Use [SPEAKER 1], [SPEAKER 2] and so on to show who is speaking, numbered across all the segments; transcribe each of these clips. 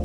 [SPEAKER 1] Oh,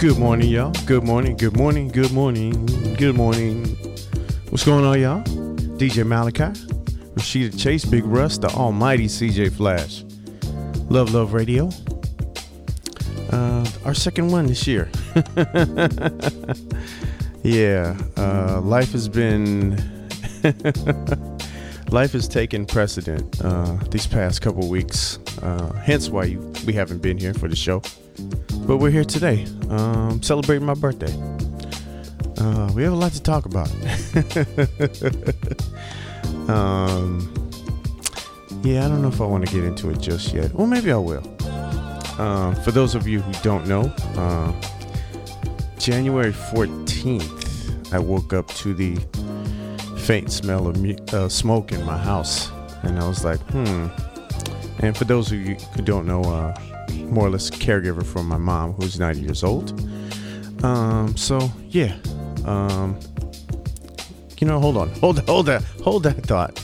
[SPEAKER 2] Good morning, y'all. Good morning, good morning, good morning, good morning. What's going on, y'all? DJ Malachi, Rashida Chase, Big Russ, the almighty CJ Flash. Love, love radio. Uh, our second one this year. yeah, uh, life has been. life has taken precedent uh, these past couple weeks, uh, hence why you, we haven't been here for the show but we're here today um, celebrating my birthday uh, we have a lot to talk about um, yeah i don't know if i want to get into it just yet well maybe i will um, for those of you who don't know uh, january 14th i woke up to the faint smell of mu- uh, smoke in my house and i was like hmm and for those of you who don't know uh, more or less caregiver for my mom who's 90 years old um so yeah um you know hold on hold hold that hold that thought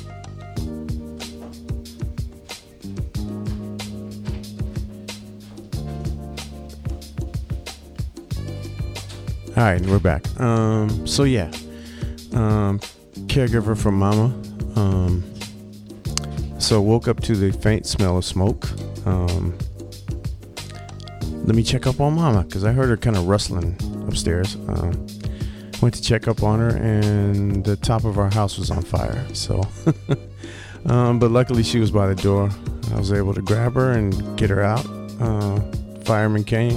[SPEAKER 2] all right we're back um so yeah um caregiver for mama um so woke up to the faint smell of smoke um let me check up on mama because i heard her kind of rustling upstairs um, went to check up on her and the top of our house was on fire so um, but luckily she was by the door i was able to grab her and get her out uh, fireman came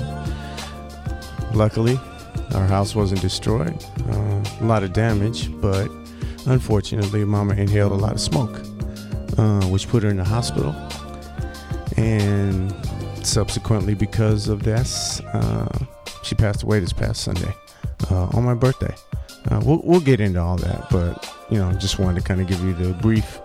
[SPEAKER 2] luckily our house wasn't destroyed uh, a lot of damage but unfortunately mama inhaled a lot of smoke uh, which put her in the hospital and subsequently because of this uh, she passed away this past sunday uh, on my birthday uh, we'll, we'll get into all that but you know just wanted to kind of give you the brief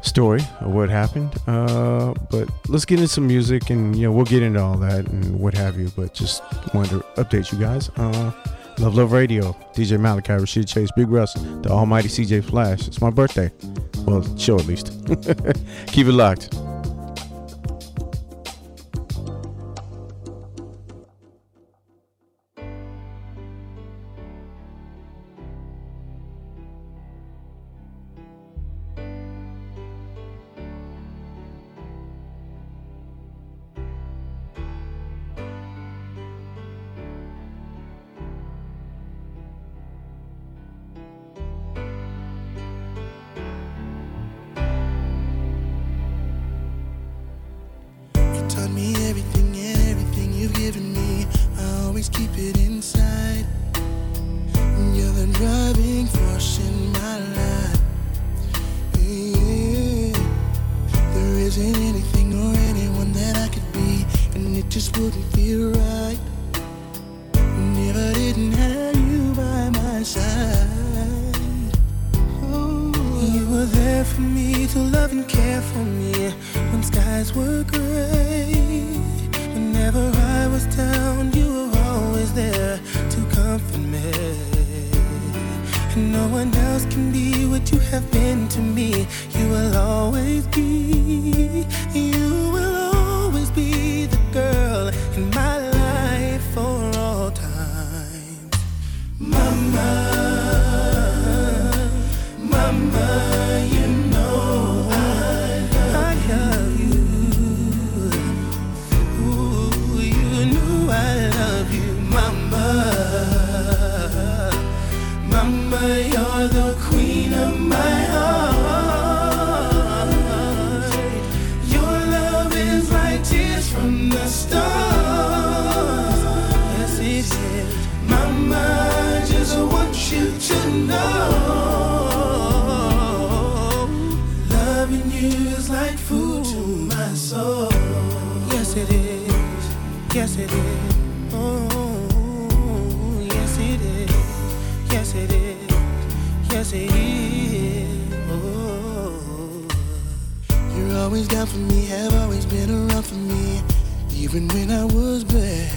[SPEAKER 2] story of what happened uh, but let's get into some music and you know we'll get into all that and what have you but just wanted to update you guys uh, love love radio dj malachi rashid chase big russ the almighty cj flash it's my birthday well show at least keep it locked
[SPEAKER 3] taught me everything, everything you've given me. I always keep it inside. You're the driving force in my life. Yeah. There isn't anything or anyone that I could be, and it just wouldn't feel right. Never didn't have you by for me to love and care for me when skies were gray. Whenever I was down, you were always there to comfort me. And no one else can be what you have been to me. You will always be. You will always be the girl in my life for all time. Mama, Mama, you know I, I love you. Ooh, you know I love you, Mama. Mama, you're the queen of my heart. Your love is like tears from the stars. Yes, it is. Mama, I just want you to know. Loving you is like food to my soul. Yes, it is. Yes, it is. Oh, yes, it is. Yes, it is. Yes, it is. Oh. You're always down for me, have always been around for me, even when I was bad.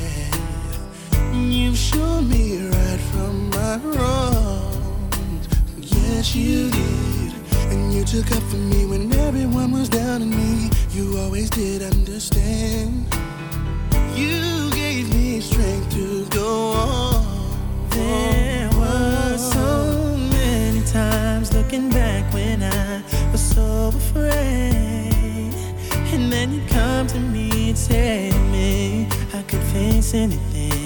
[SPEAKER 3] You've shown me right from my wrongs. Yes, you did. And you took up for me when everyone was down on me. You always did understand. You gave me strength to go on. There were so many times looking back when I was so afraid. And then you come to me and tell me I could face anything.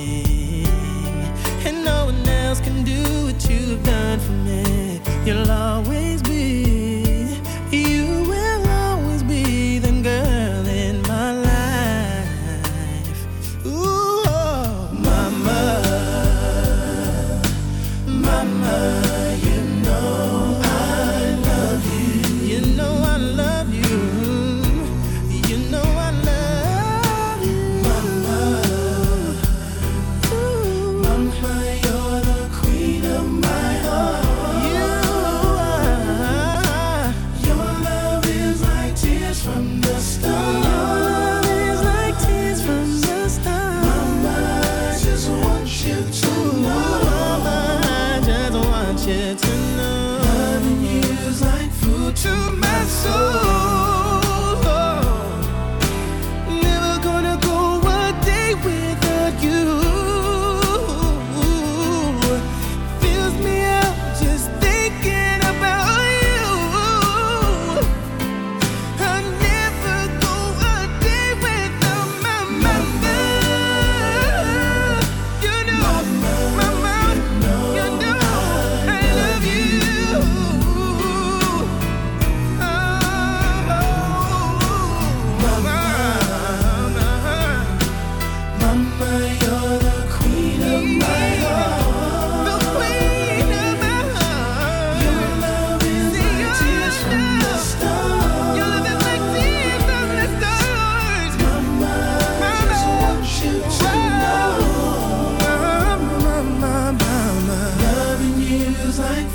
[SPEAKER 3] And no one else can do what you've done for me. You'll always be, you will always be the girl in my life. Ooh, oh, mama, mama, you know I love you. You know I love you. You know I love you, mama. Mama, you're the queen of my heart. You are. Your love is like tears from the stars. Your love is like tears from the stars. Mama, I just want you to know. Mama, I just want you to know. Loving you is like food to my soul. Never gonna go a day without you. Fills me up just thinking about you. I never go a day without my mother. You know, mama, you know I love you.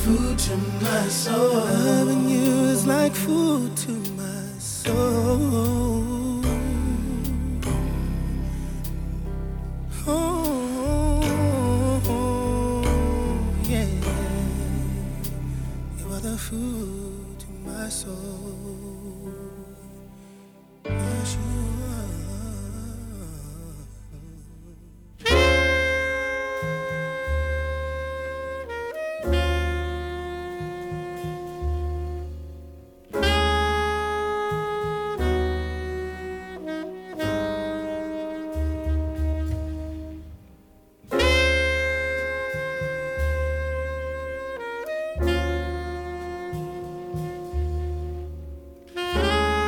[SPEAKER 3] Food to my soul. Loving you is like food to my soul. Oh, yeah. You are the food to my soul. Yes, you are.
[SPEAKER 4] Thank you.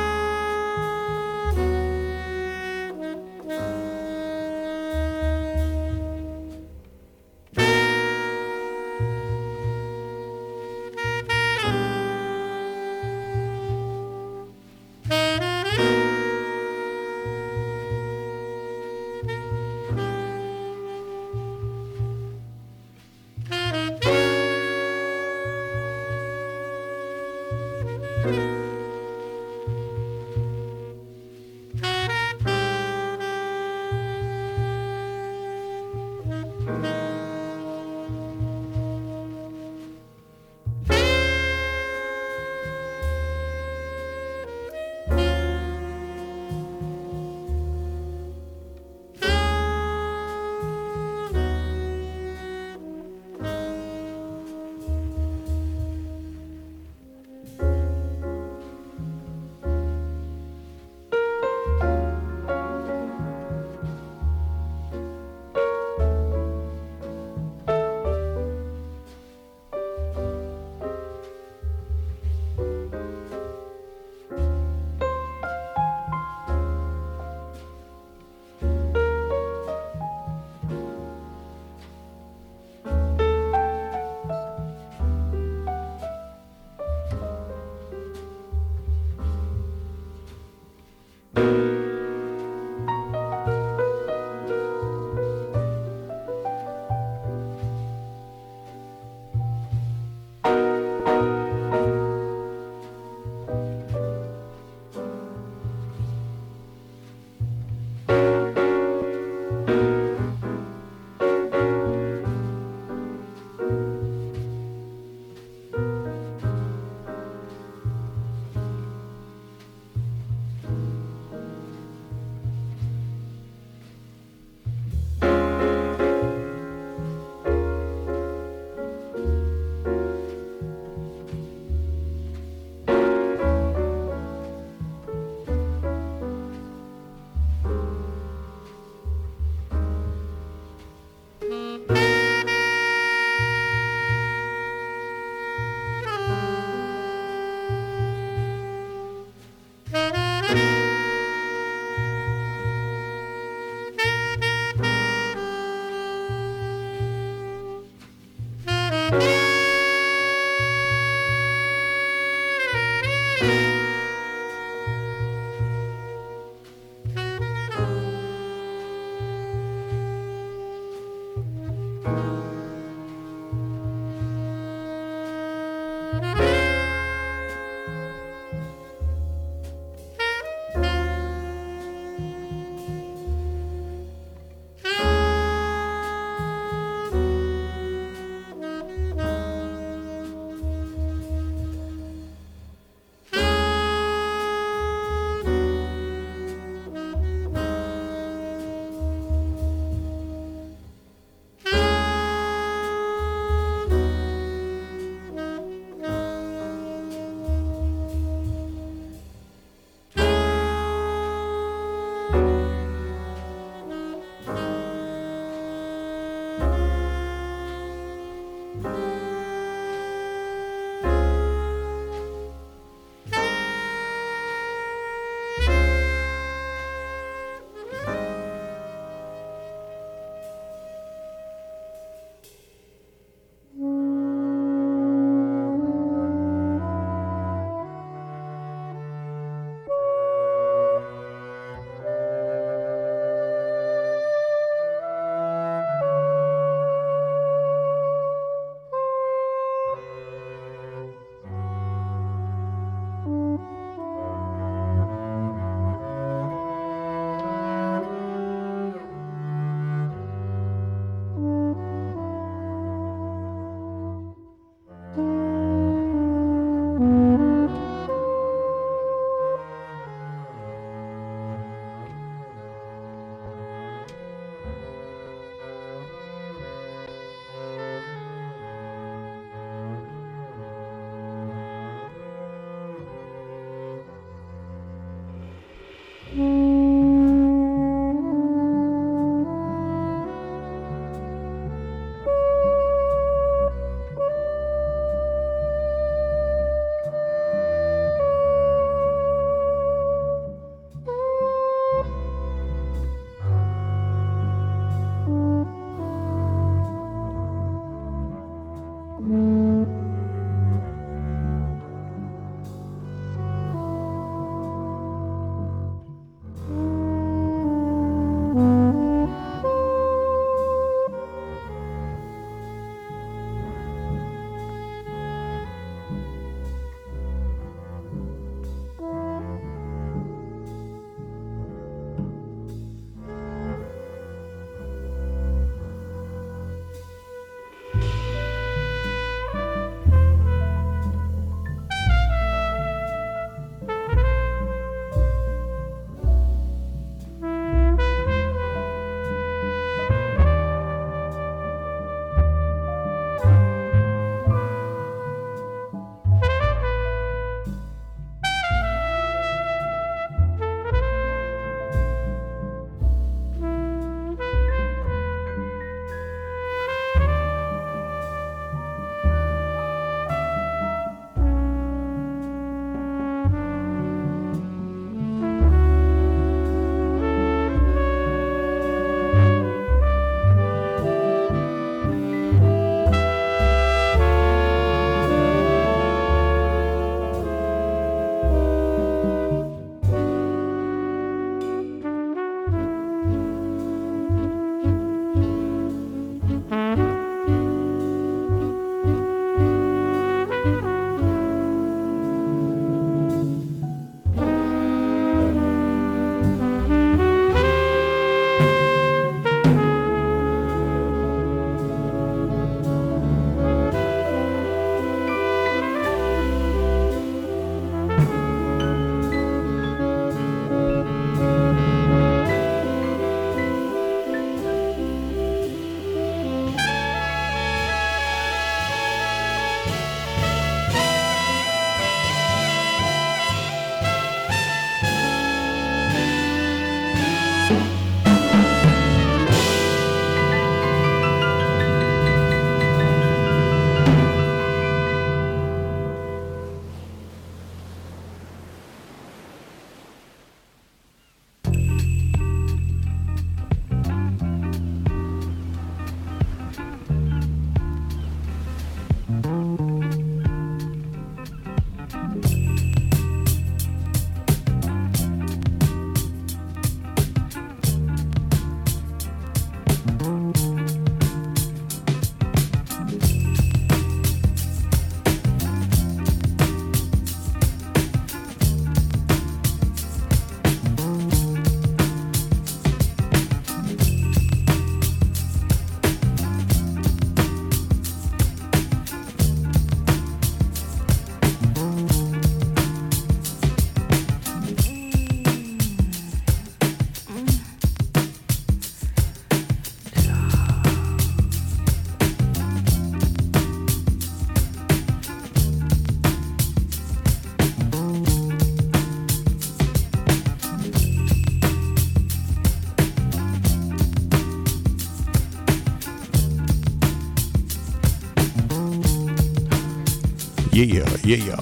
[SPEAKER 2] Yeah, yeah, yeah, yeah.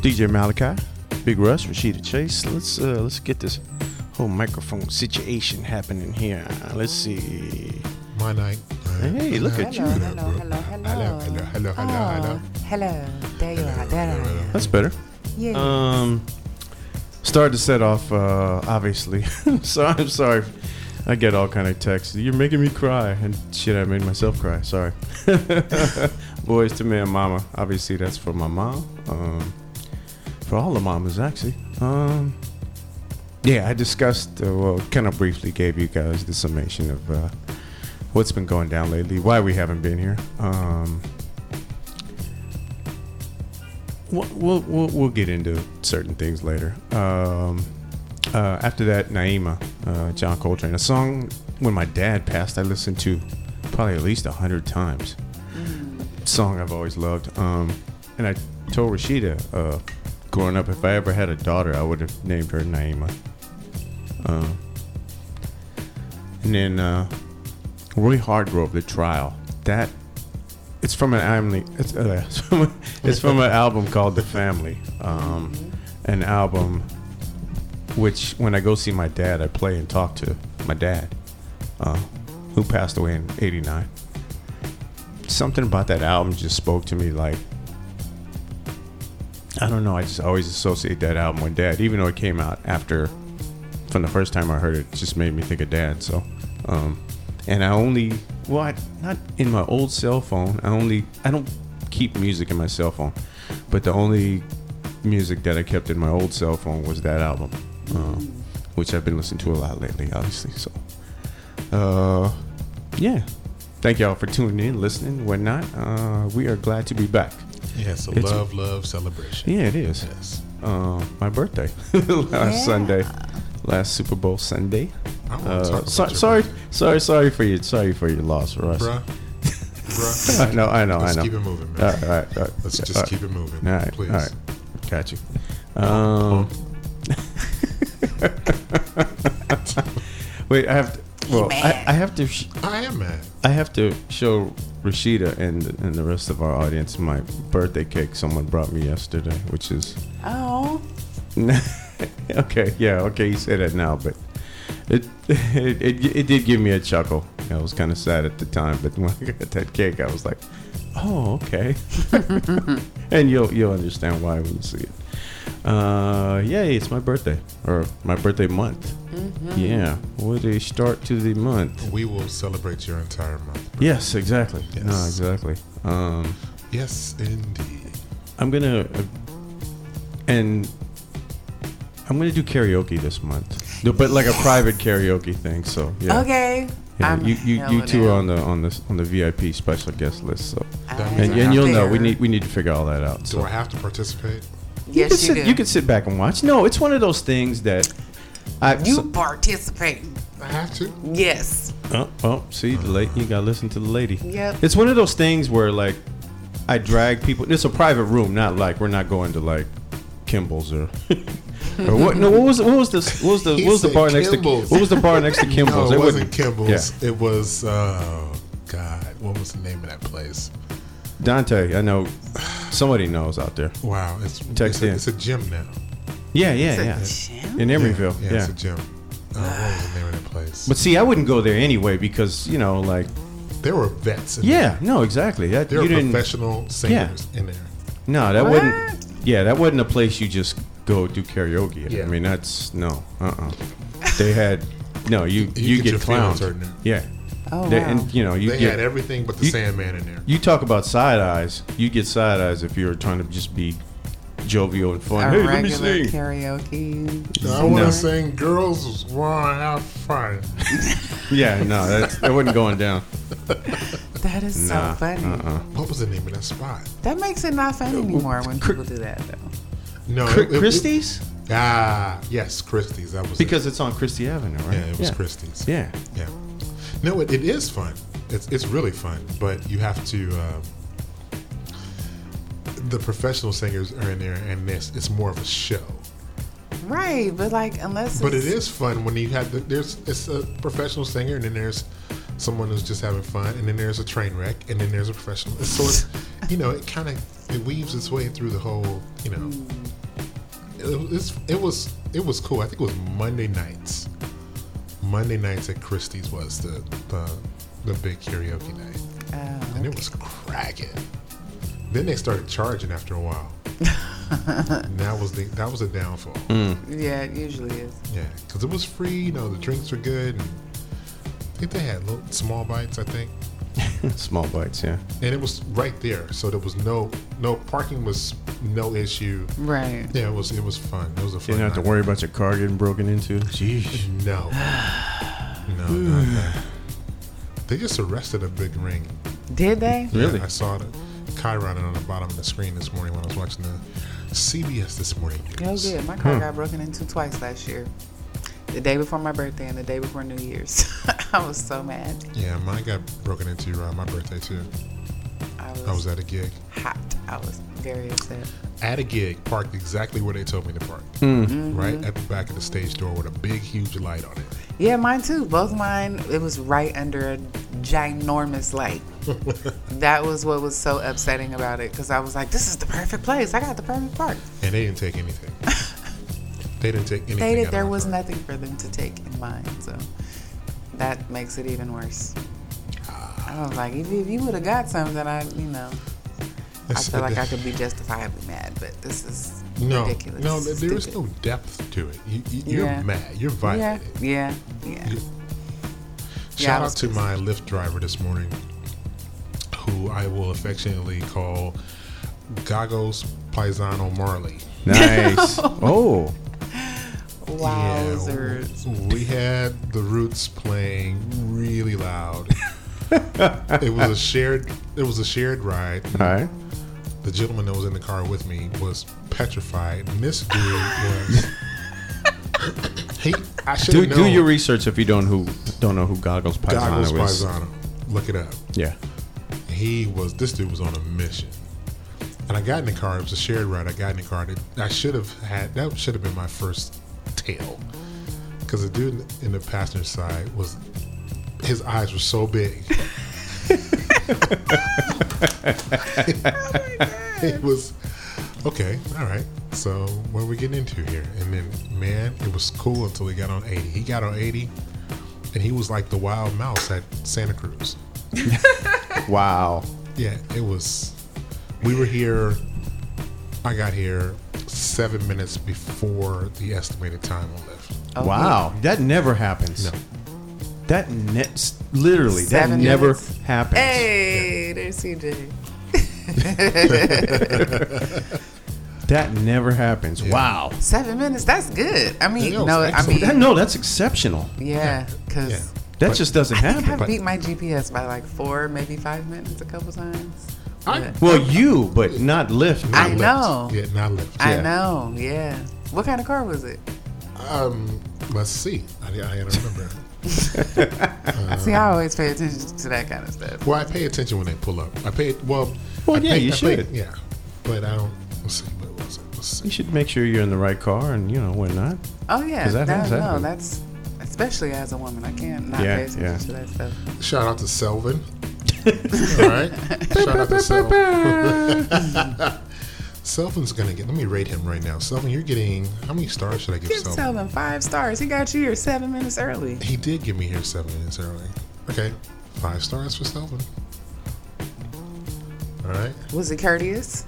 [SPEAKER 2] DJ Malachi, Big Russ, Rashida Chase. Let's uh, let's get this whole microphone situation happening here. Uh, Let's see.
[SPEAKER 4] My night.
[SPEAKER 2] Hey, look at
[SPEAKER 5] Hello,
[SPEAKER 2] you.
[SPEAKER 5] hello, hello, hello.
[SPEAKER 4] Hello, hello, hello, hello,
[SPEAKER 5] Oh, hello. There you are. There I am.
[SPEAKER 2] That's better.
[SPEAKER 5] Yeah.
[SPEAKER 2] Um, started to set off. Uh, obviously, so I'm sorry. I get all kind of texts. You're making me cry, and shit, I made myself cry. Sorry. Boys to man, mama. Obviously, that's for my mom. Um, for all the mamas, actually. Um, yeah, I discussed. Uh, well, kind of briefly gave you guys the summation of uh, what's been going down lately, why we haven't been here. Um, we'll, we'll, we'll, we'll get into certain things later. Um, uh, after that, Naima, uh, John Coltrane, a song when my dad passed, I listened to probably at least a hundred times. Song I've always loved. Um, and I told Rashida, uh, growing up, if I ever had a daughter, I would have named her Naima. Uh, and then uh, Roy Hargrove, The Trial. That it's from an family. It's, uh, it's from- it's from an album called The Family, um, an album which when I go see my dad, I play and talk to my dad, uh, who passed away in '89. Something about that album just spoke to me. Like I don't know. I just always associate that album with dad, even though it came out after. From the first time I heard it, it just made me think of dad. So, um, and I only well, I, not in my old cell phone. I only I don't keep music in my cell phone, but the only music that I kept in my old cell phone was that album, um, which I've been listening to a lot lately, obviously. So, uh, yeah. Thank y'all for tuning in, listening, whatnot. Uh, we are glad to be back.
[SPEAKER 4] Yeah, so
[SPEAKER 2] It's-
[SPEAKER 4] love, love, celebration.
[SPEAKER 2] Yeah, it is
[SPEAKER 4] Yes.
[SPEAKER 2] uh, my birthday last Sunday, last Super Bowl Sunday.
[SPEAKER 4] I wanna
[SPEAKER 2] Uh,
[SPEAKER 4] talk about
[SPEAKER 2] so-
[SPEAKER 4] your
[SPEAKER 2] sorry,
[SPEAKER 4] birthday.
[SPEAKER 2] sorry, sorry for you, sorry for your loss, Russ.
[SPEAKER 4] Bruh. Bruh.
[SPEAKER 2] I know, I know,
[SPEAKER 4] Let's
[SPEAKER 2] I know.
[SPEAKER 4] keep it moving, man.
[SPEAKER 2] All right, all right, all right.
[SPEAKER 4] Let's
[SPEAKER 2] All
[SPEAKER 4] just
[SPEAKER 2] right.
[SPEAKER 4] keep it moving.
[SPEAKER 2] All right,
[SPEAKER 4] Please.
[SPEAKER 2] all right. Got you. Um, wait, I have to. Well, I, I have to. Sh-
[SPEAKER 4] I am mad.
[SPEAKER 2] I have to show Rashida and and the rest of our audience my birthday cake someone brought me yesterday, which is
[SPEAKER 5] oh,
[SPEAKER 2] okay, yeah, okay, you say that now, but it it, it it did give me a chuckle. I was kind of sad at the time, but when I got that cake, I was like, "Oh, okay." and you'll you'll understand why when you see it. Uh, yay! It's my birthday, or my birthday month. Yeah, what a start to the month.
[SPEAKER 4] We will celebrate your entire month.
[SPEAKER 2] Yes, exactly. No,
[SPEAKER 4] Yes.
[SPEAKER 2] exactly. Um,
[SPEAKER 4] Yes, indeed.
[SPEAKER 2] I'm gonna uh, and I'm gonna do karaoke this month, No, but like a private karaoke thing. So yeah,
[SPEAKER 5] okay.
[SPEAKER 2] Yeah,
[SPEAKER 5] I'm
[SPEAKER 2] you you, you
[SPEAKER 5] hella
[SPEAKER 2] two are
[SPEAKER 5] down.
[SPEAKER 2] on the on the on the VIP special guest list. So
[SPEAKER 5] I'm
[SPEAKER 2] and, and you'll know we
[SPEAKER 5] there.
[SPEAKER 2] need we need to figure all that out.
[SPEAKER 4] Do
[SPEAKER 2] So
[SPEAKER 4] I have to
[SPEAKER 2] you
[SPEAKER 4] participate?
[SPEAKER 2] can
[SPEAKER 5] Yes, you,
[SPEAKER 2] sit
[SPEAKER 5] do.
[SPEAKER 2] you can sit back and watch. No, it's one of those things that I
[SPEAKER 5] You
[SPEAKER 2] so-
[SPEAKER 5] participate.
[SPEAKER 4] I have to.
[SPEAKER 5] Yes.
[SPEAKER 2] Oh, oh see, the late, you gotta listen to the lady.
[SPEAKER 5] Yep.
[SPEAKER 2] It's one of those things where like I drag people. It's a private room, not like we're not going to like Kimball's or. or what? No, what was what was this? What was the
[SPEAKER 4] He
[SPEAKER 2] what was the
[SPEAKER 4] said
[SPEAKER 2] bar next
[SPEAKER 4] Kimball's.
[SPEAKER 2] to what was the bar next to Kimball's?
[SPEAKER 4] No, it, wasn't
[SPEAKER 2] wouldn't-
[SPEAKER 4] Kimball's.
[SPEAKER 2] Yeah,
[SPEAKER 4] It was, oh, God, what was the name of that place?
[SPEAKER 2] Dante. I know somebody knows out there.
[SPEAKER 4] Wow, it's,
[SPEAKER 2] Text
[SPEAKER 4] it's, a,
[SPEAKER 2] in.
[SPEAKER 4] it's a gym now.
[SPEAKER 2] Yeah, yeah, yeah.
[SPEAKER 5] It's a gym?
[SPEAKER 2] In Emeryville.
[SPEAKER 4] Yeah,
[SPEAKER 2] Yeah.
[SPEAKER 4] it's a gym. Uh, what was the name of that place?
[SPEAKER 2] But see, I wouldn't go there anyway because you know, like,
[SPEAKER 4] there were vets. In
[SPEAKER 2] yeah, no, exactly. That,
[SPEAKER 4] there
[SPEAKER 2] you
[SPEAKER 4] were
[SPEAKER 2] didn't.
[SPEAKER 4] professional singers in there.
[SPEAKER 2] No, that
[SPEAKER 5] What?
[SPEAKER 2] wasn't. Yeah, that wasn't a place you just go do karaoke. At.
[SPEAKER 4] Yeah.
[SPEAKER 2] I mean, that's no. Uh. uh They had no. You
[SPEAKER 4] You
[SPEAKER 2] you,
[SPEAKER 4] get
[SPEAKER 2] get,
[SPEAKER 4] your feelings hurt
[SPEAKER 2] clowned.
[SPEAKER 4] now.
[SPEAKER 2] Yeah.
[SPEAKER 5] Oh,
[SPEAKER 2] They-
[SPEAKER 5] wow.
[SPEAKER 2] And you know you
[SPEAKER 4] They
[SPEAKER 2] get
[SPEAKER 4] had everything but the
[SPEAKER 2] you-
[SPEAKER 4] Sandman in there.
[SPEAKER 2] you talk about side eyes. You get side eyes if you're trying to just be jovial and fun.
[SPEAKER 5] A
[SPEAKER 2] hey, let me
[SPEAKER 5] regular
[SPEAKER 2] sing.
[SPEAKER 5] karaoke.
[SPEAKER 4] I want to
[SPEAKER 2] No.
[SPEAKER 4] sing "Girls Want to Have Fun."
[SPEAKER 2] yeah, no, that's, that wasn't going down.
[SPEAKER 5] That is
[SPEAKER 2] Nah,
[SPEAKER 5] so funny.
[SPEAKER 2] Uh-uh.
[SPEAKER 4] What was the name of that spot?
[SPEAKER 5] That makes it not fun anymore when people do that, though.
[SPEAKER 4] No,
[SPEAKER 2] Cr-
[SPEAKER 4] it- it-
[SPEAKER 2] Christie's
[SPEAKER 4] it- ah, yes, Christie's. That was
[SPEAKER 2] because it's on Christie Avenue,
[SPEAKER 4] it.
[SPEAKER 2] right?
[SPEAKER 4] yeah, it was Christie's.
[SPEAKER 2] Yeah.
[SPEAKER 4] yeah. No, it, it is fun. It's it's really fun, but you have to. Um, the professional singers are in there, and this it's more of a show.
[SPEAKER 5] Right, but like unless
[SPEAKER 4] But it
[SPEAKER 5] it's,
[SPEAKER 4] is fun when you have the, there's it's a professional singer, and then there's someone who's just having fun, and then there's a train wreck, and then there's a professional. It's sort of, you know, it kind of it weaves its way through the whole, you know. It, it's, it was it was cool. I think it was Monday nights. Monday nights at Christie's was the the, the big karaoke night,
[SPEAKER 5] Oh,
[SPEAKER 4] and it was cracking. Then they started charging after a while. and that was the that was a downfall.
[SPEAKER 5] yeah, it usually is.
[SPEAKER 4] Yeah, because it was free. You know, the drinks were good. And I think they had little small bites. I think,
[SPEAKER 2] Small bites, yeah.
[SPEAKER 4] and it was right there, so there was no no parking was no issue.
[SPEAKER 5] Right.
[SPEAKER 4] Yeah, it was it was fun. It was a
[SPEAKER 2] You
[SPEAKER 4] fun.
[SPEAKER 2] didn't have to
[SPEAKER 4] night.
[SPEAKER 2] worry about your car getting broken into. Jeez.
[SPEAKER 4] No, no, no, no. They just arrested a big ring.
[SPEAKER 5] Did they?
[SPEAKER 4] Yeah,
[SPEAKER 2] Really?
[SPEAKER 4] I saw the Chiron on the bottom of the screen this morning when I was watching the CBS this morning.
[SPEAKER 5] Oh, good. My
[SPEAKER 2] Hmm.
[SPEAKER 5] car got broken into twice last year. The day before my birthday and the day before New Year's. I was so mad.
[SPEAKER 4] Yeah, mine got broken into around my birthday too.
[SPEAKER 5] I
[SPEAKER 4] I
[SPEAKER 5] was
[SPEAKER 4] was at a gig.
[SPEAKER 5] hot. I was very upset.
[SPEAKER 4] at a gig parked exactly where they told me to park.
[SPEAKER 5] Mm-hmm.
[SPEAKER 4] Right at the back of the stage door with a big, huge light on it.
[SPEAKER 5] Yeah, mine too. Both mine, it was right under a ginormous light. that was what was so upsetting about it because I was like, this is the perfect place. I got the perfect park.
[SPEAKER 4] And they didn't take anything. they didn't take anything.
[SPEAKER 5] They
[SPEAKER 4] out
[SPEAKER 5] did,
[SPEAKER 4] of
[SPEAKER 5] there
[SPEAKER 4] my
[SPEAKER 5] was
[SPEAKER 4] car.
[SPEAKER 5] nothing for them to take in mine. So that makes it even worse. I was like, if, if you would have got something, I, you know, I
[SPEAKER 4] It's-
[SPEAKER 5] feel like I could be justifiably mad, but this is
[SPEAKER 4] no,
[SPEAKER 5] ridiculous.
[SPEAKER 4] No, there there is
[SPEAKER 5] Stupid.
[SPEAKER 4] no depth to it. You, you, you're
[SPEAKER 5] Yeah.
[SPEAKER 4] mad. You're
[SPEAKER 5] Yeah,
[SPEAKER 4] violent.
[SPEAKER 5] yeah, yeah.
[SPEAKER 4] You-
[SPEAKER 5] Yeah,
[SPEAKER 4] Shout
[SPEAKER 5] I
[SPEAKER 4] out
[SPEAKER 5] was
[SPEAKER 4] to my Lyft driver this morning, who I will affectionately call Gagos Paisano Marley.
[SPEAKER 2] Nice. oh.
[SPEAKER 5] Wowzers.
[SPEAKER 4] Yeah, we had the Roots playing really loud. it was a shared. It was a shared ride.
[SPEAKER 2] All right.
[SPEAKER 4] The gentleman that was in the car with me was petrified. And this dude was. he. I should
[SPEAKER 2] Do,
[SPEAKER 4] have known.
[SPEAKER 2] do your research if you don't who don't know who Goggles Paisano
[SPEAKER 4] Goggles
[SPEAKER 2] is.
[SPEAKER 4] Paisano. Look it up.
[SPEAKER 2] Yeah.
[SPEAKER 4] He was. This dude was on a mission. And I got in the car. It was a shared ride. I got in the car. That- I should have had. That should have been my first tail. Because the dude in the passenger side was. His eyes were so big. it was okay. All right. So what are we getting into here? And then, man, it was cool until he got on 80. He got on 80, and he was like the wild mouse at Santa Cruz.
[SPEAKER 2] Wow.
[SPEAKER 4] Yeah, it was. We were here. I got here seven minutes before the estimated time on Lyft.
[SPEAKER 5] Oh,
[SPEAKER 2] wow. That never happens.
[SPEAKER 4] No.
[SPEAKER 2] That net literally
[SPEAKER 5] Seven
[SPEAKER 2] that never
[SPEAKER 5] minutes. Eh.
[SPEAKER 2] happens.
[SPEAKER 5] Hey, there's CJ.
[SPEAKER 2] That never happens. Wow.
[SPEAKER 5] Seven minutes, that's good. I mean,
[SPEAKER 4] Yeah,
[SPEAKER 5] no,
[SPEAKER 4] it's
[SPEAKER 5] I
[SPEAKER 4] excellent.
[SPEAKER 5] mean,
[SPEAKER 2] That, no, that's exceptional.
[SPEAKER 5] yeah, because
[SPEAKER 4] Yeah.
[SPEAKER 2] That
[SPEAKER 4] But
[SPEAKER 2] just doesn't
[SPEAKER 5] I think
[SPEAKER 2] happen.
[SPEAKER 5] I beat my GPS by like four, maybe five minutes a couple times.
[SPEAKER 4] I-
[SPEAKER 5] But
[SPEAKER 2] Well, you, but not Lyft.
[SPEAKER 4] Not
[SPEAKER 5] I
[SPEAKER 4] Lyft.
[SPEAKER 5] know.
[SPEAKER 4] Yeah, not Lyft.
[SPEAKER 5] I
[SPEAKER 2] yeah.
[SPEAKER 5] know, yeah. What kind of car was it?
[SPEAKER 4] Um, let's see. I, I don't remember.
[SPEAKER 5] See, I always pay attention to that kind of stuff.
[SPEAKER 4] well, I pay attention when they pull up. I pay. Well,
[SPEAKER 2] Well,
[SPEAKER 4] I
[SPEAKER 2] yeah,
[SPEAKER 4] pay,
[SPEAKER 2] you
[SPEAKER 4] I pay-
[SPEAKER 2] should.
[SPEAKER 4] yeah, but I don't. Let's see. What was it? Let's see.
[SPEAKER 2] You should make sure you're in the right car and, you know, whatnot.
[SPEAKER 5] Oh yeah,
[SPEAKER 2] 'Cause that
[SPEAKER 5] that,
[SPEAKER 2] has
[SPEAKER 5] no,
[SPEAKER 2] happened.
[SPEAKER 5] that's especially as a woman, I can't not
[SPEAKER 2] Yeah,
[SPEAKER 5] pay attention
[SPEAKER 2] yeah.
[SPEAKER 5] to that stuff.
[SPEAKER 4] Shout out to Selvin. All right. Shout out to Selvin. Selvin's gonna get. Let me rate him right now. Selvin, you're getting. How many stars should I give
[SPEAKER 5] Give
[SPEAKER 4] Selvin?
[SPEAKER 5] Selvin five stars. He got you here seven minutes early.
[SPEAKER 4] He did give me here seven minutes early. Okay, five stars for Selvin. All right.
[SPEAKER 5] Was it courteous?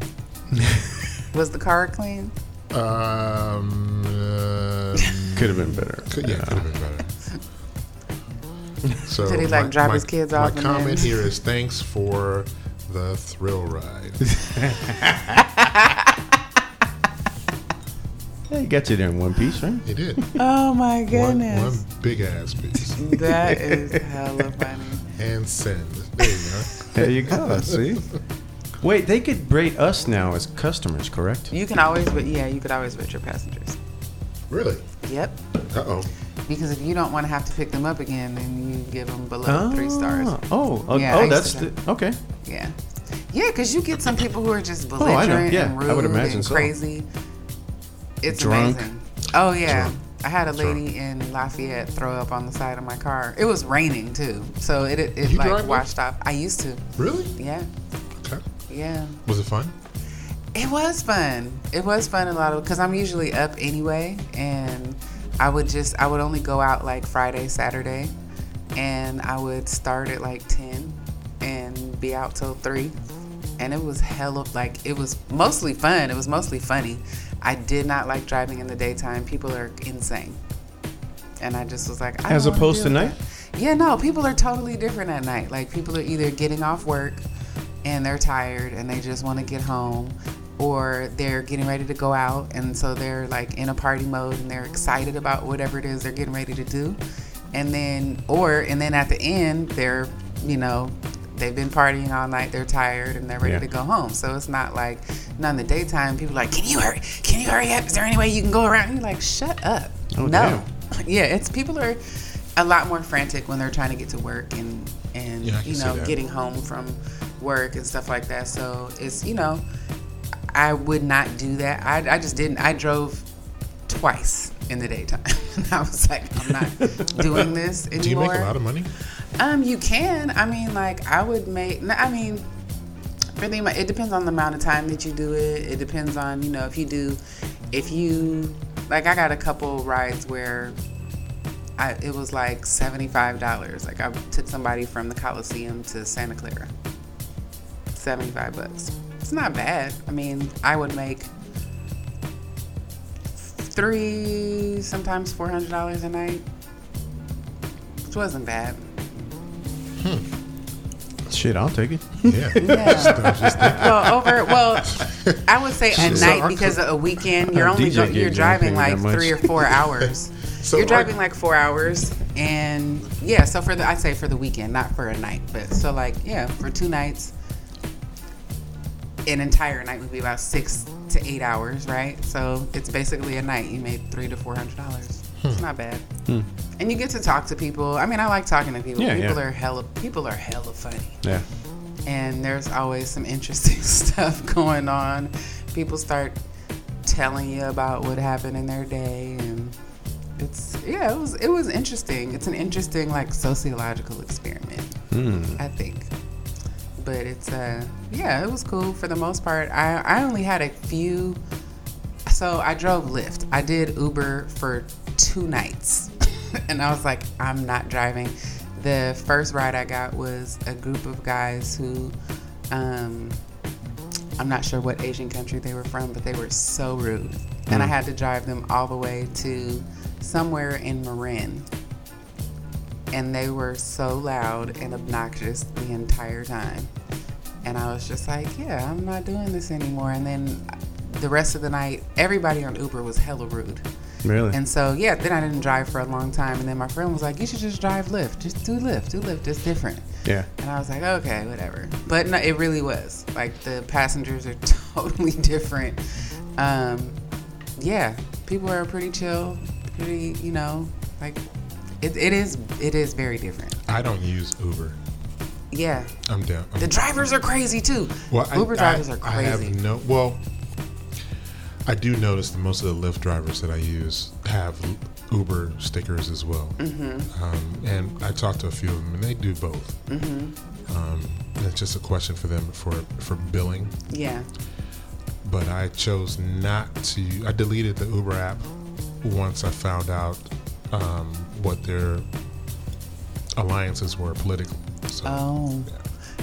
[SPEAKER 5] was the car clean?
[SPEAKER 4] Um. uh,
[SPEAKER 2] Could have been better.
[SPEAKER 4] could, yeah, could have been better. So
[SPEAKER 5] Did he, like,
[SPEAKER 4] my-
[SPEAKER 5] drop
[SPEAKER 4] my-
[SPEAKER 5] his kids
[SPEAKER 4] my
[SPEAKER 5] off and
[SPEAKER 4] comment
[SPEAKER 5] then-
[SPEAKER 4] here is thanks for the thrill ride.
[SPEAKER 2] Yeah, he got you there in one piece, right?
[SPEAKER 4] He did.
[SPEAKER 5] Oh my
[SPEAKER 4] One,
[SPEAKER 5] goodness.
[SPEAKER 4] one big ass piece.
[SPEAKER 5] That is hella funny.
[SPEAKER 4] and send. There you go.
[SPEAKER 2] There you go. See? Wait, they could rate us now as customers, correct?
[SPEAKER 5] You can always, but yeah, you could always rate your passengers.
[SPEAKER 4] Really?
[SPEAKER 5] Yep.
[SPEAKER 4] Uh oh.
[SPEAKER 5] Because if you don't want to have to pick them up again, then you give them below
[SPEAKER 2] Oh,
[SPEAKER 5] three stars.
[SPEAKER 2] Oh, oh,
[SPEAKER 5] Yeah, I
[SPEAKER 2] oh
[SPEAKER 5] used
[SPEAKER 2] that's
[SPEAKER 5] to do.
[SPEAKER 2] the, okay. Oh,
[SPEAKER 5] Yeah. Yeah, because you get some people who are just
[SPEAKER 2] I know.
[SPEAKER 5] belligerent
[SPEAKER 2] Yeah,
[SPEAKER 5] and rude
[SPEAKER 2] I would imagine
[SPEAKER 5] and
[SPEAKER 2] so.
[SPEAKER 5] crazy. It's
[SPEAKER 2] Drunk.
[SPEAKER 5] amazing. Oh, yeah. I had a
[SPEAKER 4] Sure.
[SPEAKER 5] lady in Lafayette throw up on the side of my car. It was raining too, so it it, it
[SPEAKER 4] You
[SPEAKER 5] like
[SPEAKER 4] drive one?
[SPEAKER 5] washed off. I used to,
[SPEAKER 4] Really?
[SPEAKER 5] yeah,
[SPEAKER 4] Okay.
[SPEAKER 5] yeah.
[SPEAKER 4] Was it fun?
[SPEAKER 5] It was fun. It was fun a lot of because I'm usually up anyway, and I would just I would only go out like Friday, Saturday, and I would start at like ten and be out till three, and it was hella like it was mostly fun. It was mostly funny. I did not like driving in the daytime. People are insane, and I just was like, I
[SPEAKER 2] As
[SPEAKER 5] don't wanna
[SPEAKER 2] opposed
[SPEAKER 5] deal
[SPEAKER 2] to
[SPEAKER 5] with that. Yeah, no, people are totally different at night. Like people are either getting off work and they're tired and they just want to get home or they're getting ready to go out and so they're like in a party mode and they're excited about whatever it is they're getting ready to do and then or and then at the end they're you know they've been partying all night they're tired and they're ready
[SPEAKER 2] Yeah.
[SPEAKER 5] to go home so it's not like not in the daytime people are like can you hurry can you hurry up is there any way you can go around and you're like shut up
[SPEAKER 2] Oh,
[SPEAKER 5] no yeah it's people are a lot more frantic when they're trying to get to work and and
[SPEAKER 4] Yeah, I can
[SPEAKER 5] you
[SPEAKER 4] see
[SPEAKER 5] know
[SPEAKER 4] that.
[SPEAKER 5] getting home from work and stuff like that. So it's, you know, I would not do that. I, I just didn't. I drove twice in the daytime. and I was like, I'm not doing this anymore.
[SPEAKER 4] Do you make a lot of money?
[SPEAKER 5] Um, you can. I mean, like I would make. no, I mean, really, my- it depends on the amount of time that you do it. It depends on you know if you do, if you like. I got a couple rides where. I, it was like seventy-five dollars. Like I took somebody from the Coliseum to Santa Clara. Seventy-five bucks. It's not bad. I mean, I would make three, sometimes four hundred dollars a night, which wasn't bad.
[SPEAKER 2] Shit, I'll take it.
[SPEAKER 4] Yeah.
[SPEAKER 5] Yeah. well, over well, I would say at
[SPEAKER 4] So
[SPEAKER 5] night
[SPEAKER 4] our
[SPEAKER 5] because of a weekend you're only
[SPEAKER 2] DJ
[SPEAKER 5] go,
[SPEAKER 2] gig
[SPEAKER 5] you're
[SPEAKER 2] don't
[SPEAKER 5] driving
[SPEAKER 2] pay me
[SPEAKER 5] like
[SPEAKER 2] that much.
[SPEAKER 5] three or four hours.
[SPEAKER 4] So
[SPEAKER 5] you're
[SPEAKER 4] our-
[SPEAKER 5] driving like four hours, and yeah. So for the I'd say for the weekend, not for a night, but so like yeah, for two nights, an entire night would be about six to eight hours, right? So it's basically a night you made three to four hundred dollars.
[SPEAKER 2] Hmm.
[SPEAKER 5] It's not bad. And you get to talk to people. I mean, I like talking to people.
[SPEAKER 2] Yeah,
[SPEAKER 5] people
[SPEAKER 2] yeah.
[SPEAKER 5] are hella people are hella funny
[SPEAKER 2] Yeah.
[SPEAKER 5] and there's always some interesting stuff going on. People start telling you about what happened in their day, and it's yeah, it was it was interesting. It's an interesting like sociological experiment, I think. But it's uh yeah, it was cool for the most part. I I only had a few. So I drove Lyft. I did Uber for two nights. and I was like, I'm not driving. The first ride I got was a group of guys who, um, I'm not sure what Asian country they were from, but they were so rude. And I had to drive them all the way to somewhere in Marin. And they were so loud and obnoxious the entire time. And I was just like, yeah, I'm not doing this anymore. And then the rest of the night, everybody on Uber was hella rude.
[SPEAKER 2] Really?
[SPEAKER 5] And so, yeah, then I didn't drive for a long time. And then my friend was like, you should just drive Lyft. Just do Lyft. Do Lyft. It's different.
[SPEAKER 2] yeah.
[SPEAKER 5] And I was like, okay, whatever. But no, it really was. Like, the passengers are totally different. Um, yeah, people are pretty chill, pretty, you know, like, it, it is it is very different.
[SPEAKER 4] I don't use Uber.
[SPEAKER 5] Yeah.
[SPEAKER 4] I'm down. I'm
[SPEAKER 5] The drivers are crazy, too.
[SPEAKER 4] Well,
[SPEAKER 5] Uber
[SPEAKER 4] I,
[SPEAKER 5] drivers
[SPEAKER 4] I,
[SPEAKER 5] are
[SPEAKER 4] I
[SPEAKER 5] crazy.
[SPEAKER 4] have no. Well, I do notice that most of the Lyft drivers that I use have Uber stickers as well, mm-hmm. um, and I talked to a few of them, and they do both. Mm-hmm. Um, and it's just a question for them for for billing,
[SPEAKER 5] yeah.
[SPEAKER 4] but I chose not to. I deleted the Uber app once I found out um, what their alliances were politically. So,
[SPEAKER 5] Oh.
[SPEAKER 4] yeah.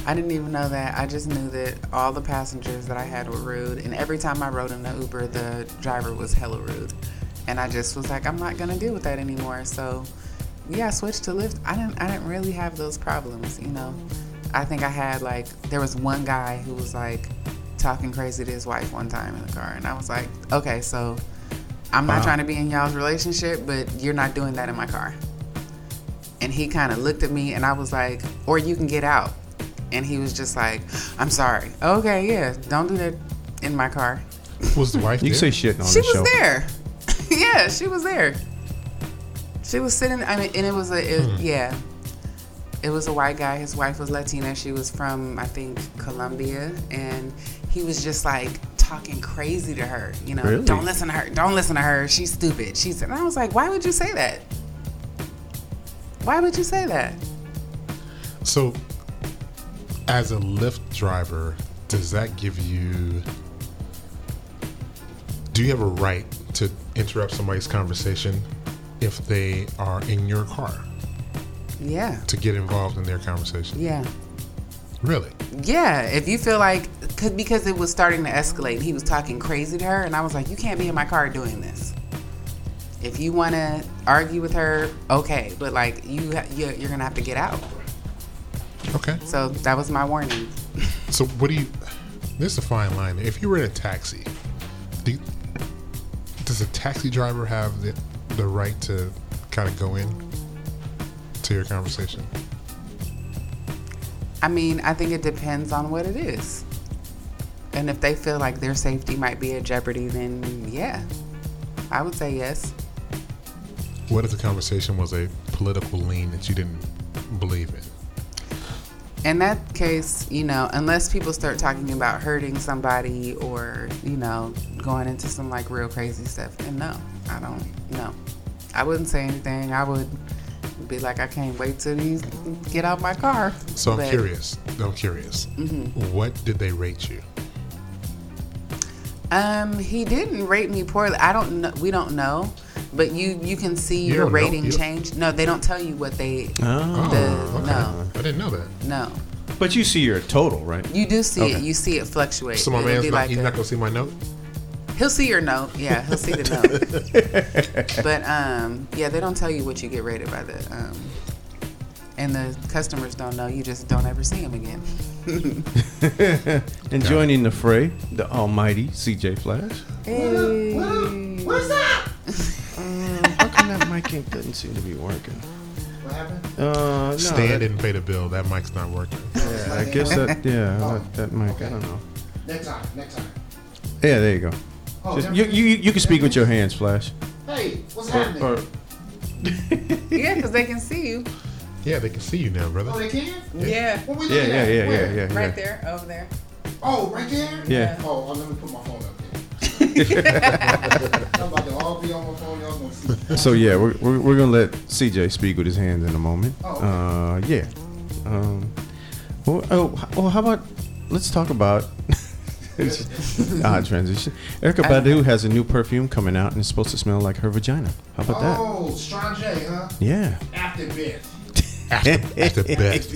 [SPEAKER 5] I didn't even know that. I just knew that all the passengers that I had were rude, and every time I rode in the Uber, the driver was hella rude, and I just was like, I'm not gonna deal with that anymore. So, yeah, I switched to Lyft. I didn't. I didn't really have those problems, you know. I think I had like there was one guy who was like talking crazy to his wife one time in the car, and I was like, okay, so I'm not
[SPEAKER 2] Wow.
[SPEAKER 5] trying to be in y'all's relationship, but you're not doing that in my car. And he kind of looked at me and I was like, or you can get out. And he was just like, I'm sorry. Okay, yeah, don't do that in my car.
[SPEAKER 4] Was the wife?
[SPEAKER 2] You can
[SPEAKER 4] there?
[SPEAKER 2] say shit on
[SPEAKER 5] she
[SPEAKER 2] the
[SPEAKER 5] was
[SPEAKER 2] show.
[SPEAKER 5] there. yeah, she was there. She was sitting, I mean, and it was a, it,
[SPEAKER 2] Hmm.
[SPEAKER 5] yeah. It was a white guy. His wife was Latina. She was from, I think, Colombia. And he was just like, talking crazy to her. You know,
[SPEAKER 2] Really?
[SPEAKER 5] don't listen to her. Don't listen to her. She's stupid. She's. And I was like, why would you say that? Why would you say that?
[SPEAKER 4] So, as a Lyft driver, does that give you? Do you have a right to interrupt somebody's conversation if they are in your car
[SPEAKER 5] Yeah.
[SPEAKER 4] to get involved in their conversation?
[SPEAKER 5] Yeah.
[SPEAKER 4] Really?
[SPEAKER 5] Yeah, if you feel like, cause, because it was starting to escalate, he was talking crazy to her, and I was like, you can't be in my car doing this. If you want to argue with her, okay, but like you, ha- you you're gonna have to get out.
[SPEAKER 4] Okay.
[SPEAKER 5] So that was my warning.
[SPEAKER 4] So, what do you? There's a fine line. If you were in a taxi, do you- does a taxi driver have the the right to kind of go in to your conversation?
[SPEAKER 5] I mean, I think it depends on what it is, and if they feel like their safety might be at jeopardy, then yeah, I would say yes.
[SPEAKER 4] What if the conversation was a political lean that you didn't believe in?
[SPEAKER 5] in that case, you know, unless people start talking about hurting somebody or, you know, going into some like real crazy stuff, then no, I don't, no. I wouldn't say anything. I would be like, I can't wait till these get out my car.
[SPEAKER 4] So I'm
[SPEAKER 5] But
[SPEAKER 4] curious. I'm curious.
[SPEAKER 5] Mm-hmm.
[SPEAKER 4] What did they rate you?
[SPEAKER 5] Um, he didn't rate me poorly. I don't know. We don't know, but you you can see
[SPEAKER 4] You
[SPEAKER 5] your
[SPEAKER 4] don't know?
[SPEAKER 5] rating
[SPEAKER 4] You-
[SPEAKER 5] change. No, they don't tell you what they.
[SPEAKER 2] Oh.
[SPEAKER 5] the,
[SPEAKER 4] okay.
[SPEAKER 5] No,
[SPEAKER 4] I didn't know that.
[SPEAKER 5] no.
[SPEAKER 2] But you see your total, right?
[SPEAKER 5] You do see it.
[SPEAKER 2] Okay.
[SPEAKER 5] You see it fluctuate.
[SPEAKER 4] So my
[SPEAKER 5] It'll
[SPEAKER 4] man's
[SPEAKER 5] be
[SPEAKER 4] not,
[SPEAKER 5] like
[SPEAKER 4] he's
[SPEAKER 5] a-
[SPEAKER 4] not gonna see my note.
[SPEAKER 5] He'll see your note. Yeah, he'll see the note. but um, yeah, they don't tell you what you get rated by the, um, and the customers don't know. You just don't ever see them again.
[SPEAKER 2] And joining the fray, the almighty CJ Flash.
[SPEAKER 6] What's up?
[SPEAKER 5] Mm,
[SPEAKER 2] How come that mic ain't, doesn't seem to be working?
[SPEAKER 6] What happened?
[SPEAKER 2] Uh, no,
[SPEAKER 4] Stan didn't pay the bill. That mic's not working.
[SPEAKER 2] that- I guess that, yeah, that, that mic, I don't know.
[SPEAKER 6] Next time, next time.
[SPEAKER 2] Yeah, there you go.
[SPEAKER 6] Oh,
[SPEAKER 2] Just,
[SPEAKER 6] never-
[SPEAKER 2] you, you, you can speak with your hands, Flash.
[SPEAKER 6] hey, what's
[SPEAKER 2] Or-
[SPEAKER 6] happening?
[SPEAKER 2] or-
[SPEAKER 5] yeah, because they can see you.
[SPEAKER 4] Yeah, they can see you now,
[SPEAKER 6] oh,
[SPEAKER 4] brother.
[SPEAKER 6] they can?
[SPEAKER 5] Yeah.
[SPEAKER 6] What we
[SPEAKER 2] yeah,
[SPEAKER 6] looking
[SPEAKER 2] yeah,
[SPEAKER 6] at?
[SPEAKER 2] yeah, yeah, yeah,
[SPEAKER 6] Where?
[SPEAKER 2] yeah.
[SPEAKER 5] Right there, over there.
[SPEAKER 6] Oh, right there?
[SPEAKER 2] Yeah.
[SPEAKER 6] Oh, oh, let me put my phone up there. I'm about to all be on my phone. Y'all gonna see.
[SPEAKER 2] So yeah, we're, we're, we're gonna let CJ speak with his hands in a moment.
[SPEAKER 6] Oh.
[SPEAKER 2] Uh, yeah. Um, well, oh, h- well, how about let's talk about it's odd transition. Erica Badu has a new perfume coming out, and it's supposed to smell like her vagina. How about that?
[SPEAKER 6] Oh, Strange, huh?
[SPEAKER 2] Yeah.
[SPEAKER 6] After bit.
[SPEAKER 4] After, after best.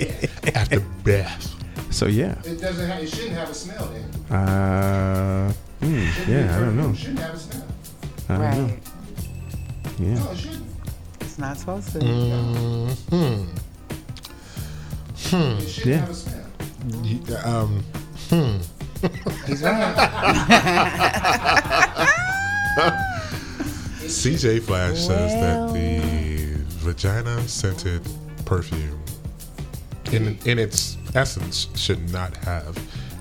[SPEAKER 4] After best.
[SPEAKER 2] So yeah.
[SPEAKER 6] It doesn't have, it shouldn't have a smell then.
[SPEAKER 2] Uh, hmm,
[SPEAKER 6] Shouldn't be
[SPEAKER 2] yeah. I
[SPEAKER 6] perfume.
[SPEAKER 2] don't know.
[SPEAKER 6] It shouldn't have a smell.
[SPEAKER 2] I don't know.
[SPEAKER 5] Right.
[SPEAKER 2] Yeah. Mm.
[SPEAKER 6] No, Oh, it shouldn't.
[SPEAKER 5] It's not supposed to.
[SPEAKER 4] Hmm.
[SPEAKER 6] It shouldn't
[SPEAKER 2] Yeah.
[SPEAKER 6] have a smell.
[SPEAKER 4] You- Hmm. um, hmm.
[SPEAKER 5] He's right.
[SPEAKER 4] CJ Flash says that the vagina scented perfume in in its essence should not have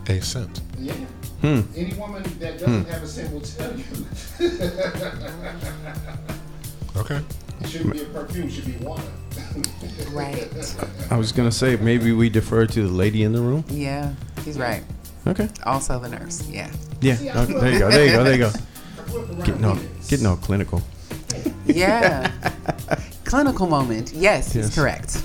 [SPEAKER 4] a scent.
[SPEAKER 6] Yeah.
[SPEAKER 2] Hmm.
[SPEAKER 6] Any woman that doesn't have a scent will tell you.
[SPEAKER 4] Okay.
[SPEAKER 6] it shouldn't be a perfume, it should be water.
[SPEAKER 5] right.
[SPEAKER 2] I was gonna say maybe we defer to the lady in the room.
[SPEAKER 5] Yeah, he's right.
[SPEAKER 2] Okay.
[SPEAKER 5] Also the nurse. Yeah.
[SPEAKER 2] Yeah.
[SPEAKER 6] See, I
[SPEAKER 2] Okay, there you go. There you go. There you go. Getting all, getting all clinical.
[SPEAKER 5] Yeah. Clinical moment. Yes,
[SPEAKER 2] Yes.
[SPEAKER 5] he's correct.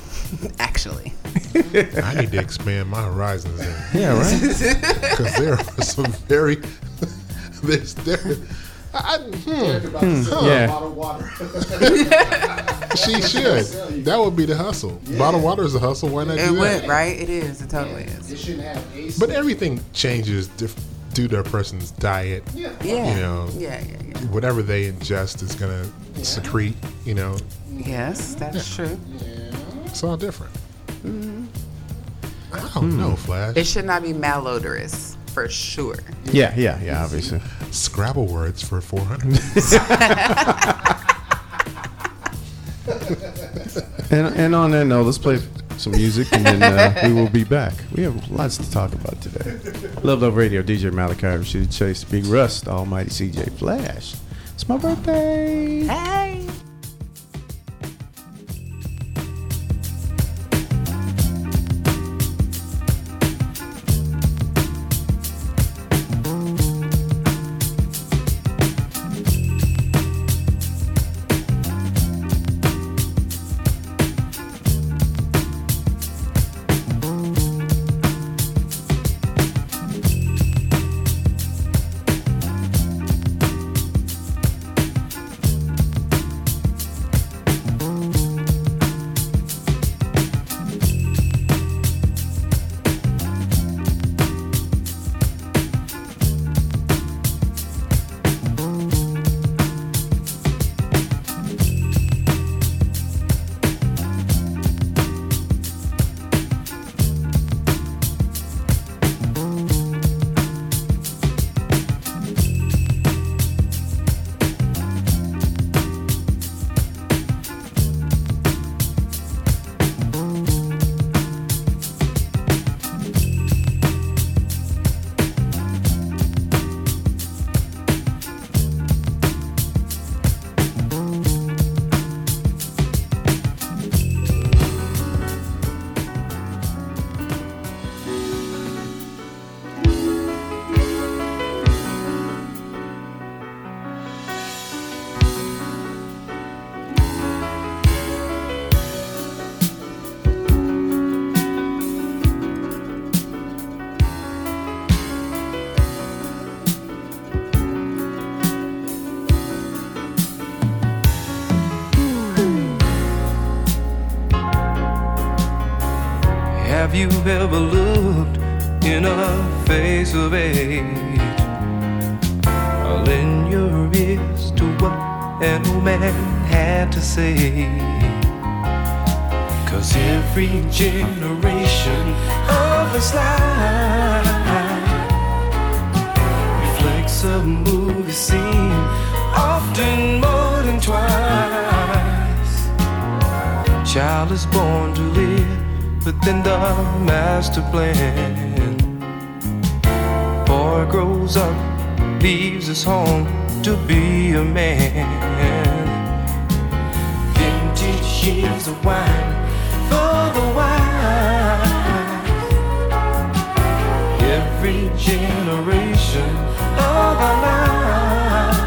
[SPEAKER 5] Actually.
[SPEAKER 4] I need to expand my horizons then.
[SPEAKER 2] Yeah. Right.
[SPEAKER 4] Because there are some very there's there I, hmm,
[SPEAKER 2] Yeah.
[SPEAKER 4] she should. That would be the hustle. Bottled water is a hustle. Why not
[SPEAKER 5] It
[SPEAKER 4] do that?
[SPEAKER 5] would, right? It is. It totally
[SPEAKER 6] It
[SPEAKER 5] is.
[SPEAKER 6] shouldn't have a
[SPEAKER 4] But
[SPEAKER 6] smell.
[SPEAKER 4] everything changes diff- due to a person's diet,
[SPEAKER 6] Yeah.
[SPEAKER 5] Yeah.
[SPEAKER 4] You know.
[SPEAKER 5] Yeah, yeah, yeah.
[SPEAKER 4] whatever they ingest is gonna secrete. You know,
[SPEAKER 5] Yes, that's true. Mm-hmm.
[SPEAKER 4] it's all different. I
[SPEAKER 2] Hmm.
[SPEAKER 4] don't know, Flash.
[SPEAKER 5] It should not be malodorous for sure.
[SPEAKER 2] Yeah. Yeah. Yeah. Obviously.
[SPEAKER 4] Scrabble words for four hundred.
[SPEAKER 2] And, and on that note, let's play some music and then uh, we will be back. We have lots to talk about today. Love Love Radio, DJ Malachi, Rashida Chase, Big Rust, Almighty CJ Flash. It's my birthday.
[SPEAKER 5] Hey.
[SPEAKER 7] you've ever looked in a face of age. Lend your ears to what an old man had to say. Cause every generation of its life reflects a movie scene, often more than twice. Child is born to live within the master plan. Boy grows up, leaves his home to be a man. Vintage years of wine for the wise. Every generation of our lives.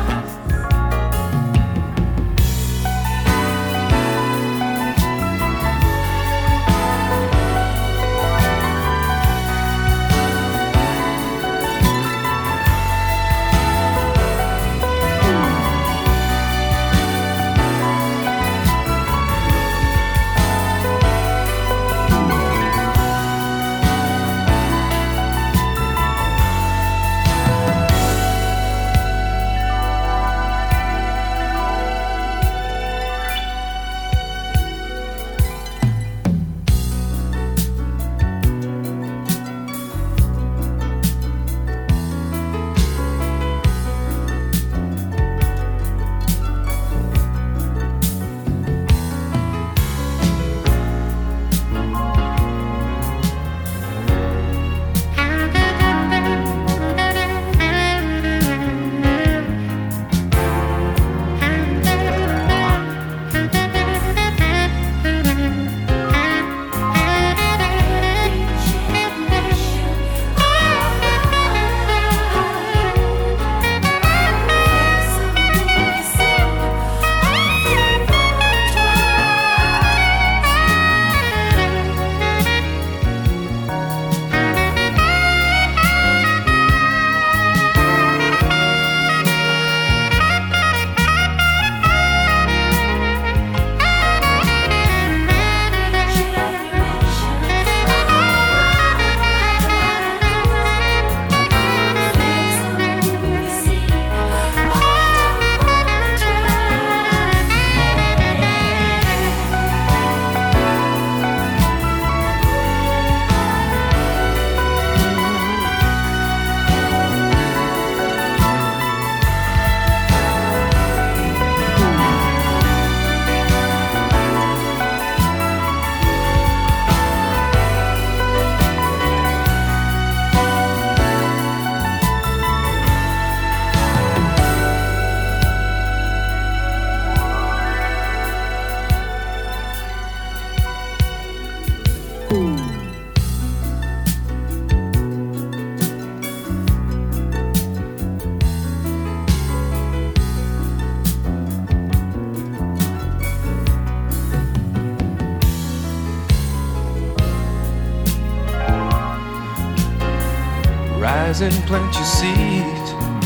[SPEAKER 7] Rise and plant your seed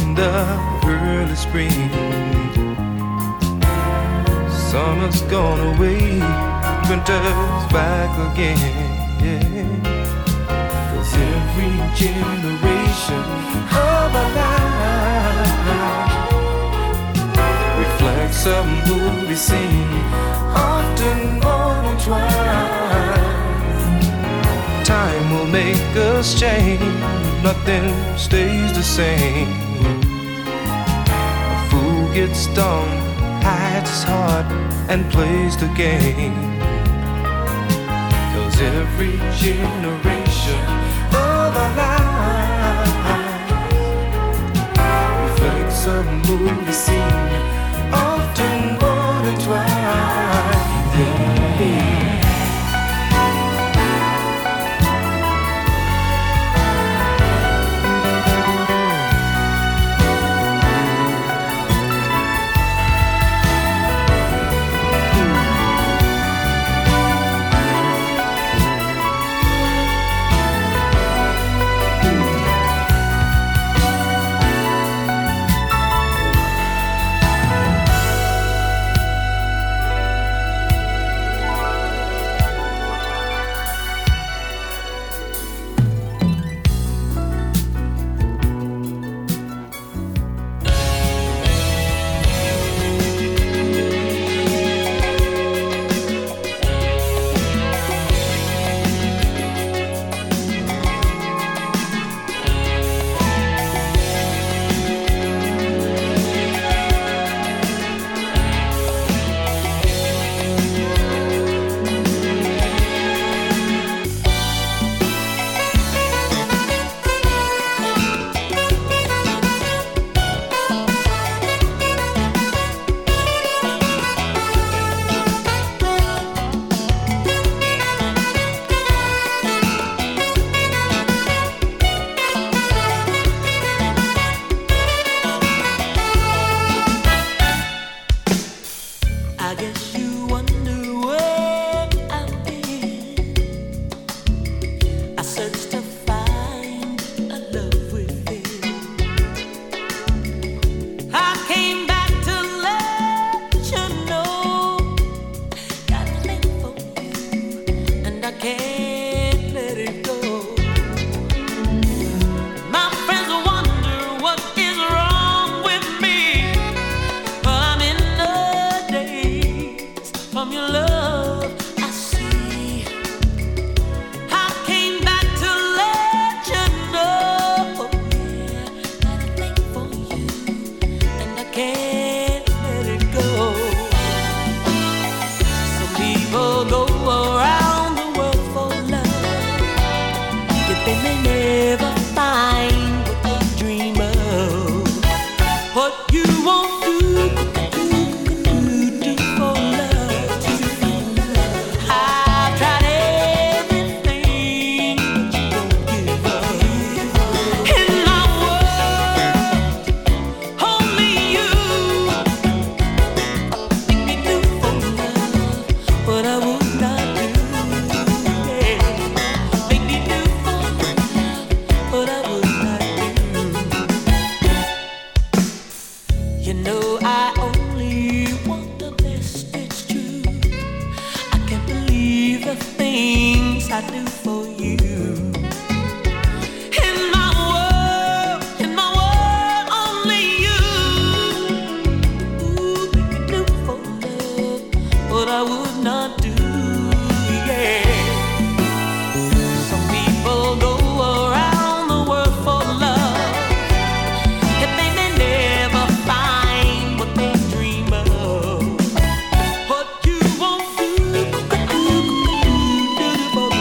[SPEAKER 7] in the early spring. Summer's gone away, winter's back again. Cause every generation of our life reflects a movie scene, often more than twice. Time will make us change, nothing stays the same. A fool gets dumb, hides his heart, and plays the game. Cause every generation of our life reflects a movie scene, often more than twice.
[SPEAKER 8] I do for you. In my world, in my world, only you. Ooh, we could do for love what I would not do. Yeah. Some people go around the world for love. It may they never find what they dream of. But you won't do, do, do, do, do for love.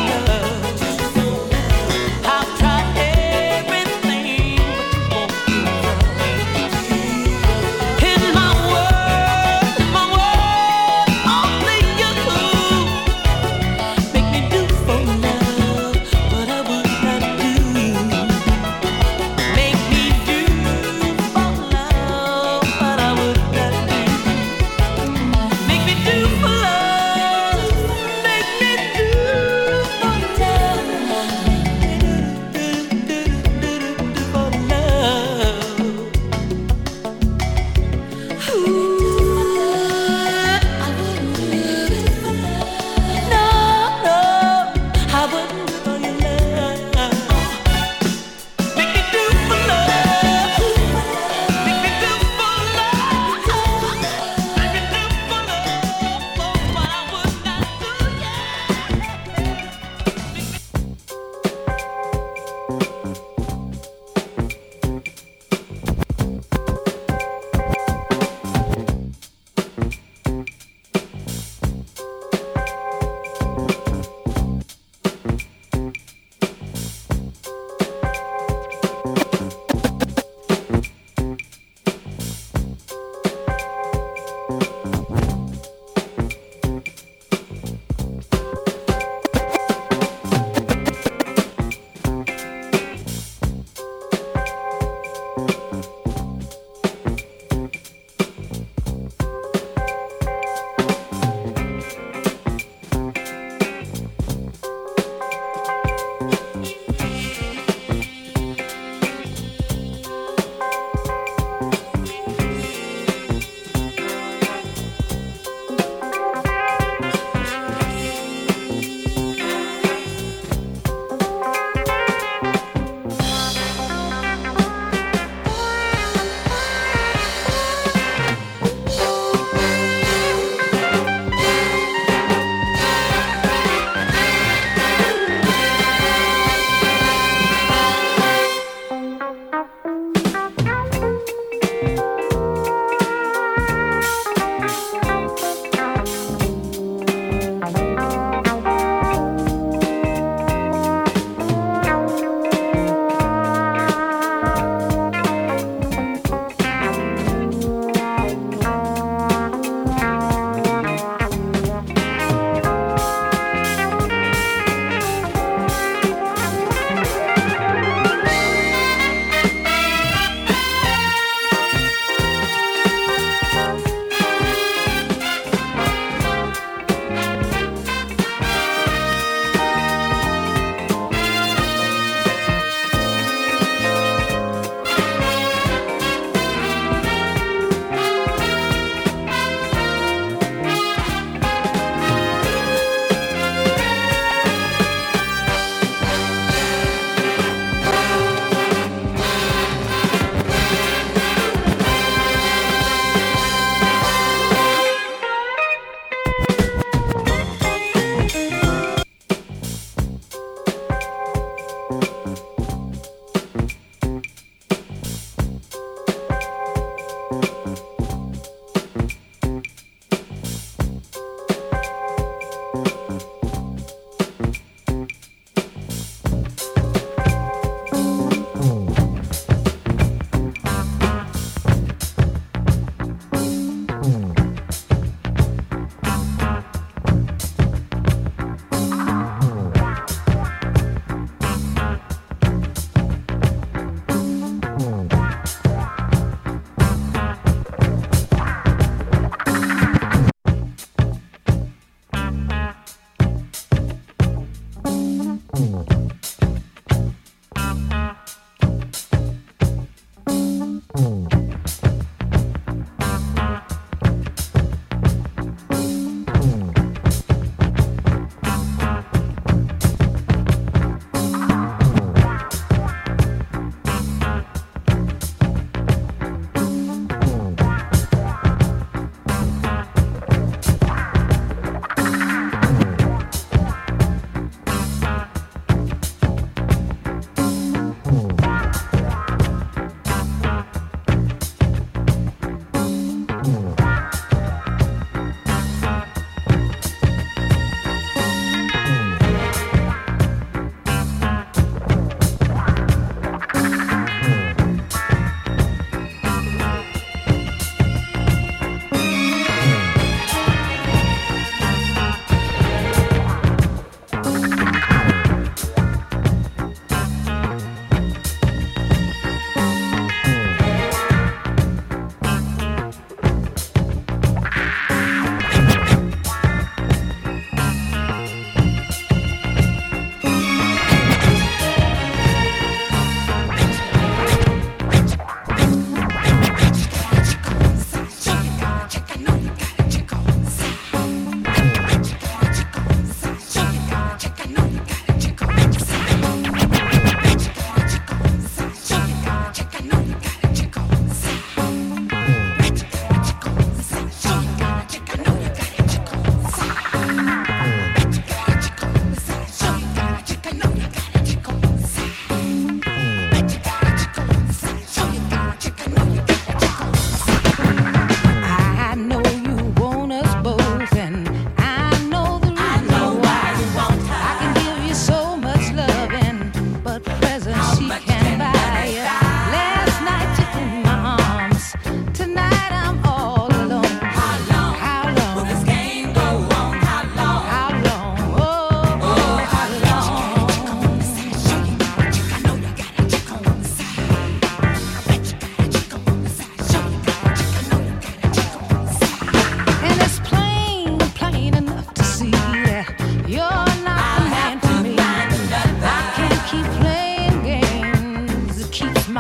[SPEAKER 1] Oh,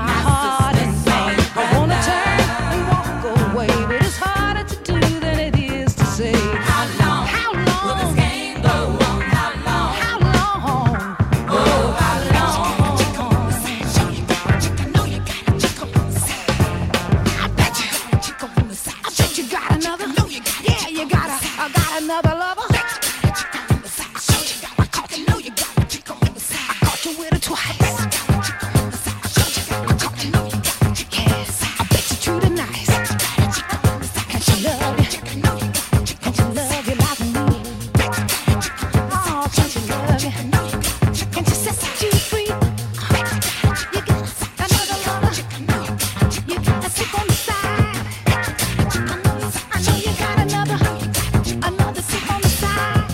[SPEAKER 1] heart and say, I wanna turn and walk away, but it's harder to do than it is to say. How long? How long? Will this game go on? How long? How long? Oh, how long? I bet you got another. Yeah, you got a. I got another lover. I caught you with it twice. I bet you treat her nice. And she love you. And she love you like me. Oh, don't you love you? And she says that you free. You got another lover. You got a stick on the side. I know you got another, another seat on the side.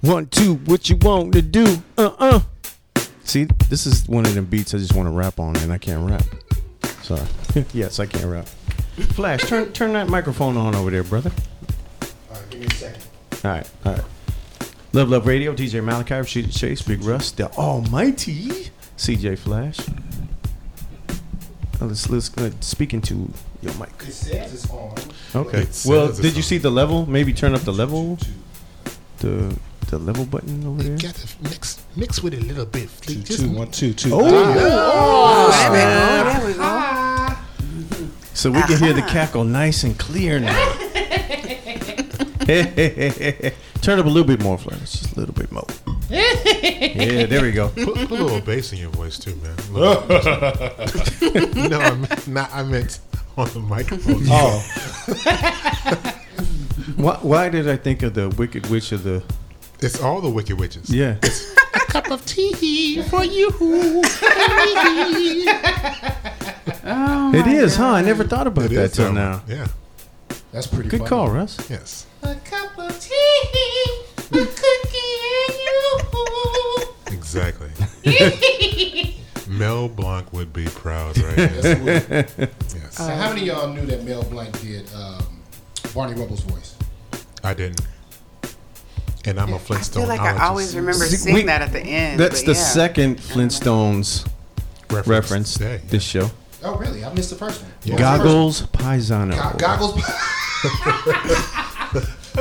[SPEAKER 2] One, two, what you want to do? Uh uh. See, this is one of them beats I just want to rap on, and I can't rap. Sorry. yes, I can't rap. Flash, turn turn that microphone on over there, brother.
[SPEAKER 6] All right, give me a second.
[SPEAKER 2] All right, all right. Love Love Radio, DJ Malachi, Sh- Chase, Big Russ, the Almighty, CJ Flash. Oh, let's let's uh, speaking to your mic.
[SPEAKER 6] It says it's on.
[SPEAKER 2] Okay.
[SPEAKER 4] It
[SPEAKER 2] Well,
[SPEAKER 4] says
[SPEAKER 2] did
[SPEAKER 4] it's
[SPEAKER 2] you
[SPEAKER 4] on.
[SPEAKER 2] see the level? Maybe turn up the level. The the level button over there.
[SPEAKER 4] Got to mix mix with it a little bit.
[SPEAKER 9] Two,
[SPEAKER 4] Just
[SPEAKER 9] two, one, two, two.
[SPEAKER 5] Oh, there we go.
[SPEAKER 2] So we can hear
[SPEAKER 5] Ah.
[SPEAKER 2] the cackle nice and clear now. Turn up a little bit more, Flash. Just a little bit more. yeah, there we go.
[SPEAKER 4] Put, put a little bass in your voice too, man. A little bit of bass. no, I meant, not, I meant on the microphone.
[SPEAKER 9] Oh,
[SPEAKER 2] Oh. Why, why did I think of the Wicked Witch of the?
[SPEAKER 4] It's all the Wicked Witches.
[SPEAKER 2] Yeah.
[SPEAKER 4] Cup of tea for you.
[SPEAKER 5] Oh
[SPEAKER 2] It is, huh? I never thought about that
[SPEAKER 4] is
[SPEAKER 2] till
[SPEAKER 4] that
[SPEAKER 2] now.
[SPEAKER 4] one. Yeah.
[SPEAKER 6] That's pretty
[SPEAKER 2] Good
[SPEAKER 6] funny.
[SPEAKER 2] call, Russ.
[SPEAKER 4] Yes.
[SPEAKER 3] A cup of tea, a cookie,
[SPEAKER 4] Exactly.
[SPEAKER 3] and you.
[SPEAKER 4] Mel Blanc would be proud right now.
[SPEAKER 6] That's weird.
[SPEAKER 4] Yes.
[SPEAKER 6] Now, how many of y'all knew that Mel Blanc did um, Barney Rubble's voice?
[SPEAKER 4] I didn't. And I'm a
[SPEAKER 5] I
[SPEAKER 4] Flintstone.
[SPEAKER 5] feel like I always remember
[SPEAKER 2] See,
[SPEAKER 5] seeing
[SPEAKER 2] we-
[SPEAKER 5] that at the end.
[SPEAKER 2] That's
[SPEAKER 5] but
[SPEAKER 2] the
[SPEAKER 5] yeah.
[SPEAKER 2] second Flintstones reference.
[SPEAKER 4] Yeah, yeah.
[SPEAKER 2] This show,
[SPEAKER 6] Oh, really? I missed the first one.
[SPEAKER 4] Yeah.
[SPEAKER 6] What was
[SPEAKER 2] Goggles Paisano.
[SPEAKER 6] the first one? Go-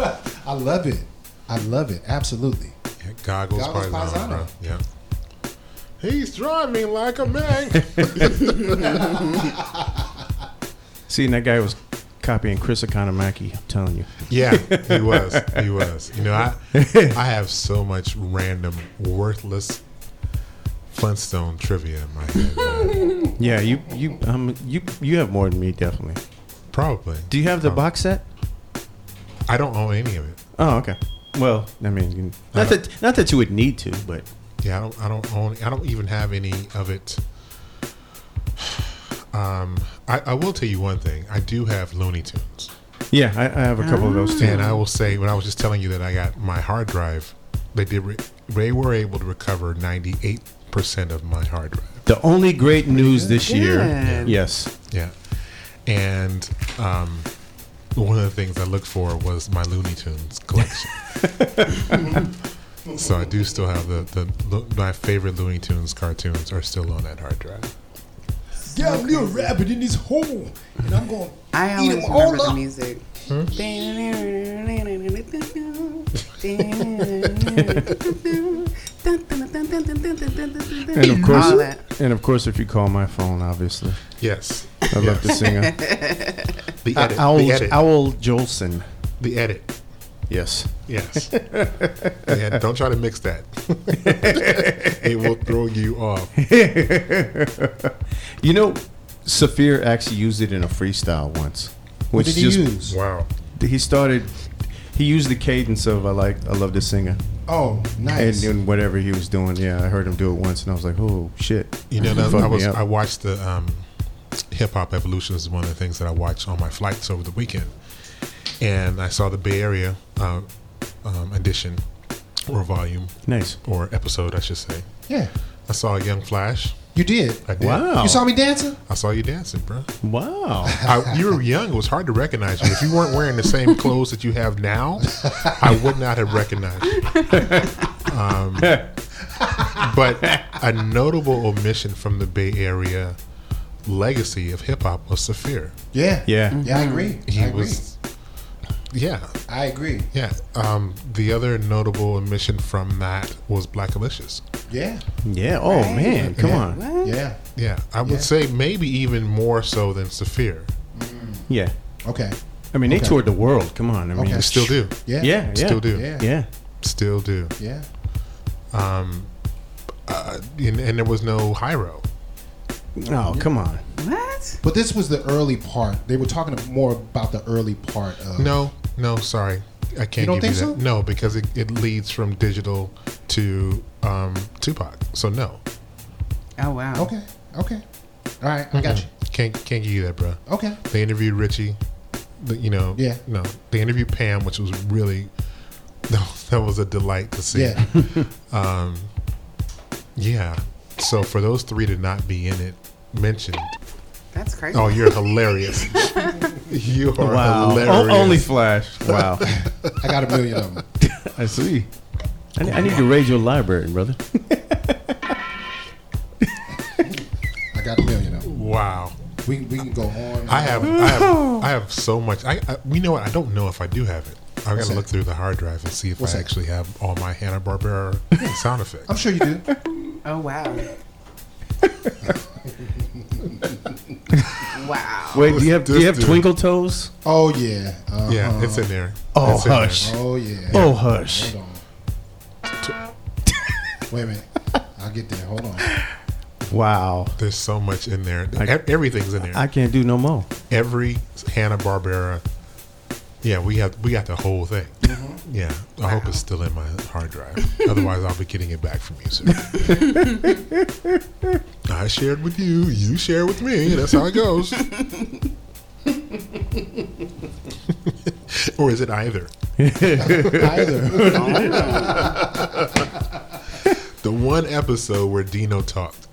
[SPEAKER 6] goggles. I love it. I love it. Absolutely.
[SPEAKER 4] Yeah, goggles,
[SPEAKER 6] Goggles
[SPEAKER 4] Paisano,
[SPEAKER 6] Paisano.
[SPEAKER 4] bro. Yeah. He's driving like a man.
[SPEAKER 2] See, and that guy was copying Chris Economaki. I'm telling you.
[SPEAKER 4] yeah, he was. He was. You know, I I have so much random, worthless Flintstone trivia in my head. man.
[SPEAKER 2] Yeah, you you um you you have more than me definitely.
[SPEAKER 4] Probably.
[SPEAKER 2] Do you have the
[SPEAKER 4] Um,
[SPEAKER 2] box set?
[SPEAKER 4] I don't own any of it.
[SPEAKER 2] Oh, okay. Well, I mean, you- not that not that you would need to, but
[SPEAKER 4] Yeah, I don't. I don't own. I don't even have any of it. Um, I, I will tell you one thing. I do have Looney Tunes,
[SPEAKER 2] yeah, I, I have a couple of those too.
[SPEAKER 4] and I will say when I was just telling you that I got my hard drive they did. Re- they were able to recover ninety eight percent of my hard drive.
[SPEAKER 2] The only great news this year,
[SPEAKER 5] Good.
[SPEAKER 2] yes,
[SPEAKER 4] Yeah, and um, one of the things I looked for was my Looney Tunes collection. so I do still have the, the lo- my favorite Looney Tunes cartoons are still on that hard drive.
[SPEAKER 6] Yeah, I'm little rabbit in this hole, and I'm going
[SPEAKER 5] I
[SPEAKER 6] to eat him
[SPEAKER 5] always
[SPEAKER 6] all
[SPEAKER 5] remember
[SPEAKER 6] up.
[SPEAKER 5] the music.
[SPEAKER 2] Hmm? and of course,
[SPEAKER 5] All that.
[SPEAKER 2] and of course, if you call my phone, obviously,
[SPEAKER 4] Yes,
[SPEAKER 2] I love the singer.
[SPEAKER 4] the edit,
[SPEAKER 2] Owl,
[SPEAKER 4] the edit,
[SPEAKER 2] Owl Jolson.
[SPEAKER 4] the edit.
[SPEAKER 2] Yes.
[SPEAKER 4] Yes. yeah, don't try to mix that. it will throw you off.
[SPEAKER 2] You know, Saphir actually used it in a freestyle once,
[SPEAKER 6] What
[SPEAKER 2] which
[SPEAKER 6] did he
[SPEAKER 2] just
[SPEAKER 6] use?
[SPEAKER 4] Wow.
[SPEAKER 2] he started. He used the cadence of "I like, I love this singer,"
[SPEAKER 6] Oh,
[SPEAKER 2] and,
[SPEAKER 6] nice.
[SPEAKER 2] then whatever he was doing. Yeah, I heard him do it once, and I was like, "Oh shit!"
[SPEAKER 4] You know, that,
[SPEAKER 2] Fucked
[SPEAKER 4] I
[SPEAKER 2] me
[SPEAKER 4] was
[SPEAKER 2] up.
[SPEAKER 4] I watched the um, Hip Hop Evolution is one of the things that I watched on my flights over the weekend, and I saw the Bay Area uh, um, edition or volume
[SPEAKER 2] Nice.
[SPEAKER 4] or episode, I should say.
[SPEAKER 6] yeah,
[SPEAKER 4] I saw Young Flash.
[SPEAKER 6] you did.
[SPEAKER 4] I did.
[SPEAKER 2] Wow.
[SPEAKER 6] You saw me dancing?
[SPEAKER 4] I saw you dancing, bro.
[SPEAKER 2] Wow.
[SPEAKER 4] I, you were young. It was hard to recognize you. If you weren't wearing the same clothes that you have now, I would not have recognized you. Um, but a notable omission from the Bay Area legacy of hip hop was Saphir.
[SPEAKER 6] Yeah.
[SPEAKER 2] Yeah.
[SPEAKER 6] Yeah, I agree.
[SPEAKER 4] Mm-hmm. He
[SPEAKER 6] I agree.
[SPEAKER 4] was, yeah,
[SPEAKER 6] I agree.
[SPEAKER 4] yeah. Um, the other notable omission from that was Black Alicious.
[SPEAKER 6] Yeah.
[SPEAKER 2] Yeah. Oh man, come
[SPEAKER 4] Yeah.
[SPEAKER 2] on.
[SPEAKER 6] Yeah.
[SPEAKER 4] Yeah, I would
[SPEAKER 6] Yeah.
[SPEAKER 4] say maybe even more so than Saphir.
[SPEAKER 2] Yeah.
[SPEAKER 6] Okay.
[SPEAKER 2] I mean, they
[SPEAKER 6] Mm. Okay.
[SPEAKER 2] toured the world. Come on. I mean,
[SPEAKER 6] Okay.
[SPEAKER 4] They still do.
[SPEAKER 6] Yeah.
[SPEAKER 2] yeah, yeah,
[SPEAKER 4] Still do.
[SPEAKER 6] Yeah.
[SPEAKER 2] Yeah.
[SPEAKER 4] Still do. Um,
[SPEAKER 6] Yeah.
[SPEAKER 4] Uh, and, and there was no Hyro.
[SPEAKER 2] Oh, come on.
[SPEAKER 5] What?
[SPEAKER 6] But this was the early part. They were talking more about the early part of.
[SPEAKER 4] No, no, sorry. I can't
[SPEAKER 6] Oh. You don't
[SPEAKER 4] give
[SPEAKER 6] think
[SPEAKER 4] you
[SPEAKER 6] so?
[SPEAKER 4] that. No, because it, it leads from digital to um, Tupac. So no.
[SPEAKER 5] Oh wow.
[SPEAKER 6] Okay. Okay. All right. I got you.
[SPEAKER 4] Can't can't give you that, bro.
[SPEAKER 6] Okay.
[SPEAKER 4] They interviewed Richie. The, you know.
[SPEAKER 6] Yeah.
[SPEAKER 4] No. They interviewed Pam, which was really that was a delight to see. Um,
[SPEAKER 6] Yeah.
[SPEAKER 4] Yeah. So for those three to not be in it mentioned.
[SPEAKER 5] That's crazy.
[SPEAKER 4] Oh, you're hilarious. you are
[SPEAKER 2] Wow.
[SPEAKER 4] hilarious.
[SPEAKER 2] O- only Flash. Wow.
[SPEAKER 6] I got a million of them.
[SPEAKER 2] I see. I, I need to raid your library, brother.
[SPEAKER 6] I got a million of them.
[SPEAKER 4] wow.
[SPEAKER 6] We, we can go on.
[SPEAKER 4] I have, I have, I have so much. I, I, you know what? I don't know if I do have it. I got
[SPEAKER 6] What's
[SPEAKER 4] to
[SPEAKER 6] that?
[SPEAKER 4] look through the hard drive and see if
[SPEAKER 6] What's
[SPEAKER 4] I
[SPEAKER 6] that?
[SPEAKER 4] actually have all my Hanna Barbera sound effects.
[SPEAKER 6] I'm sure you do.
[SPEAKER 5] Oh wow. wow.
[SPEAKER 2] Wait, do you have do you
[SPEAKER 4] This
[SPEAKER 2] have
[SPEAKER 4] dude.
[SPEAKER 2] twinkle toes?
[SPEAKER 6] Oh yeah. Uh,
[SPEAKER 4] Yeah, it's in there.
[SPEAKER 2] Oh,
[SPEAKER 4] It's in there.
[SPEAKER 2] hush.
[SPEAKER 6] Oh yeah.
[SPEAKER 2] Oh hush.
[SPEAKER 6] Hold on. Wait a minute. I'll get there. Hold on.
[SPEAKER 2] Wow.
[SPEAKER 4] There's so much in there.
[SPEAKER 2] I-
[SPEAKER 4] Ev- Everything's in there.
[SPEAKER 2] I can't do no more.
[SPEAKER 4] Every Hanna Barbera. Yeah, we have we got the whole thing.
[SPEAKER 6] Mm-hmm.
[SPEAKER 4] Yeah, I hope it's still in my hard drive. Otherwise, I'll be getting it back from you. Sir. I shared with you. You share with me. That's how it goes. or is it either?
[SPEAKER 6] Either.
[SPEAKER 4] The one episode where Dino talked,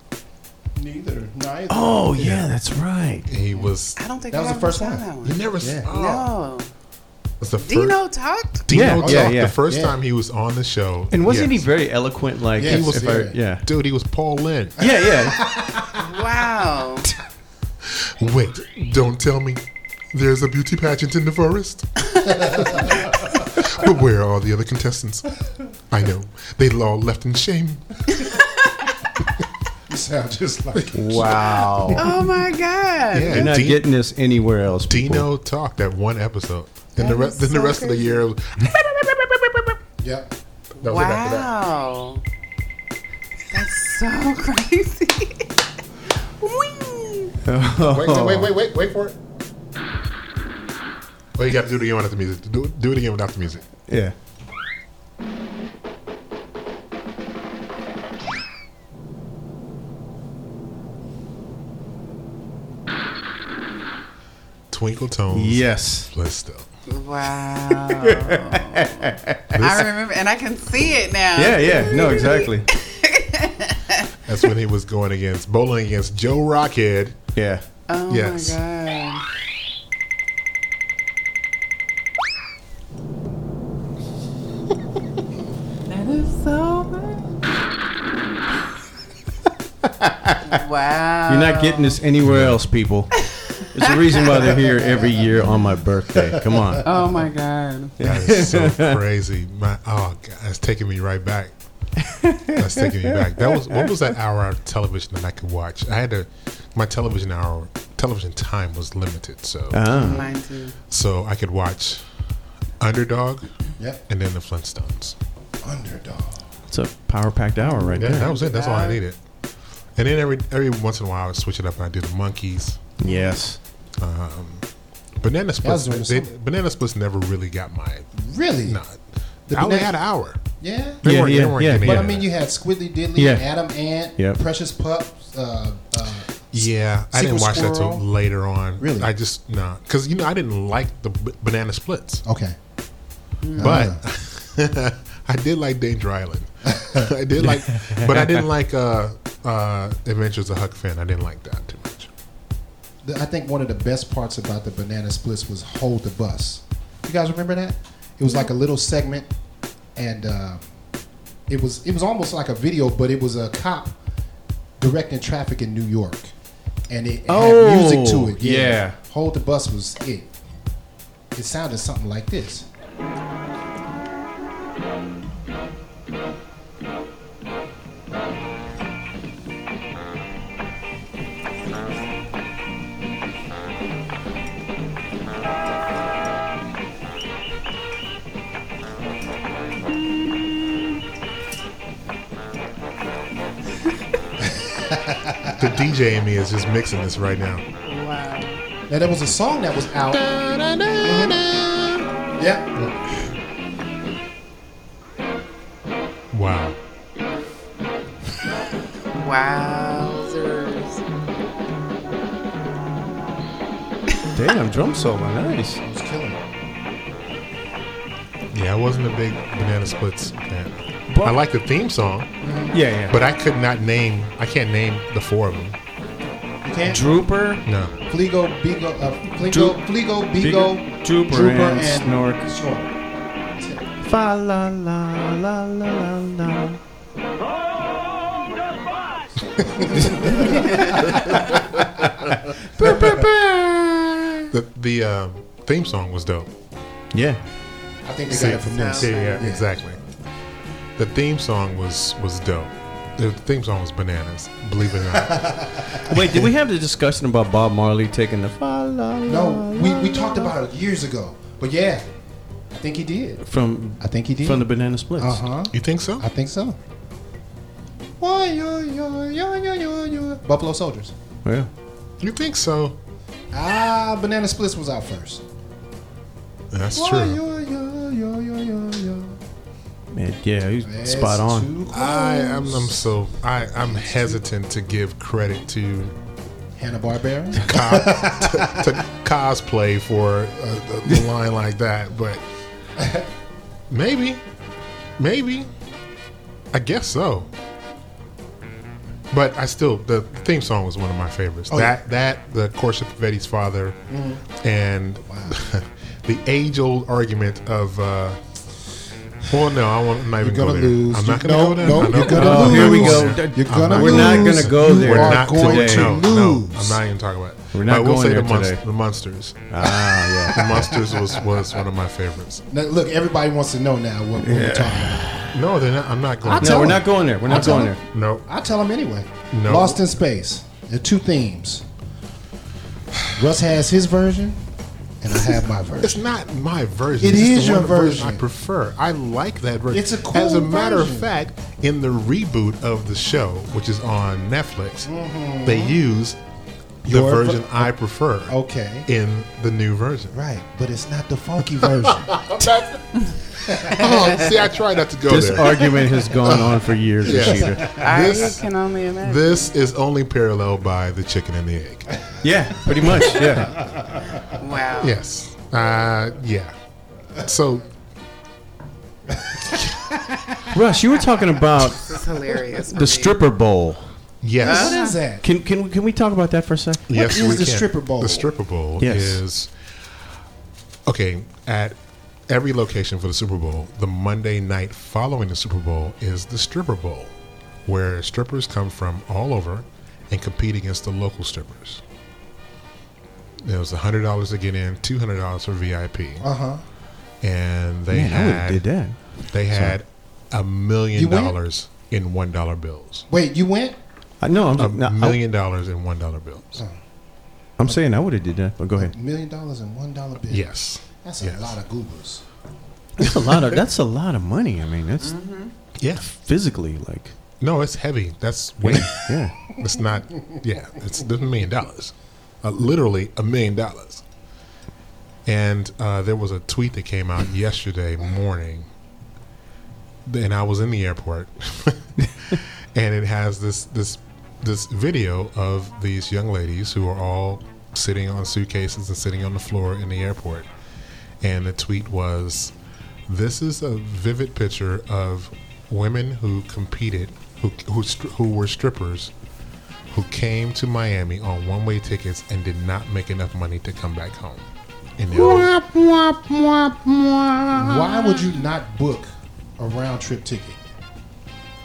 [SPEAKER 6] Neither. Neither.
[SPEAKER 2] Oh yeah, that's right.
[SPEAKER 4] he was.
[SPEAKER 5] I don't think
[SPEAKER 6] That was
[SPEAKER 5] I
[SPEAKER 6] the
[SPEAKER 5] ever
[SPEAKER 6] first
[SPEAKER 5] saw
[SPEAKER 6] one.
[SPEAKER 5] That one.
[SPEAKER 4] You never oh.
[SPEAKER 6] Yeah.
[SPEAKER 4] saw.
[SPEAKER 5] No.
[SPEAKER 4] It's the first.
[SPEAKER 5] Dino talked.
[SPEAKER 4] Dino
[SPEAKER 2] Yeah, Oh,
[SPEAKER 4] talked.
[SPEAKER 2] yeah, yeah.
[SPEAKER 4] The first
[SPEAKER 6] Yeah.
[SPEAKER 4] time he was on the show.
[SPEAKER 2] And wasn't
[SPEAKER 4] Yes.
[SPEAKER 2] he very eloquent? Like
[SPEAKER 6] Yes,
[SPEAKER 2] he was.
[SPEAKER 6] he
[SPEAKER 2] if I-
[SPEAKER 6] was.
[SPEAKER 2] yeah.
[SPEAKER 4] Dude, he was Paul Lynn.
[SPEAKER 2] Yeah, yeah.
[SPEAKER 5] Wow.
[SPEAKER 4] Wait, don't tell me there's a beauty pageant in the forest. but where are all the other contestants? I know. They all left in shame.
[SPEAKER 6] You sound just like.
[SPEAKER 2] Wow.
[SPEAKER 5] Oh my god.
[SPEAKER 2] You're not
[SPEAKER 4] Di-
[SPEAKER 2] getting this anywhere else. people.
[SPEAKER 4] Dino talked that one episode. Then the,
[SPEAKER 5] That
[SPEAKER 4] re-
[SPEAKER 5] is
[SPEAKER 4] then the
[SPEAKER 5] so
[SPEAKER 4] rest of the
[SPEAKER 5] crazy.
[SPEAKER 4] year. was-
[SPEAKER 6] Yep.
[SPEAKER 4] That was it after that.
[SPEAKER 5] Wow. That's so crazy. Whee!
[SPEAKER 4] Wait, wait, wait, wait, wait, wait for it. Oh, you got to do it again without the music. Do, do it again without the music.
[SPEAKER 2] Yeah.
[SPEAKER 4] Twinkle Tones.
[SPEAKER 2] Yes.
[SPEAKER 4] Let's still.
[SPEAKER 5] Wow. I remember, and I can see it now.
[SPEAKER 2] Yeah, yeah. No, exactly.
[SPEAKER 4] That's when he was going against bowling against Joe Rockhead.
[SPEAKER 2] Yeah.
[SPEAKER 5] Oh
[SPEAKER 4] Yes.
[SPEAKER 5] my god. that is so much. wow.
[SPEAKER 2] You're not getting this anywhere else, people. It's the reason why they're here every year on my birthday. Come on.
[SPEAKER 5] Oh my god.
[SPEAKER 4] That is so crazy. My oh, God, that's taking me right back. That's taking me back. That was what was that hour of television that I could watch? I had to. My television hour, television time was limited, so
[SPEAKER 2] Ah.
[SPEAKER 5] Mine too.
[SPEAKER 4] so I could watch Underdog
[SPEAKER 6] Yep.
[SPEAKER 4] and then the Flintstones.
[SPEAKER 6] Underdog.
[SPEAKER 2] It's a power packed hour right
[SPEAKER 4] Yeah,
[SPEAKER 2] there.
[SPEAKER 4] that was it. That's all I needed. And then every every once in a while I would switch it up and I do the monkeys. Um,
[SPEAKER 2] Yes.
[SPEAKER 4] Banana splits.
[SPEAKER 6] doing the
[SPEAKER 4] They,
[SPEAKER 6] summer.
[SPEAKER 4] banana splits never really got my.
[SPEAKER 6] Really?
[SPEAKER 4] Not.
[SPEAKER 6] The
[SPEAKER 4] I only
[SPEAKER 6] banana-
[SPEAKER 4] had an hour.
[SPEAKER 6] Yeah.
[SPEAKER 4] They
[SPEAKER 2] Yeah,
[SPEAKER 4] weren't,
[SPEAKER 2] yeah,
[SPEAKER 4] they weren't
[SPEAKER 2] yeah.
[SPEAKER 4] getting
[SPEAKER 6] But
[SPEAKER 4] into
[SPEAKER 6] I mean,
[SPEAKER 4] that.
[SPEAKER 6] you had Squidly Diddly,
[SPEAKER 2] Yeah.
[SPEAKER 6] Adam Ant,
[SPEAKER 2] Yep.
[SPEAKER 6] Precious Pup. Uh, uh,
[SPEAKER 4] Yeah, I
[SPEAKER 6] Secret
[SPEAKER 4] didn't watch that
[SPEAKER 6] Squirrel?
[SPEAKER 4] till later on.
[SPEAKER 6] Really?
[SPEAKER 4] I just no, because you know I didn't like the b- banana splits,
[SPEAKER 6] okay. Uh.
[SPEAKER 4] but I did like Danger Island. I did like, but I didn't like uh, uh, Adventures of Huck Finn. I didn't like that too much.
[SPEAKER 6] The- I think one of the best parts about the banana splits was hold the bus. You guys remember that? It was like a little segment, and uh, it was it was almost like a video, but it was a cop directing traffic in New York, and it had music
[SPEAKER 2] Oh,
[SPEAKER 6] to it.
[SPEAKER 2] yeah.
[SPEAKER 6] hold the bus was it. It sounded something like this.
[SPEAKER 4] The DJ in me is just mixing this right now.
[SPEAKER 5] Wow.
[SPEAKER 6] Now there was a song that was out. Yeah,
[SPEAKER 4] Wow,
[SPEAKER 5] Wowzers.
[SPEAKER 2] Damn, drum solo. Nice.
[SPEAKER 6] it was killing. it.
[SPEAKER 4] yeah, I wasn't a big banana splits fan. I like the theme song,
[SPEAKER 2] Yeah, yeah.
[SPEAKER 4] but I could not name. I can't name the four of them.
[SPEAKER 6] You can't.
[SPEAKER 2] Drooper,
[SPEAKER 4] No,
[SPEAKER 6] Fligo, Bigo, uh, Fligo,
[SPEAKER 2] Droop-
[SPEAKER 6] Fligo, Bigo,
[SPEAKER 2] Bigo, Drooper, and Snork.
[SPEAKER 6] Snork.
[SPEAKER 2] Fa la la la la la la.
[SPEAKER 4] the the um, theme song was dope.
[SPEAKER 2] Yeah.
[SPEAKER 6] I think they got it from this.
[SPEAKER 4] Yeah, yeah, exactly. The theme song was was dope. The theme song was bananas. Believe it or not,
[SPEAKER 2] Wait, did we have the discussion about Bob Marley taking the fa la la
[SPEAKER 6] No, we, we talked about it years ago, but yeah, I think he did.
[SPEAKER 2] from
[SPEAKER 6] I think he did.
[SPEAKER 2] from the Banana Splits?
[SPEAKER 6] uh huh.
[SPEAKER 4] you think so?
[SPEAKER 6] I think so. Why yo yo yo yo yo yo Buffalo Soldiers.
[SPEAKER 2] Yeah.
[SPEAKER 4] You think so?
[SPEAKER 6] Ah, Banana Splits was out first.
[SPEAKER 4] That's
[SPEAKER 6] Why
[SPEAKER 4] true.
[SPEAKER 6] yo yo yo yo yo yo.
[SPEAKER 2] Man, yeah, he's
[SPEAKER 6] That's
[SPEAKER 2] spot on.
[SPEAKER 6] too close.
[SPEAKER 4] I am I'm so I I'm hesitant to give credit to
[SPEAKER 6] Hanna Barbera.
[SPEAKER 4] co- to, to cosplay for a, a line like that, but maybe, maybe, I guess so. But I still the theme song was one of my favorites.
[SPEAKER 6] Oh,
[SPEAKER 4] that that the course of Pavetti's father,
[SPEAKER 6] Mm-hmm.
[SPEAKER 4] and the age old argument of. Uh, well, no, I won't, I'm not even
[SPEAKER 6] You're
[SPEAKER 4] go
[SPEAKER 6] gonna
[SPEAKER 4] there.
[SPEAKER 6] lose.
[SPEAKER 4] I'm not
[SPEAKER 6] You-
[SPEAKER 4] gonna
[SPEAKER 6] no,
[SPEAKER 4] go there.
[SPEAKER 6] no,
[SPEAKER 4] I know-
[SPEAKER 6] you're gonna
[SPEAKER 2] Oh,
[SPEAKER 6] lose.
[SPEAKER 2] here we go.
[SPEAKER 6] You're gonna
[SPEAKER 2] We're not
[SPEAKER 6] lose.
[SPEAKER 2] gonna go there.
[SPEAKER 6] You
[SPEAKER 4] We're
[SPEAKER 6] are
[SPEAKER 4] not
[SPEAKER 6] going
[SPEAKER 4] today.
[SPEAKER 6] to
[SPEAKER 4] no,
[SPEAKER 6] lose.
[SPEAKER 4] no, I'm not even talking about. It.
[SPEAKER 2] We're not
[SPEAKER 4] But I will
[SPEAKER 2] going
[SPEAKER 4] say
[SPEAKER 2] there
[SPEAKER 4] the, monst-
[SPEAKER 2] today.
[SPEAKER 4] the monsters.
[SPEAKER 2] Ah,
[SPEAKER 4] The monsters was was one of my favorites.
[SPEAKER 6] Now, look, everybody wants to know now what, what we're talking about.
[SPEAKER 4] No, they're not. I'm not going.
[SPEAKER 6] I'll
[SPEAKER 2] yeah. No,
[SPEAKER 4] there.
[SPEAKER 6] tell
[SPEAKER 2] we're
[SPEAKER 6] him.
[SPEAKER 2] not going there. We're not
[SPEAKER 6] tell
[SPEAKER 2] going
[SPEAKER 6] him.
[SPEAKER 2] there.
[SPEAKER 4] No,
[SPEAKER 6] I'll tell them anyway.
[SPEAKER 4] No.
[SPEAKER 6] Lost in Space. There are two themes. Russ has his version, and I have my
[SPEAKER 4] it's
[SPEAKER 6] version.
[SPEAKER 4] not my version.
[SPEAKER 6] It
[SPEAKER 4] It's
[SPEAKER 6] is
[SPEAKER 4] the
[SPEAKER 6] your
[SPEAKER 4] one
[SPEAKER 6] version.
[SPEAKER 4] I prefer. I like that version.
[SPEAKER 6] It's a cool
[SPEAKER 4] As a matter
[SPEAKER 6] version.
[SPEAKER 4] of fact, in the reboot of the show, which is on Netflix, they use the
[SPEAKER 6] Your ver-
[SPEAKER 4] version I prefer.
[SPEAKER 6] Okay.
[SPEAKER 4] In the new version.
[SPEAKER 6] Right, but it's not the funky version.
[SPEAKER 4] Oh, see, I try not to go
[SPEAKER 2] This
[SPEAKER 4] there.
[SPEAKER 2] argument has gone on for years,
[SPEAKER 4] Yes.
[SPEAKER 2] Rashida.
[SPEAKER 5] I
[SPEAKER 4] This-
[SPEAKER 5] can only imagine.
[SPEAKER 4] This is only paralleled by the chicken and the egg.
[SPEAKER 2] Yeah, pretty much. Yeah.
[SPEAKER 5] wow.
[SPEAKER 4] Yes. Uh, yeah. So
[SPEAKER 2] Rush, you were talking about
[SPEAKER 5] This is hilarious. for
[SPEAKER 2] the
[SPEAKER 5] me.
[SPEAKER 2] stripper bowl.
[SPEAKER 4] yes,
[SPEAKER 6] What is that?
[SPEAKER 2] Can can we- can we talk about that for a second?
[SPEAKER 4] yes,
[SPEAKER 6] is
[SPEAKER 4] we
[SPEAKER 6] the
[SPEAKER 4] can.
[SPEAKER 6] stripper bowl?
[SPEAKER 4] The stripper bowl
[SPEAKER 2] Yes.
[SPEAKER 4] is okay at every location for the Super Bowl. The Monday night following the Super Bowl is the stripper bowl, where strippers come from all over and compete against the local strippers. It was hundred dollars to get in, two hundred dollars for VIP,
[SPEAKER 6] Uh huh.
[SPEAKER 4] and they
[SPEAKER 2] Man, I would
[SPEAKER 4] had
[SPEAKER 2] have did that.
[SPEAKER 4] they had a
[SPEAKER 6] You
[SPEAKER 4] million
[SPEAKER 6] went?
[SPEAKER 4] dollars in one dollar bills.
[SPEAKER 6] Wait, you went? Oh.
[SPEAKER 2] I, no, I'm
[SPEAKER 4] A
[SPEAKER 2] no, I,
[SPEAKER 4] million dollars in one dollar bills.
[SPEAKER 2] I'm saying I would have did that. But go ahead.
[SPEAKER 6] Million dollars and one dollar bill.
[SPEAKER 4] Yes.
[SPEAKER 6] That's
[SPEAKER 4] Yes.
[SPEAKER 6] a lot of goobers.
[SPEAKER 2] That's a lot of that's a lot of money. I mean, that's
[SPEAKER 4] Mm-hmm. Yeah.
[SPEAKER 2] physically like
[SPEAKER 4] No, it's heavy. That's weight.
[SPEAKER 2] yeah.
[SPEAKER 4] it's not. Yeah, it's a million dollars. Uh, literally a million dollars. And uh, there was a tweet that came out yesterday morning, and I was in the airport, and it has this this this video of these young ladies who are all sitting on suitcases and sitting on the floor in the airport, and the tweet was, "This is a vivid picture of women who competed, who who str- who were strippers." Who came to Miami on one-way tickets and did not make enough money to come back home? And they're all-
[SPEAKER 6] Why would you not book a round trip ticket?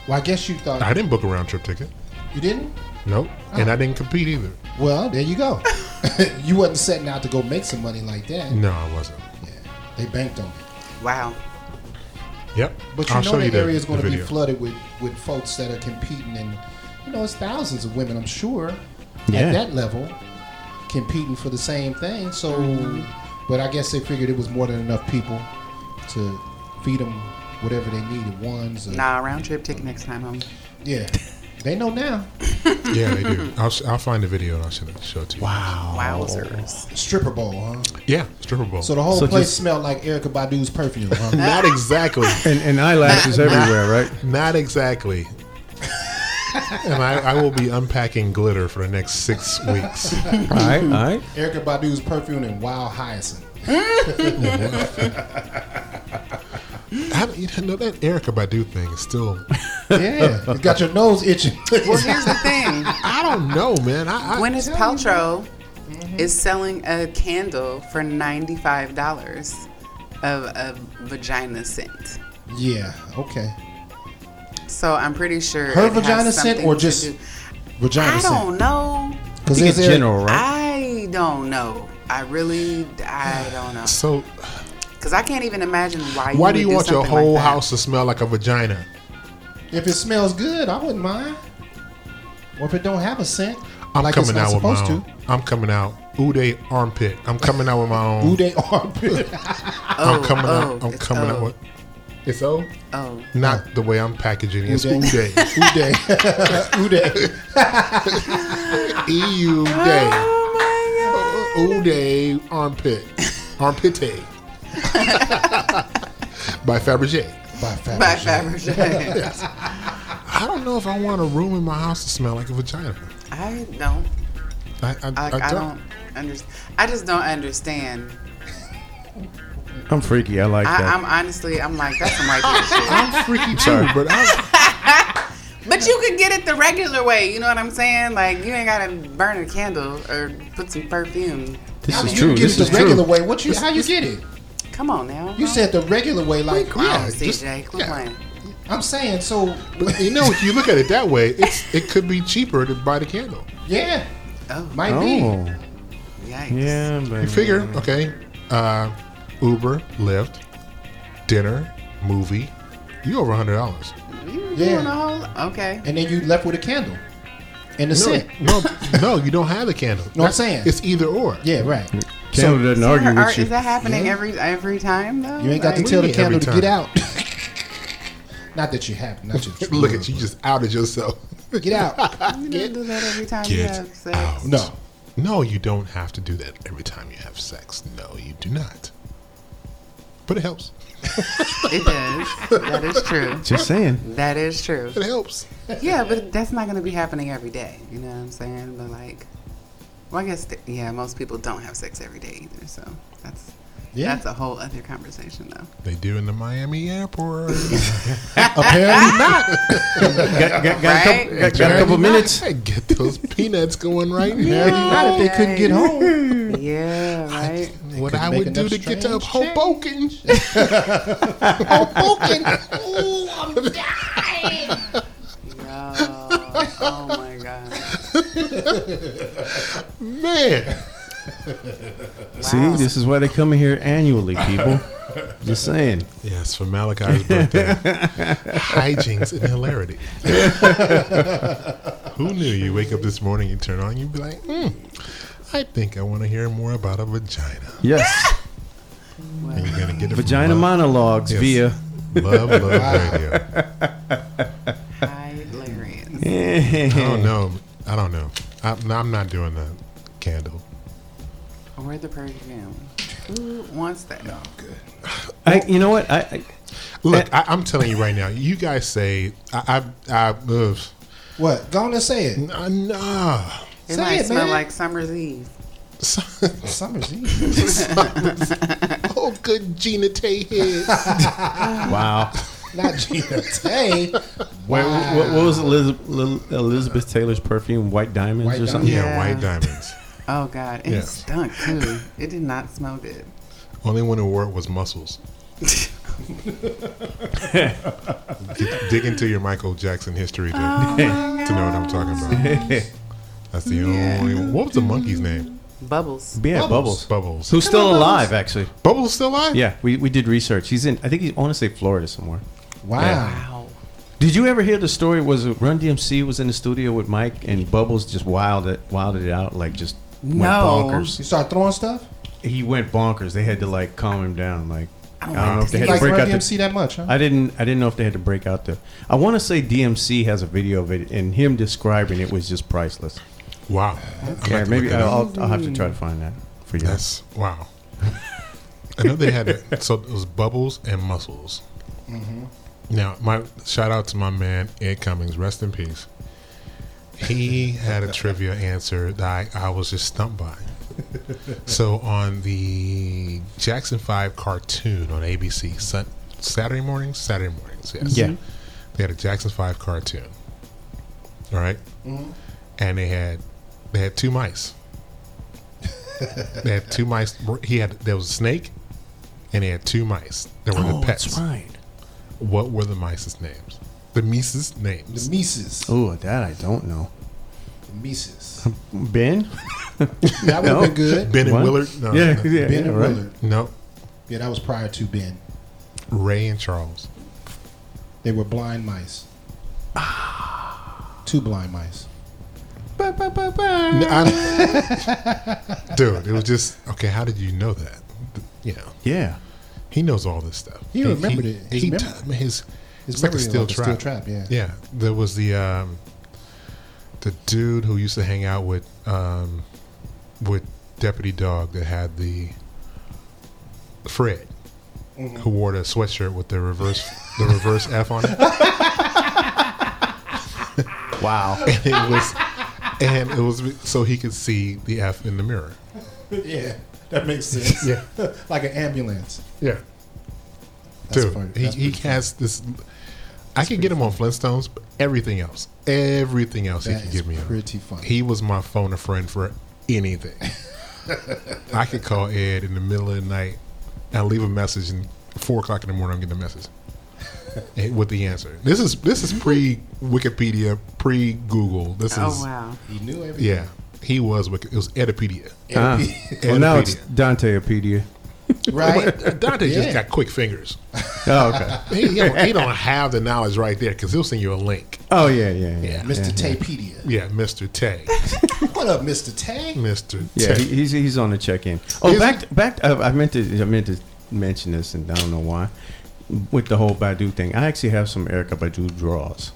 [SPEAKER 6] Well, I guess you thought
[SPEAKER 4] I didn't book a round trip ticket.
[SPEAKER 6] you didn't.
[SPEAKER 4] Nope. And I didn't compete either.
[SPEAKER 6] Well, there you go. you wasn't setting out to go make some money like that.
[SPEAKER 4] No, I wasn't.
[SPEAKER 6] Yeah, they banked on it.
[SPEAKER 5] Wow.
[SPEAKER 4] Yep.
[SPEAKER 6] But you
[SPEAKER 4] I'll show
[SPEAKER 6] know that
[SPEAKER 4] the-
[SPEAKER 6] area is
[SPEAKER 4] the
[SPEAKER 6] going to be
[SPEAKER 4] video.
[SPEAKER 6] flooded with with folks that are competing, and you know it's thousands of women, I'm sure,
[SPEAKER 2] Yeah.
[SPEAKER 6] at that level, competing for the same thing. So, but I guess they figured it was more than enough people to feed them whatever they needed. Ones, or,
[SPEAKER 5] Nah, round trip ticket next time home.
[SPEAKER 6] yeah, they know now.
[SPEAKER 4] Yeah, they do. I'll, sh- I'll find the video and I'll show it, show it to you. Wow.
[SPEAKER 5] Wowzers.
[SPEAKER 6] Stripper bowl, huh?
[SPEAKER 4] Yeah, stripper bowl.
[SPEAKER 6] So the whole
[SPEAKER 2] So
[SPEAKER 6] place
[SPEAKER 2] just-
[SPEAKER 6] smelled like Erica Badu's perfume. Huh?
[SPEAKER 4] not exactly.
[SPEAKER 2] And and eyelashes everywhere, right?
[SPEAKER 4] Not exactly. and I, I will be unpacking glitter for the next six weeks.
[SPEAKER 2] All right, all right.
[SPEAKER 6] Erica Badu's perfume and wild hyacinth.
[SPEAKER 4] I, you know, that Erica Badu thing is still.
[SPEAKER 6] Yeah, you got your nose itching.
[SPEAKER 5] Well, here's the thing.
[SPEAKER 4] I don't know, man. I, I,
[SPEAKER 5] Gwyneth Paltrow
[SPEAKER 4] Mm-hmm.
[SPEAKER 5] is selling a candle for ninety-five dollars of a vagina scent.
[SPEAKER 6] yeah, okay.
[SPEAKER 5] So I'm pretty sure
[SPEAKER 6] Her
[SPEAKER 5] it has
[SPEAKER 6] vagina scent
[SPEAKER 5] something
[SPEAKER 6] or
[SPEAKER 5] to
[SPEAKER 6] just
[SPEAKER 5] do-
[SPEAKER 6] Vagina
[SPEAKER 5] I
[SPEAKER 6] scent.
[SPEAKER 5] don't know.
[SPEAKER 6] Because
[SPEAKER 2] Think
[SPEAKER 6] there's
[SPEAKER 2] in
[SPEAKER 6] Eric-
[SPEAKER 2] general, right?
[SPEAKER 5] I don't know. I really, I don't know.
[SPEAKER 4] so,
[SPEAKER 5] Because I can't even imagine why.
[SPEAKER 4] why
[SPEAKER 5] you would
[SPEAKER 4] do you want your
[SPEAKER 5] something like
[SPEAKER 4] whole
[SPEAKER 5] that.
[SPEAKER 4] house to smell like a vagina?
[SPEAKER 6] If it smells good, I wouldn't mind. Or if it don't have a scent,
[SPEAKER 4] I'm
[SPEAKER 6] like
[SPEAKER 4] coming
[SPEAKER 6] it's not
[SPEAKER 4] out with my
[SPEAKER 6] supposed
[SPEAKER 4] own. I'm coming out. Uday armpit. I'm coming out with my
[SPEAKER 6] to.
[SPEAKER 4] own.
[SPEAKER 6] Ooh, they armpit.
[SPEAKER 4] I'm coming
[SPEAKER 5] oh,
[SPEAKER 4] out. I'm
[SPEAKER 5] it's
[SPEAKER 4] coming
[SPEAKER 5] O.
[SPEAKER 4] out with. It's O?
[SPEAKER 5] Oh,
[SPEAKER 4] Not the way I'm packaging it. It's
[SPEAKER 6] Uday.
[SPEAKER 4] Uday.
[SPEAKER 6] Ooh, they. Ooh, they.
[SPEAKER 4] E E-U-Day.
[SPEAKER 5] Oh
[SPEAKER 4] Uday armpit. Armpite. By Fabergé.
[SPEAKER 6] By Fabergé.
[SPEAKER 5] by Fabergé.
[SPEAKER 4] I don't know if I want a room in my house to smell like a vagina.
[SPEAKER 5] I don't.
[SPEAKER 4] I, I,
[SPEAKER 5] I, I don't understand. I just don't understand.
[SPEAKER 2] I'm freaky. I like
[SPEAKER 5] I,
[SPEAKER 2] that.
[SPEAKER 5] I'm honestly, I'm like that's some right shit.
[SPEAKER 4] I'm freaky too, but I,
[SPEAKER 5] But you could get it the regular way. You know what I'm saying? Like you ain't gotta burn a candle or put some perfume.
[SPEAKER 2] this
[SPEAKER 6] How
[SPEAKER 2] is
[SPEAKER 6] do
[SPEAKER 2] true.
[SPEAKER 6] You get
[SPEAKER 2] This
[SPEAKER 6] it
[SPEAKER 2] is
[SPEAKER 6] the regular
[SPEAKER 2] true.
[SPEAKER 6] way. What you? How you get it?
[SPEAKER 5] Come on now.
[SPEAKER 6] You
[SPEAKER 5] Come
[SPEAKER 6] said the regular way, like
[SPEAKER 5] on,
[SPEAKER 6] yeah.
[SPEAKER 5] CJ, quit
[SPEAKER 4] yeah.
[SPEAKER 5] playing.
[SPEAKER 6] I'm saying. So
[SPEAKER 4] but you know, if you look at it that way, it's it could be cheaper to buy the candle.
[SPEAKER 6] yeah,
[SPEAKER 5] Oh,
[SPEAKER 6] might be.
[SPEAKER 2] Oh,
[SPEAKER 5] yikes!
[SPEAKER 2] yeah, baby.
[SPEAKER 4] You figure, okay, uh, Uber, Lyft, dinner, movie, you over a hundred dollars.
[SPEAKER 5] You
[SPEAKER 6] Yeah.
[SPEAKER 5] doing a whole okay?
[SPEAKER 6] And then you left with a candle and a
[SPEAKER 4] No,
[SPEAKER 6] scent.
[SPEAKER 4] no, no, you don't have the candle.
[SPEAKER 6] No, I'm
[SPEAKER 4] That's-
[SPEAKER 6] saying.
[SPEAKER 4] it's either or.
[SPEAKER 6] Yeah, right.
[SPEAKER 2] Candle doesn't argue
[SPEAKER 5] Are-
[SPEAKER 2] with you.
[SPEAKER 5] is that happening every every time though?
[SPEAKER 6] You ain't got to
[SPEAKER 4] Like-
[SPEAKER 6] tell the
[SPEAKER 4] What do you mean
[SPEAKER 6] candle to
[SPEAKER 4] every
[SPEAKER 6] get
[SPEAKER 4] time?
[SPEAKER 6] out. not that you have. Not you.
[SPEAKER 4] Look at you just outed yourself.
[SPEAKER 6] Get out.
[SPEAKER 5] You don't do that every time you
[SPEAKER 4] Get
[SPEAKER 5] have sex.
[SPEAKER 4] out.
[SPEAKER 6] No.
[SPEAKER 4] No, you don't have to do that every time you have sex. No, you do not. But it helps.
[SPEAKER 5] It does. that is true.
[SPEAKER 2] Just saying.
[SPEAKER 5] That is true.
[SPEAKER 4] It helps.
[SPEAKER 5] Yeah, but that's not going to be happening every day. You know what I'm saying? But like, well, I guess th- yeah, most people don't have sex every day either. So that's
[SPEAKER 6] Yeah.
[SPEAKER 5] That's a whole other conversation, though.
[SPEAKER 4] They do in the Miami airport.
[SPEAKER 6] Apparently not.
[SPEAKER 2] Got, got, got, a,
[SPEAKER 5] Ah! Right?
[SPEAKER 2] couple, got, got a couple minutes.
[SPEAKER 4] I get those peanuts going right now.
[SPEAKER 6] Apparently not if they couldn't get home.
[SPEAKER 5] Yeah, right.
[SPEAKER 4] What
[SPEAKER 6] Could
[SPEAKER 4] I
[SPEAKER 6] make
[SPEAKER 4] would do
[SPEAKER 6] enough
[SPEAKER 4] to get to
[SPEAKER 6] strange
[SPEAKER 4] Hoboken. Oh, Hoboken. Ooh, I'm
[SPEAKER 5] Oh, oh my god.
[SPEAKER 4] man.
[SPEAKER 2] See, this is why they come in here annually, people. Just saying.
[SPEAKER 4] Yes, for Malachi's birthday. Hijinks and hilarity. Who knew you wake up this morning, you turn on, you'd be like, hmm, I think I want to hear more about a vagina.
[SPEAKER 2] Yes.
[SPEAKER 4] And you're going to get it from
[SPEAKER 2] Vagina
[SPEAKER 4] love,
[SPEAKER 2] monologues
[SPEAKER 4] Yes.
[SPEAKER 2] via.
[SPEAKER 4] Love, love radio.
[SPEAKER 5] Hilarious.
[SPEAKER 4] I don't know. I don't know. I'm, I'm not doing the candle.
[SPEAKER 5] Where the purge gown? Who wants that?
[SPEAKER 2] I, you know what? I, I
[SPEAKER 4] Look, I, I'm telling you right now, you guys say, I, I, I ugh,
[SPEAKER 6] What? Go on and say it.
[SPEAKER 4] nah, nah.
[SPEAKER 5] It
[SPEAKER 6] Say
[SPEAKER 5] might
[SPEAKER 6] it,
[SPEAKER 5] smell
[SPEAKER 6] man.
[SPEAKER 5] like summer's eve.
[SPEAKER 6] Summer's Eve.
[SPEAKER 4] oh, good Gina Tay head.
[SPEAKER 2] wow.
[SPEAKER 6] Not Gina Tay.
[SPEAKER 2] Wait, what, what was Elizabeth, Lil- Elizabeth Taylor's perfume? White diamonds
[SPEAKER 6] White
[SPEAKER 2] or
[SPEAKER 4] Yeah,
[SPEAKER 2] something?
[SPEAKER 5] Yeah.
[SPEAKER 4] white diamonds.
[SPEAKER 5] Oh god, it
[SPEAKER 4] Yeah.
[SPEAKER 5] stunk too. It did not smell good.
[SPEAKER 4] Only one who wore it was muscles. Dig- dig into your Michael Jackson history to, to know what I'm talking about. That's the only. What was the monkey's name?
[SPEAKER 5] Bubbles.
[SPEAKER 2] Yeah, Bubbles.
[SPEAKER 4] Bubbles.
[SPEAKER 2] Who's still alive, actually.
[SPEAKER 4] Bubbles still alive?
[SPEAKER 2] Yeah, we, we did research. He's in, I think he's, I want to say Florida somewhere.
[SPEAKER 6] Wow.
[SPEAKER 5] Wow.
[SPEAKER 2] Did you ever hear the story? Was it Run DMC was in the studio with Mike and Bubbles just wilded it, wilded it out, like just went
[SPEAKER 5] No.
[SPEAKER 6] You
[SPEAKER 2] bonkers.
[SPEAKER 6] start throwing stuff?
[SPEAKER 2] He went bonkers. They had to like calm him down. Like I don't know if they
[SPEAKER 6] You
[SPEAKER 2] had
[SPEAKER 6] like
[SPEAKER 2] to break
[SPEAKER 6] Run
[SPEAKER 2] out the
[SPEAKER 6] DMC that much, huh?
[SPEAKER 2] I didn't. I didn't know if they had to break out the. I want to say DMC has a video of it, and him describing it was just priceless.
[SPEAKER 4] Wow. I'd
[SPEAKER 2] Yeah,
[SPEAKER 4] like to
[SPEAKER 2] maybe
[SPEAKER 4] look that
[SPEAKER 2] I'll,
[SPEAKER 4] up.
[SPEAKER 2] I'll, I'll have to try to find that for you.
[SPEAKER 4] That's wow. I know they had it. So it was Bubbles and Muscles.
[SPEAKER 6] Mm-hmm.
[SPEAKER 4] Now, my shout out to my man Ed Cummings, rest in peace. He had a trivia answer that I, I was just stumped by. So on the Jackson Five cartoon on ABC, sun, Saturday mornings, Saturday mornings, yes,
[SPEAKER 2] Yeah.
[SPEAKER 4] they had a Jackson Five cartoon. All right?
[SPEAKER 6] Mm-hmm.
[SPEAKER 4] and they had they had two mice. they had two mice. He had there was a snake, and he had two mice. They were
[SPEAKER 2] oh,
[SPEAKER 4] the pets.
[SPEAKER 2] that's right.
[SPEAKER 4] What were the mice's names? The mice's names.
[SPEAKER 6] The Mises.
[SPEAKER 2] Oh, that I don't know.
[SPEAKER 6] The Mises.
[SPEAKER 2] Ben.
[SPEAKER 6] That would have been good.
[SPEAKER 4] ben
[SPEAKER 2] What?
[SPEAKER 4] and Willard. No,
[SPEAKER 2] yeah,
[SPEAKER 4] no, no.
[SPEAKER 2] yeah,
[SPEAKER 6] Ben
[SPEAKER 2] yeah,
[SPEAKER 6] and
[SPEAKER 2] right.
[SPEAKER 6] Willard.
[SPEAKER 4] No,
[SPEAKER 6] Yeah, that was prior to Ben.
[SPEAKER 4] Ray and Charles.
[SPEAKER 6] They were blind mice.
[SPEAKER 4] Ah.
[SPEAKER 6] Two blind mice.
[SPEAKER 4] No, I- Dude, it was just okay. How did you know that? You know,
[SPEAKER 2] Yeah.
[SPEAKER 4] he knows all this stuff.
[SPEAKER 6] He remembered it.
[SPEAKER 4] He,
[SPEAKER 6] His
[SPEAKER 4] he
[SPEAKER 6] memory-
[SPEAKER 4] t- his
[SPEAKER 6] His
[SPEAKER 4] It's like a
[SPEAKER 6] memory
[SPEAKER 4] steel
[SPEAKER 6] like a
[SPEAKER 4] trap.
[SPEAKER 6] yeah.
[SPEAKER 4] Yeah, there was the um, the dude who used to hang out with um, with Deputy Dog that had the Fred,
[SPEAKER 6] Mm-hmm.
[SPEAKER 4] who wore the sweatshirt with the reverse the reverse F on it.
[SPEAKER 2] Wow.
[SPEAKER 4] And it was and it was so he could see the F in the mirror.
[SPEAKER 6] Yeah, that makes sense.
[SPEAKER 4] Yeah.
[SPEAKER 6] like an ambulance.
[SPEAKER 4] Yeah,
[SPEAKER 6] That's
[SPEAKER 4] dude,
[SPEAKER 6] funny. That's
[SPEAKER 4] he,
[SPEAKER 6] pretty
[SPEAKER 4] he has this. I could get him on Flintstones, but everything else, everything else
[SPEAKER 6] That
[SPEAKER 4] he could
[SPEAKER 6] is
[SPEAKER 4] get me on.
[SPEAKER 6] pretty funny.
[SPEAKER 4] He was my phone a friend for anything. I could call Ed in the middle of the night and leave a message, and four o'clock in the morning I'm getting a message eh, with the answer. This is this is pre Wikipedia, pre Google. This is
[SPEAKER 5] Oh wow.
[SPEAKER 6] He knew everything.
[SPEAKER 4] yeah. He was Wiki- it was Edipedia.
[SPEAKER 2] Ah. well, now it's Danteopedia.
[SPEAKER 6] Right?
[SPEAKER 4] Dante just
[SPEAKER 6] Yeah.
[SPEAKER 4] got quick fingers.
[SPEAKER 2] Oh, okay.
[SPEAKER 4] He, he don't, he don't have the knowledge right there because he'll send you a link.
[SPEAKER 2] Oh, yeah, yeah, yeah.
[SPEAKER 6] Mr. Taypedia.
[SPEAKER 4] Yeah, Mr. Tay,
[SPEAKER 6] What up, Mr. Tay?
[SPEAKER 4] Mr.
[SPEAKER 2] Yeah,
[SPEAKER 4] Tay.
[SPEAKER 2] he, he's he's on the check-in. Oh,
[SPEAKER 4] Is
[SPEAKER 2] back back. I, I meant to I meant to mention this, and I don't know why. With the whole Baidu thing, I actually have some Erica Baidu draws.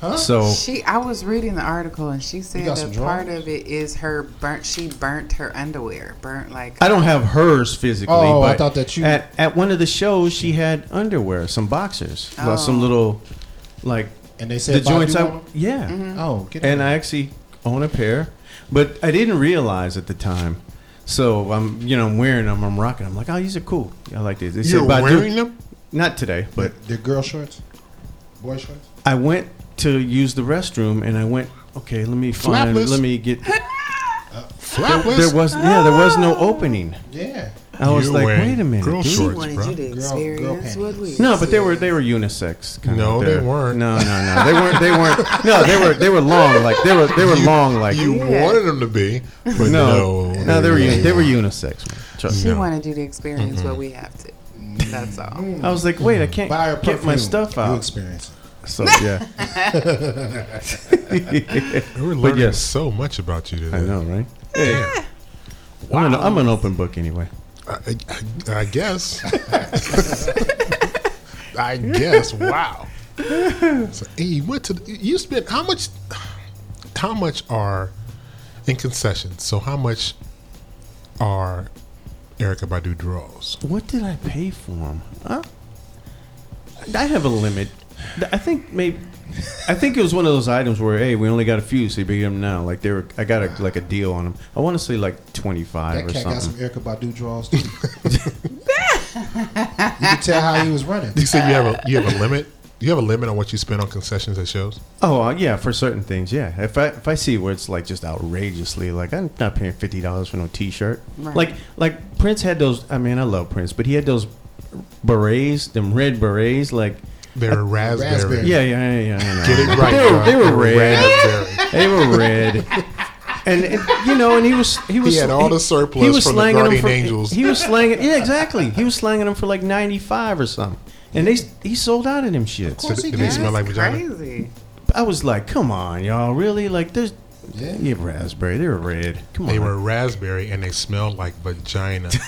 [SPEAKER 6] Huh?
[SPEAKER 2] So
[SPEAKER 5] She I was reading the article and she said
[SPEAKER 6] got some
[SPEAKER 5] that part
[SPEAKER 6] drawings?
[SPEAKER 5] of it is her burnt she burnt her underwear. Burnt like
[SPEAKER 2] I don't have hers physically.
[SPEAKER 6] Oh, I
[SPEAKER 2] but
[SPEAKER 6] thought that you-
[SPEAKER 2] at at one of the shows she had underwear, some boxers, like some
[SPEAKER 5] Oh.
[SPEAKER 2] little like
[SPEAKER 6] And they said
[SPEAKER 2] the joints.
[SPEAKER 6] Baidu
[SPEAKER 2] I,
[SPEAKER 6] on 'em?
[SPEAKER 2] yeah,
[SPEAKER 4] Mm-hmm.
[SPEAKER 6] Oh, get
[SPEAKER 2] and
[SPEAKER 6] out.
[SPEAKER 2] I actually own a pair, but I didn't realize at the time So I'm, you know, I'm wearing them. I'm rocking. 'em. I'm like, oh, these are cool. I like these. They say
[SPEAKER 4] You're
[SPEAKER 2] Badu-
[SPEAKER 4] wearing them?
[SPEAKER 2] Not today, but
[SPEAKER 6] the girl shorts, boy shorts.
[SPEAKER 2] I went to use the restroom and I went. Okay, let me find.
[SPEAKER 4] Flapless?
[SPEAKER 2] Let me get.
[SPEAKER 4] Flapless?
[SPEAKER 2] There was yeah, there was no opening.
[SPEAKER 6] Yeah,
[SPEAKER 2] I was
[SPEAKER 4] You're
[SPEAKER 2] like,
[SPEAKER 4] wearing
[SPEAKER 2] wait a minute.
[SPEAKER 4] girl
[SPEAKER 2] dude.
[SPEAKER 5] She
[SPEAKER 4] shorts,
[SPEAKER 5] wanted
[SPEAKER 4] bro.
[SPEAKER 5] you to
[SPEAKER 6] girl
[SPEAKER 5] experience
[SPEAKER 6] panties.
[SPEAKER 5] what we.
[SPEAKER 2] No, but they were they were unisex. Kind
[SPEAKER 4] No,
[SPEAKER 2] of
[SPEAKER 4] they weren't.
[SPEAKER 2] No, no, no. They weren't. They weren't. No, they were. They were long. Like they were. They were long. Like
[SPEAKER 4] you
[SPEAKER 5] Yeah.
[SPEAKER 4] wanted them to be, but
[SPEAKER 2] no,
[SPEAKER 4] no,
[SPEAKER 2] no. they were. uni- They were unisex. man. Trust
[SPEAKER 5] She
[SPEAKER 2] me.
[SPEAKER 5] wanted you to experience what we have to. That's all.
[SPEAKER 6] Mm.
[SPEAKER 2] I was like, wait, I can't
[SPEAKER 6] Mm-hmm. buy her
[SPEAKER 2] get my
[SPEAKER 6] perfume.
[SPEAKER 2] stuff
[SPEAKER 6] You
[SPEAKER 2] out.
[SPEAKER 6] experience. it.
[SPEAKER 2] So yeah.
[SPEAKER 4] We were learning
[SPEAKER 2] yes.
[SPEAKER 4] so much about you today.
[SPEAKER 2] I know, right? Yeah. I'm, an, I'm an open book anyway.
[SPEAKER 4] I, I, I guess. I guess. Wow. So, hey, you went to the- you spent how much? How much are in concessions? So how much are Erica Badu draws?
[SPEAKER 2] What did I pay for them? Huh? I have a limit. Th- I think maybe. I think it was one of those items where, hey, we only got a few, so you beat them now. Like they were, I got a like a deal on them. I want to say like twenty five
[SPEAKER 6] That
[SPEAKER 2] or
[SPEAKER 6] cat got some
[SPEAKER 2] something.
[SPEAKER 6] Erica Badu draws. Too. you can tell how he was running.
[SPEAKER 4] You said you have a you have a limit. You have a limit on what you spend on concessions at shows.
[SPEAKER 2] Oh uh, yeah, for certain things, yeah. If I if I see where it's like just outrageously, like I'm not paying fifty dollars for no t shirt.
[SPEAKER 5] Right.
[SPEAKER 2] Like like Prince had those. I mean, I love Prince, but he had those berets, them red berets, like. uh,
[SPEAKER 4] They're raspberry.
[SPEAKER 6] raspberry.
[SPEAKER 2] Yeah, yeah, yeah, yeah. I know.
[SPEAKER 4] Get it
[SPEAKER 2] But
[SPEAKER 4] right,
[SPEAKER 2] They were,
[SPEAKER 4] bro.
[SPEAKER 2] they were
[SPEAKER 4] They're
[SPEAKER 2] red.
[SPEAKER 4] raspberry.
[SPEAKER 2] They were red. And, and, you know, and he was he was
[SPEAKER 4] had all the surplus from the
[SPEAKER 2] slanging 'em
[SPEAKER 4] Guardian
[SPEAKER 2] for-
[SPEAKER 4] Angels.
[SPEAKER 2] He was slanging, yeah, exactly. He was slanging them for like ninety five or something. And they he sold out of them shits.
[SPEAKER 4] Did, did they smell like
[SPEAKER 5] That's
[SPEAKER 4] vagina?
[SPEAKER 5] crazy.
[SPEAKER 2] I was like, come on, y'all, really? Like there's
[SPEAKER 6] Yeah.
[SPEAKER 2] yeah, raspberry, they were red. Come on.
[SPEAKER 4] They were raspberry and they smelled like vagina.
[SPEAKER 5] They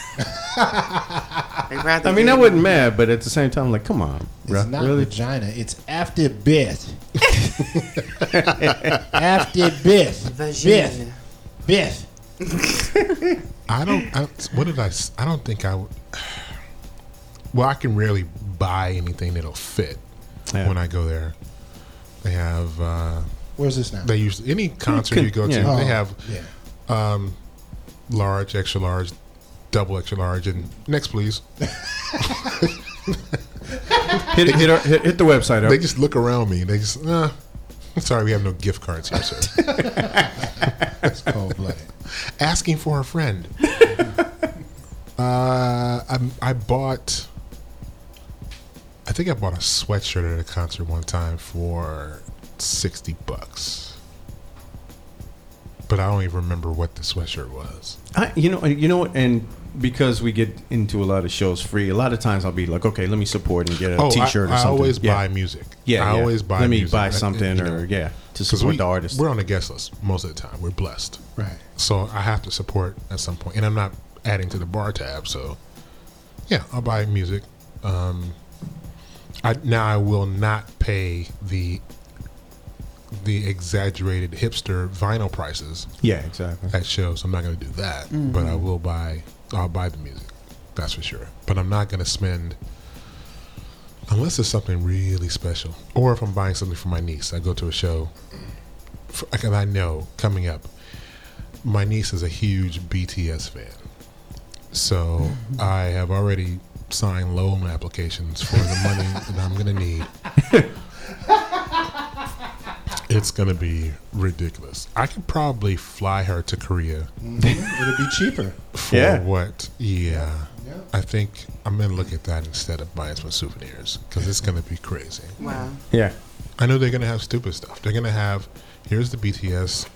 [SPEAKER 5] probably
[SPEAKER 2] I mean, I
[SPEAKER 5] did.
[SPEAKER 2] wasn't mad, but at the same time, like, come on, bro,
[SPEAKER 6] It's not
[SPEAKER 2] really?
[SPEAKER 6] vagina. It's after bit. after bit. Bit.
[SPEAKER 5] Vagina.
[SPEAKER 6] Bit.
[SPEAKER 4] I don't. I, what did I? s- I don't think I would. Well, I can rarely buy anything that'll fit
[SPEAKER 2] Yeah.
[SPEAKER 4] when I go there. They have. Uh,
[SPEAKER 6] Where's this now? Oh,
[SPEAKER 4] they usually any concert
[SPEAKER 2] can-
[SPEAKER 4] you go to,
[SPEAKER 2] yeah.
[SPEAKER 4] they have um,
[SPEAKER 6] Yeah.
[SPEAKER 4] large, extra large, double extra large, and next please.
[SPEAKER 2] Hit, hit, our, hit, hit the website up.
[SPEAKER 4] They just look around me. and They just. Uh, sorry, we have no gift cards here, sir.
[SPEAKER 6] It's cold blooded.
[SPEAKER 4] Asking for a friend. uh, I, I bought. I think I bought a sweatshirt at a concert one time for sixty bucks, but I don't even remember what the sweatshirt was.
[SPEAKER 2] I, you know, you know, and because we get into a lot of shows free, a lot of times I'll be like, okay, let me support and get a
[SPEAKER 4] Oh, I-
[SPEAKER 2] shirt
[SPEAKER 4] I,
[SPEAKER 2] or something.
[SPEAKER 4] always
[SPEAKER 2] yeah.
[SPEAKER 4] buy music.
[SPEAKER 2] Yeah,
[SPEAKER 4] I
[SPEAKER 2] yeah.
[SPEAKER 4] always buy.
[SPEAKER 2] Let me
[SPEAKER 4] music.
[SPEAKER 2] buy
[SPEAKER 4] I-
[SPEAKER 2] something
[SPEAKER 4] you know,
[SPEAKER 2] or yeah, to
[SPEAKER 4] 'cause
[SPEAKER 2] support
[SPEAKER 4] we,
[SPEAKER 2] the artist.
[SPEAKER 4] We're on the guest list most of the time. We're blessed,
[SPEAKER 6] Right.
[SPEAKER 4] so I have to support at some point, and I'm not adding to the bar tab. So, yeah, I'll buy music. Um, I now I will not pay the the exaggerated hipster vinyl prices
[SPEAKER 2] Yeah, exactly. Mm-hmm.
[SPEAKER 4] at shows. I'm not going to do that, but I will buy. I'll buy the music. That's for sure. But I'm not going to spend unless it's something really special, or if I'm buying something for my niece. I go to a show, for, and I know coming up, my niece is a huge BTS fan, so I have already signed loan applications for the money that I'm going to need. It's gonna be ridiculous. I could probably fly her to Korea
[SPEAKER 6] It'll be cheaper.
[SPEAKER 4] for
[SPEAKER 2] Yeah.
[SPEAKER 4] what? Yeah.
[SPEAKER 6] Yeah.
[SPEAKER 4] I think I'm gonna look at that instead of buying some souvenirs because it's gonna be crazy.
[SPEAKER 5] Wow.
[SPEAKER 2] Yeah,
[SPEAKER 4] I know they're gonna have stupid stuff. They're gonna have here's the BTS.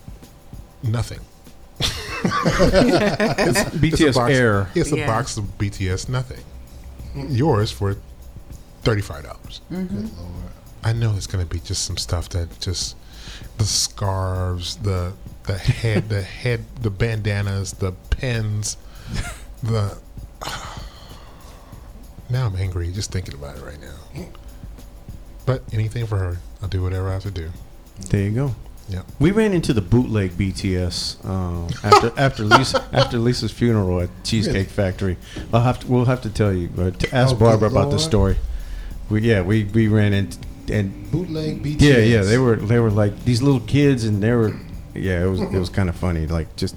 [SPEAKER 4] Nothing. It's a
[SPEAKER 2] BTS
[SPEAKER 4] box-
[SPEAKER 2] Air.
[SPEAKER 4] It's a
[SPEAKER 5] Yeah.
[SPEAKER 4] box of BTS nothing. Yours for thirty five dollars.
[SPEAKER 5] Mm-hmm.
[SPEAKER 6] Good lord.
[SPEAKER 4] I know it's gonna be just some stuff that just the scarves, the the head, the head, the bandanas, the pins, the. Now I'm angry just thinking about it right now. But anything for her, I'll do whatever I have to do.
[SPEAKER 2] There you go.
[SPEAKER 4] Yeah.
[SPEAKER 2] We ran into the bootleg BTS um, after after Lisa after Lisa's funeral at Cheesecake
[SPEAKER 6] Really?
[SPEAKER 2] Factory. I'll have to, we'll have to tell you. Uh, to ask
[SPEAKER 6] Oh, good
[SPEAKER 2] Barbara about this
[SPEAKER 6] Lord.
[SPEAKER 2] story. We yeah we we ran into and
[SPEAKER 6] Bootleg BTS.
[SPEAKER 2] Yeah, yeah, they were they were like these little kids, and they were yeah, it was it was kind of funny. Like just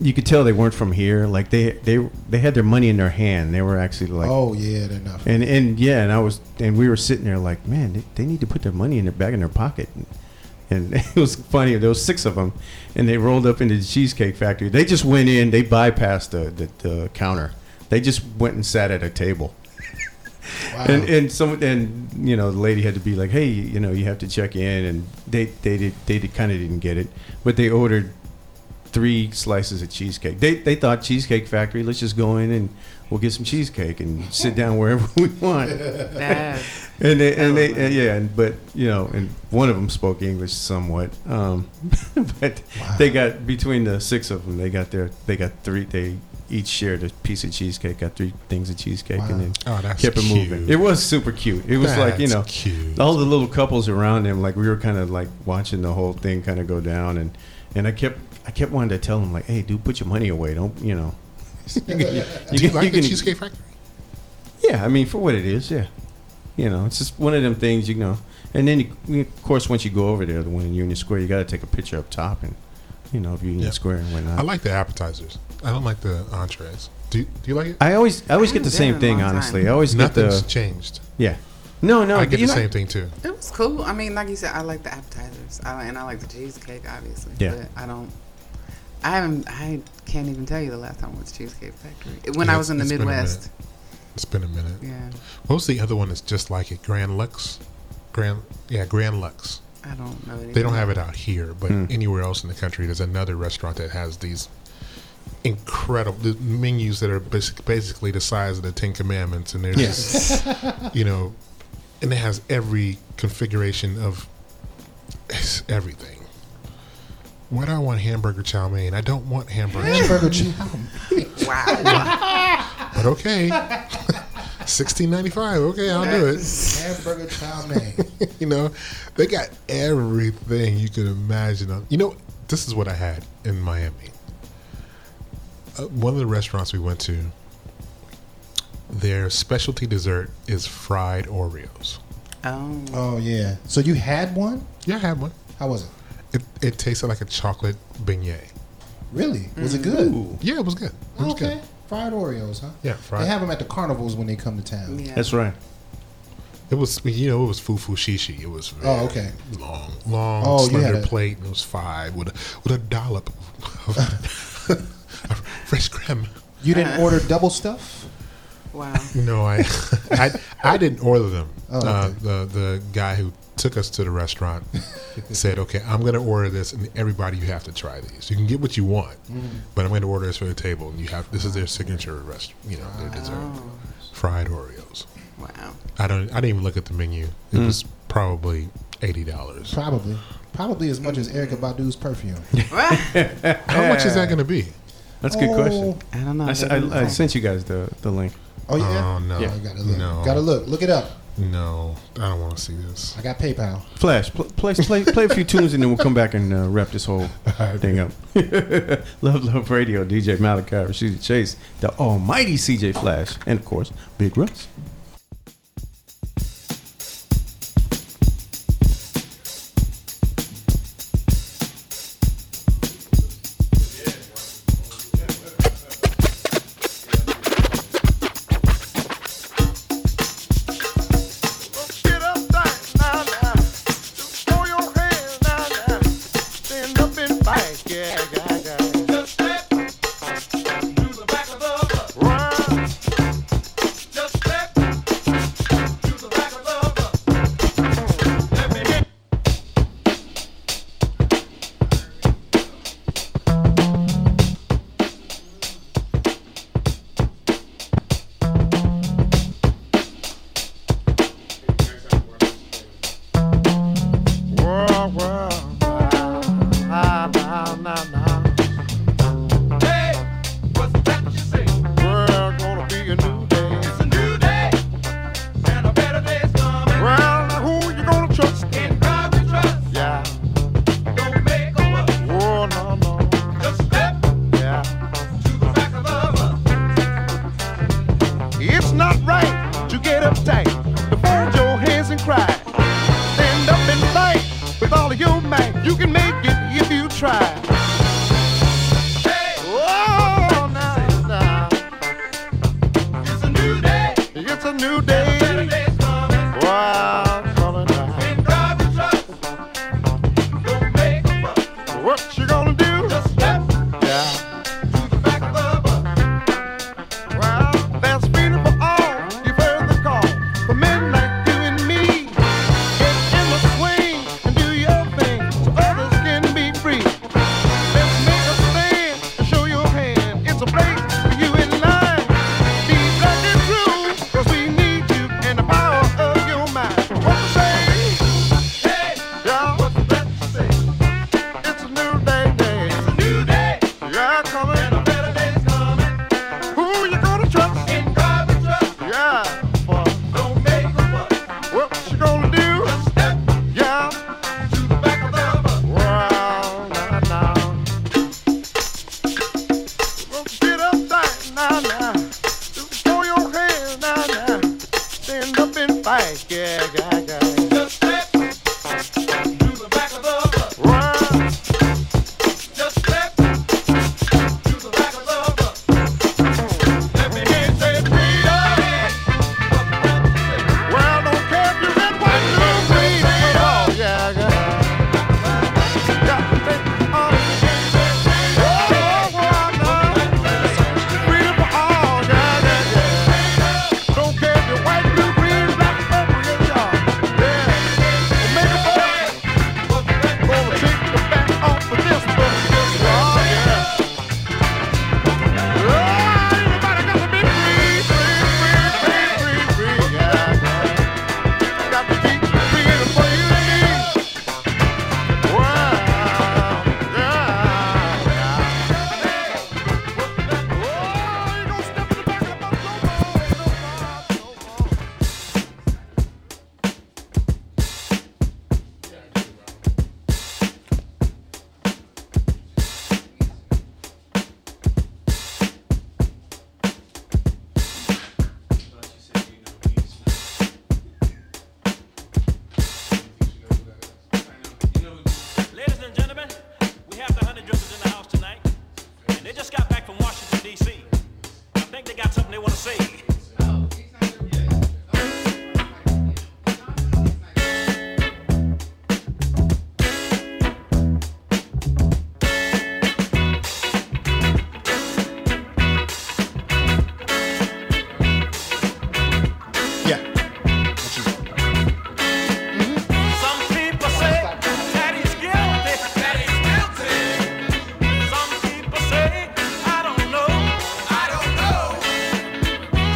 [SPEAKER 2] you could tell they weren't from here. Like they they they had their money in their hand. They were actually like
[SPEAKER 6] Oh yeah, they're not.
[SPEAKER 2] and and yeah, and I was and we were sitting there like, man, they, they need to put their money in their bag in their pocket. And it was funny. There was six of them, and they rolled up into the cheesecake factory. They just went in. They bypassed the the, the counter. They just went and sat at a table. And and some and you know the lady had to be like, hey, you know, you have to check in. And they they did they did, kind of didn't get it, but they ordered three slices of cheesecake. They they thought Cheesecake Factory. Let's just go in and we'll get some cheesecake and sit down wherever we want
[SPEAKER 5] That's
[SPEAKER 2] and they, and they and yeah, and, but you know, and one of them spoke English somewhat, um, but they got between the six of them, they got their they got three. They each shared a piece of cheesecake, got three things of cheesecake, and then
[SPEAKER 4] Oh, that's
[SPEAKER 2] kept it moving.
[SPEAKER 4] cute.
[SPEAKER 2] It was super cute. It was like you know,
[SPEAKER 4] That's cute.
[SPEAKER 2] all the little couples around him. Like we were kind of like watching the whole thing kind of go down, and and I kept I kept wanting to tell him like, hey, dude, put your money away. Don't you know? you can, you
[SPEAKER 4] Do you
[SPEAKER 2] can- you
[SPEAKER 4] like the
[SPEAKER 2] can-
[SPEAKER 4] Cheesecake Factory?
[SPEAKER 2] yeah, I mean, for what it is, yeah. You know, it's just one of them things, you know. And then, you- you, of course, once you go over there, the one in Union Square, you got to take a picture up top and, you know, of Union
[SPEAKER 4] Yeah.
[SPEAKER 2] Square and whatnot.
[SPEAKER 4] I like the appetizers. I don't like the entrees. Do Do you like it?
[SPEAKER 2] I always, I always get
[SPEAKER 5] haven't
[SPEAKER 2] the
[SPEAKER 5] been
[SPEAKER 2] same
[SPEAKER 5] in a
[SPEAKER 2] thing.
[SPEAKER 5] long
[SPEAKER 2] Honestly,
[SPEAKER 5] time.
[SPEAKER 2] I always get
[SPEAKER 4] Nothing's
[SPEAKER 2] the
[SPEAKER 4] changed.
[SPEAKER 2] yeah. No, no,
[SPEAKER 4] I get
[SPEAKER 2] you
[SPEAKER 4] the
[SPEAKER 2] know-
[SPEAKER 4] same thing too.
[SPEAKER 5] It was cool. I mean, like you said, I like the appetizers, I, like- and I like the cheesecake, obviously.
[SPEAKER 2] Yeah.
[SPEAKER 5] But I don't. I haven't. I can't even tell you the last time I went to Cheesecake Factory. It- When
[SPEAKER 4] Yeah,
[SPEAKER 5] I was in the
[SPEAKER 4] it's been a minute.
[SPEAKER 5] Midwest.
[SPEAKER 4] It's been a minute.
[SPEAKER 5] Yeah.
[SPEAKER 4] What was the other one that's just like it? Grand Lux? Grand yeah, Grand Lux.
[SPEAKER 5] I don't know. Anything.
[SPEAKER 4] They don't have it out here, but anywhere else in the country there's another restaurant that has these incredible the menus that are basic, basically the size of the Ten Commandments and there's just you know and it has every configuration of it's everything. Why do I want hamburger chow mein? I don't want hamburger chow
[SPEAKER 6] Hamburger chow.
[SPEAKER 5] Wow.
[SPEAKER 4] but okay. Sixteen ninety five, okay, I'll do it.
[SPEAKER 6] Hamburger chow mein.
[SPEAKER 4] you know, they got everything you could imagine. On, you know, this is what I had in Miami. Uh, one of the restaurants we went to, their specialty dessert is fried Oreos.
[SPEAKER 5] Oh.
[SPEAKER 6] Oh yeah. So you had one?
[SPEAKER 4] Yeah, I had one.
[SPEAKER 6] How was it?
[SPEAKER 4] It, it tasted like a chocolate beignet.
[SPEAKER 6] Really? Was
[SPEAKER 2] Mm.
[SPEAKER 6] it good?
[SPEAKER 4] Yeah, it was good. It was
[SPEAKER 6] Okay.
[SPEAKER 4] good.
[SPEAKER 6] Fried Oreos, huh?
[SPEAKER 4] Yeah,
[SPEAKER 6] They
[SPEAKER 4] fried.
[SPEAKER 6] have them at the carnivals when they come to town.
[SPEAKER 5] Yeah.
[SPEAKER 2] That's right.
[SPEAKER 4] It was, you know, it was fufu shishi. It was
[SPEAKER 6] Oh, okay.
[SPEAKER 4] long, long,
[SPEAKER 6] Oh, you
[SPEAKER 4] slender
[SPEAKER 6] had a-
[SPEAKER 4] plate, and it was five with a, with a dollop of of fresh creme.
[SPEAKER 6] You
[SPEAKER 5] Uh-huh.
[SPEAKER 6] didn't order double stuff?
[SPEAKER 5] Wow.
[SPEAKER 4] No, I, I, I didn't order them.
[SPEAKER 6] Oh, okay.
[SPEAKER 4] uh, the the guy who took us to the restaurant said, "Okay, I'm going to order this, and everybody, you have to try these. You can get what you want, but I'm going to order this for the table, and you have this is their signature rest, you know, their dessert,
[SPEAKER 6] Oh.
[SPEAKER 4] fried Oreos.
[SPEAKER 5] Wow.
[SPEAKER 4] I don't, I didn't even look at the menu. It
[SPEAKER 6] Hmm.
[SPEAKER 4] was probably eighty dollars.
[SPEAKER 6] Probably. Probably as much as Erica Badu's perfume.
[SPEAKER 4] How much is that going to be?
[SPEAKER 2] That's a good question.
[SPEAKER 5] Oh, I don't know.
[SPEAKER 2] Oh, I s- I, I sent you guys the the link.
[SPEAKER 6] Oh yeah.
[SPEAKER 4] Oh no,
[SPEAKER 2] Yeah.
[SPEAKER 6] I gotta look.
[SPEAKER 4] no,
[SPEAKER 6] Gotta look. Look it up.
[SPEAKER 4] no. I don't want to see this.
[SPEAKER 6] I got PayPal.
[SPEAKER 2] Flash, pl- play play play a few tunes and then we'll come back and uh, wrap this whole thing up. love Love Radio, DJ Malachi, Rashida Chase, the Almighty CJ Flash, and of course Big Russ.
[SPEAKER 9] Get up, dance now, now. Throw your hands now, now. Stand up and fight, yeah, yeah, yeah. Just step to the back of the bus. Run. Just step to the back of the bus. Let me hit. Wow, wow, wow, wow, wow, wow. Hey, what's that you say? Well, gonna be a new day. It's a new day, and a better day's coming. Well, now who you gonna trust? In God we trust. Yeah. Don't make a fuss. Oh, no, no. Just step. Yeah. To the back of the bus. It's not right to get uptight, to fold your hands and cry. Stand up and fight with all of your might. You can make it if you try. Hey, oh,
[SPEAKER 1] something they want to say.
[SPEAKER 10] Yeah.
[SPEAKER 1] Some people say that he's guilty, that he's guilty. Some people say I don't know, I don't know. uh-uh.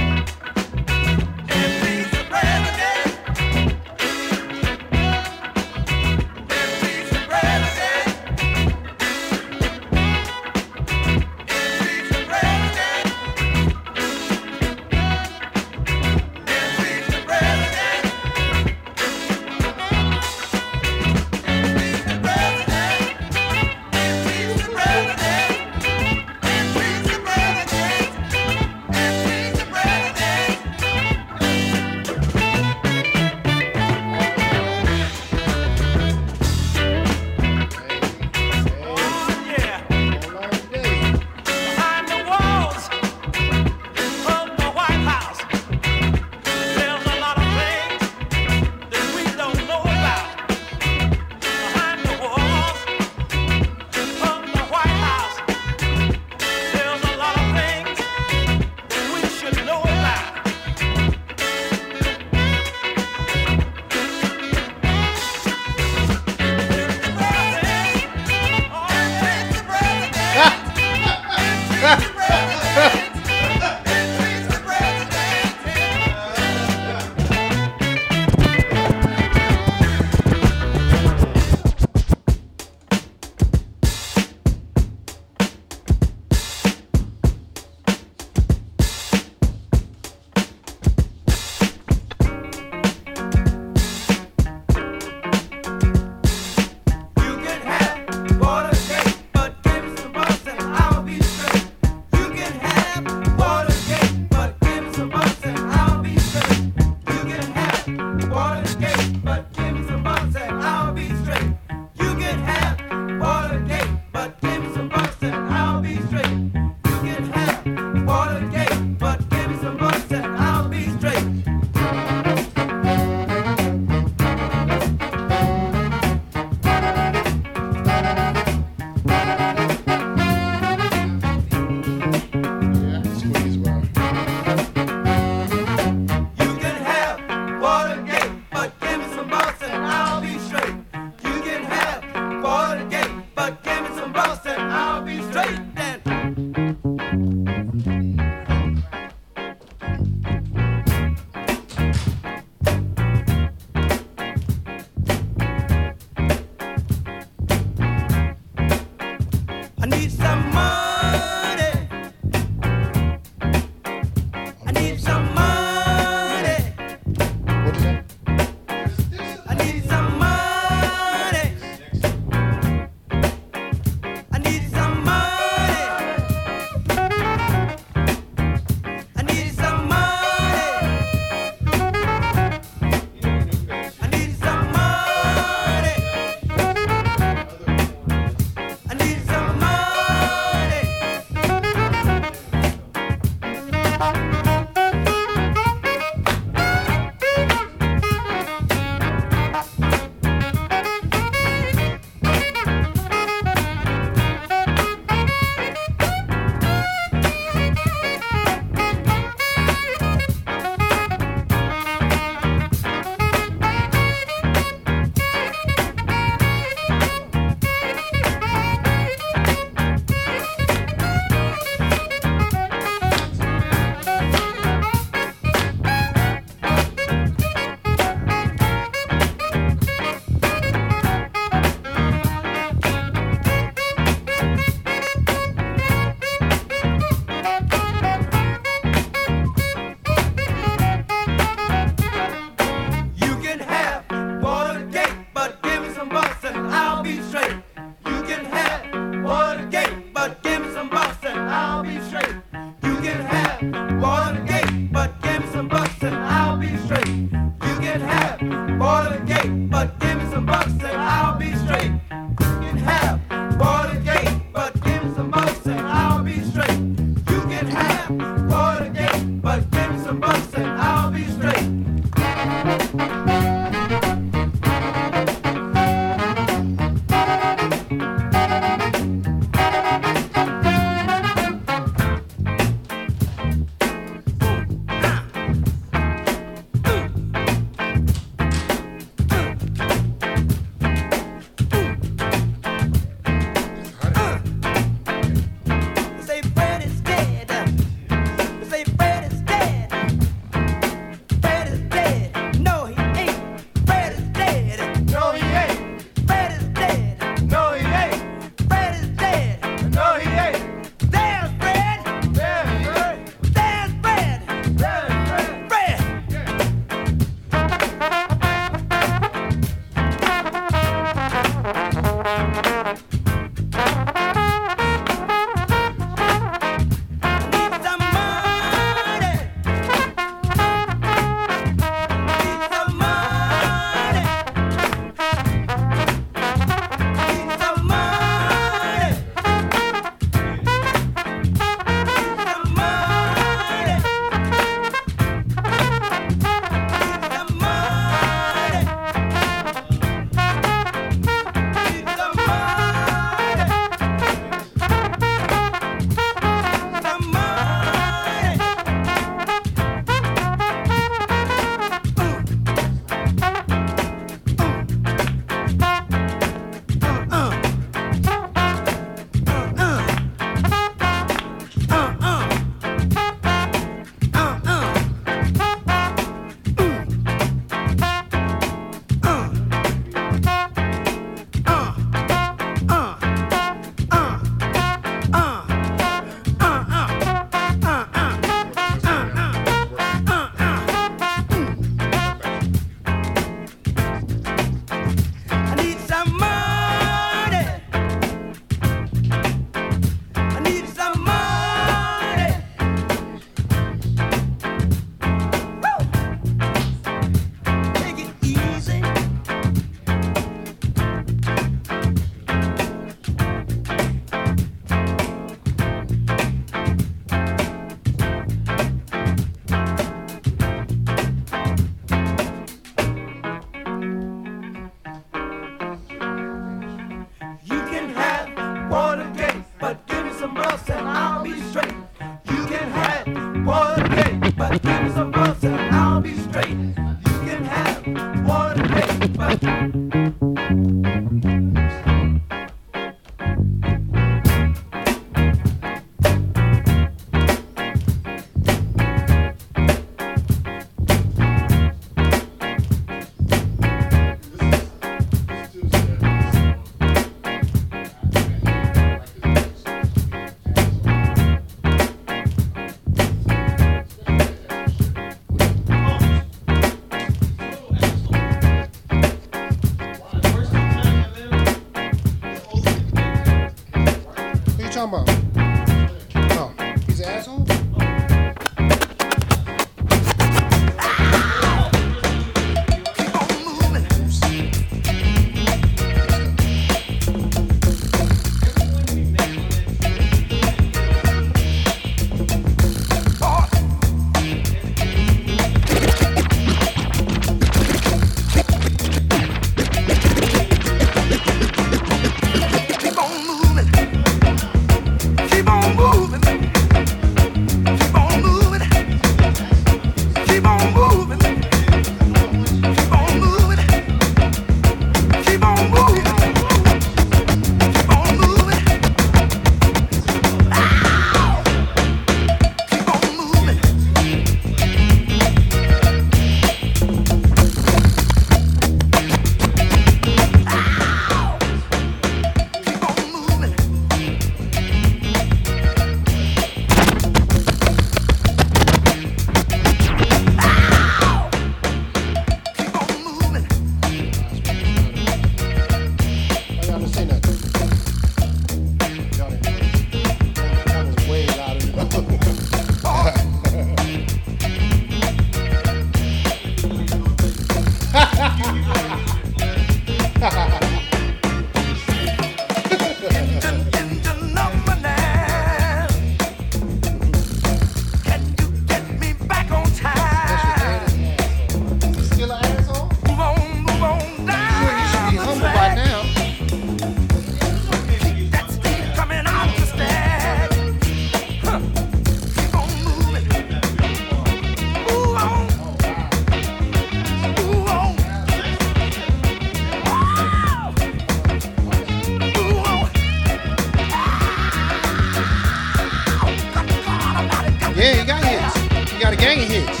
[SPEAKER 6] Oh, gang of hits. You got gang of hits.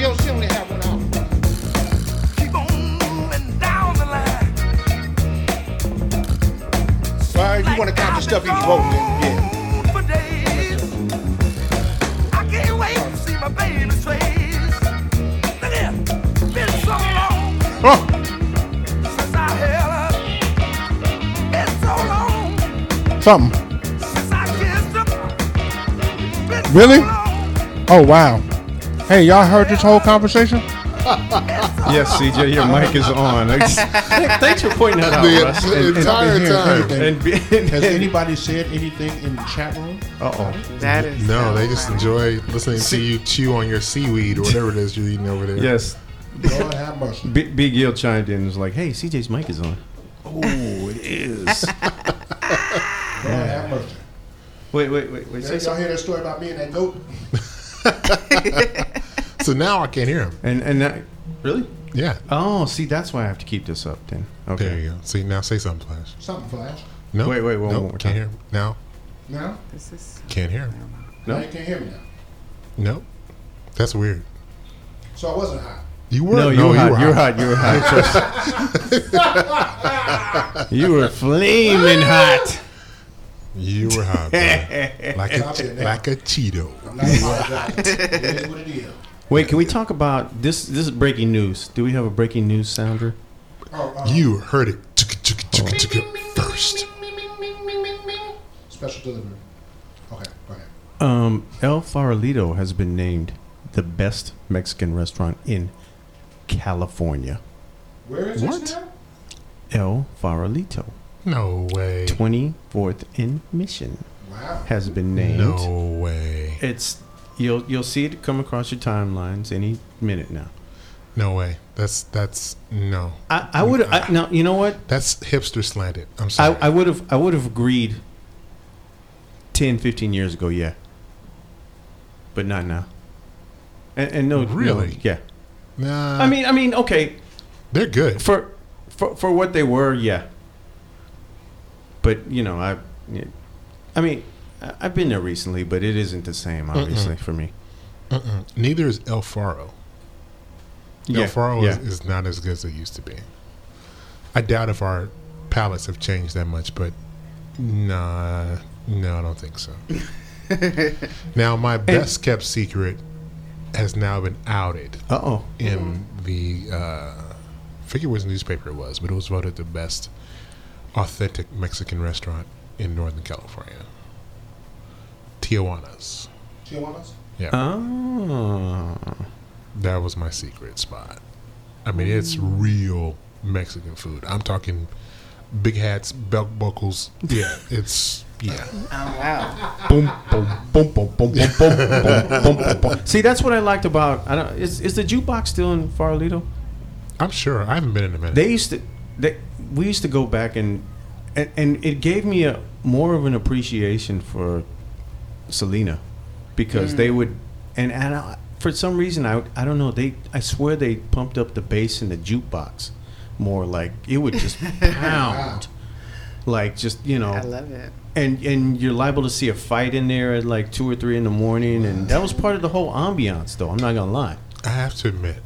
[SPEAKER 6] Yo, she only had one album. Well, you want to count the stuff he wrote, then, yeah. Something. Really? Oh, wow. Hey, y'all heard this whole conversation?
[SPEAKER 2] Yes, CJ, your mic is on. Thanks for pointing that out.
[SPEAKER 4] The
[SPEAKER 2] Russ. And- and-
[SPEAKER 4] entire
[SPEAKER 6] and-
[SPEAKER 4] time.
[SPEAKER 2] and be-
[SPEAKER 6] Has anybody said anything in the chat room?
[SPEAKER 2] uh-oh.
[SPEAKER 5] That is
[SPEAKER 4] No,
[SPEAKER 5] so
[SPEAKER 4] they just
[SPEAKER 5] funny.
[SPEAKER 4] enjoy listening to you chew on your seaweed or whatever it is you're eating over there.
[SPEAKER 2] Yes,
[SPEAKER 6] Lord have mercy.
[SPEAKER 2] B- Big Gil chimed in and was like, hey, CJ's mic is on. Oh, it is.
[SPEAKER 6] Lord have mercy.
[SPEAKER 2] wait, wait, wait, wait.
[SPEAKER 6] Hey,
[SPEAKER 2] Say
[SPEAKER 6] y'all
[SPEAKER 2] something.
[SPEAKER 6] hear that story about me and that goat?
[SPEAKER 4] So now I can't hear him.
[SPEAKER 2] And, and that, really?
[SPEAKER 4] Yeah.
[SPEAKER 2] Oh, see, that's why I have to keep this up then. Okay.
[SPEAKER 4] There you go. See, now say something, Flash.
[SPEAKER 6] Something flash.
[SPEAKER 4] No.
[SPEAKER 2] Wait, wait, one
[SPEAKER 4] Nope,
[SPEAKER 2] more time.
[SPEAKER 4] Can't hear him. Now.
[SPEAKER 6] No?
[SPEAKER 5] This is
[SPEAKER 4] Can't hear him.
[SPEAKER 6] No, you can't hear me now.
[SPEAKER 4] No. That's weird.
[SPEAKER 6] So I wasn't high.
[SPEAKER 4] You were
[SPEAKER 2] No, you were
[SPEAKER 4] you
[SPEAKER 2] hot.
[SPEAKER 4] were
[SPEAKER 2] You were hot. You were hot. you were flaming hot.
[SPEAKER 4] You were hot, bro. like
[SPEAKER 6] Stop it
[SPEAKER 4] a
[SPEAKER 6] now.
[SPEAKER 4] like a Cheeto.
[SPEAKER 6] I'm not apologizing. it is what it is.
[SPEAKER 2] Wait, can we talk about this? This is breaking news. Do we have a breaking news sounder?
[SPEAKER 6] Oh, uh,
[SPEAKER 4] You heard it chicka, chicka, chicka, chicka, first.
[SPEAKER 6] Special delivery. Okay, go ahead.
[SPEAKER 2] Um, El Farolito has been named the best Mexican restaurant in California.
[SPEAKER 6] Where is
[SPEAKER 2] What?
[SPEAKER 6] this now?
[SPEAKER 2] El Farolito,
[SPEAKER 4] No way.
[SPEAKER 2] 24th in Mission,
[SPEAKER 6] Wow.
[SPEAKER 2] has been named.
[SPEAKER 4] No way.
[SPEAKER 2] It's you'll you'll see it come across your timelines any minute now.
[SPEAKER 4] No way. That's that's no.
[SPEAKER 2] I, I would I, now you know what
[SPEAKER 4] That's hipster slanted. I'm
[SPEAKER 2] I
[SPEAKER 4] sorry.
[SPEAKER 2] I would have I would have agreed 10, 15 years ago, yeah, but not now. And, and no, no,
[SPEAKER 4] Really?
[SPEAKER 2] yeah.
[SPEAKER 4] nah,
[SPEAKER 2] I mean, I mean, okay,
[SPEAKER 4] they're good.
[SPEAKER 2] for for for what they were, yeah. But you know, I, yeah, I mean, I- I've been there recently, but it isn't the same, obviously, for me.
[SPEAKER 4] Mm-mm. Neither is El Faro. El Faro
[SPEAKER 2] yeah.
[SPEAKER 4] is, is not as good as it used to be. I doubt if our palates have changed that much, but nah, no, I don't think so. now, my best kept secret has now been outed
[SPEAKER 2] Uh oh.
[SPEAKER 4] in the uh, I forget which newspaper it was, but it was voted the best authentic Mexican restaurant in Northern California. Tijuana's.
[SPEAKER 6] Tijuana's?
[SPEAKER 4] Yeah,
[SPEAKER 2] Oh.
[SPEAKER 4] that was my secret spot. I mean, it's real Mexican food. I'm talking big hats, belt buckles. Yeah, it's yeah.
[SPEAKER 5] oh wow.
[SPEAKER 2] boom, boom, boom, boom, boom, boom, boom, boom, boom, boom, boom. See, that's what I liked about. I don't. Is, is the jukebox still in Farolito?
[SPEAKER 4] I'm sure. I haven't been in a minute.
[SPEAKER 2] They used to. They, we used to go back and, and and it gave me a more of an appreciation for Selena, because they
[SPEAKER 5] Mm.
[SPEAKER 2] would, and and I, for some reason I I don't know they I swear they pumped up the bass in the jukebox, more like it would just pound, like just you know
[SPEAKER 5] I love it.
[SPEAKER 2] and and you're liable to see a fight in there at like two or three in the morning, and that was part of the whole ambiance, though. I'm not gonna lie.
[SPEAKER 4] I have to admit,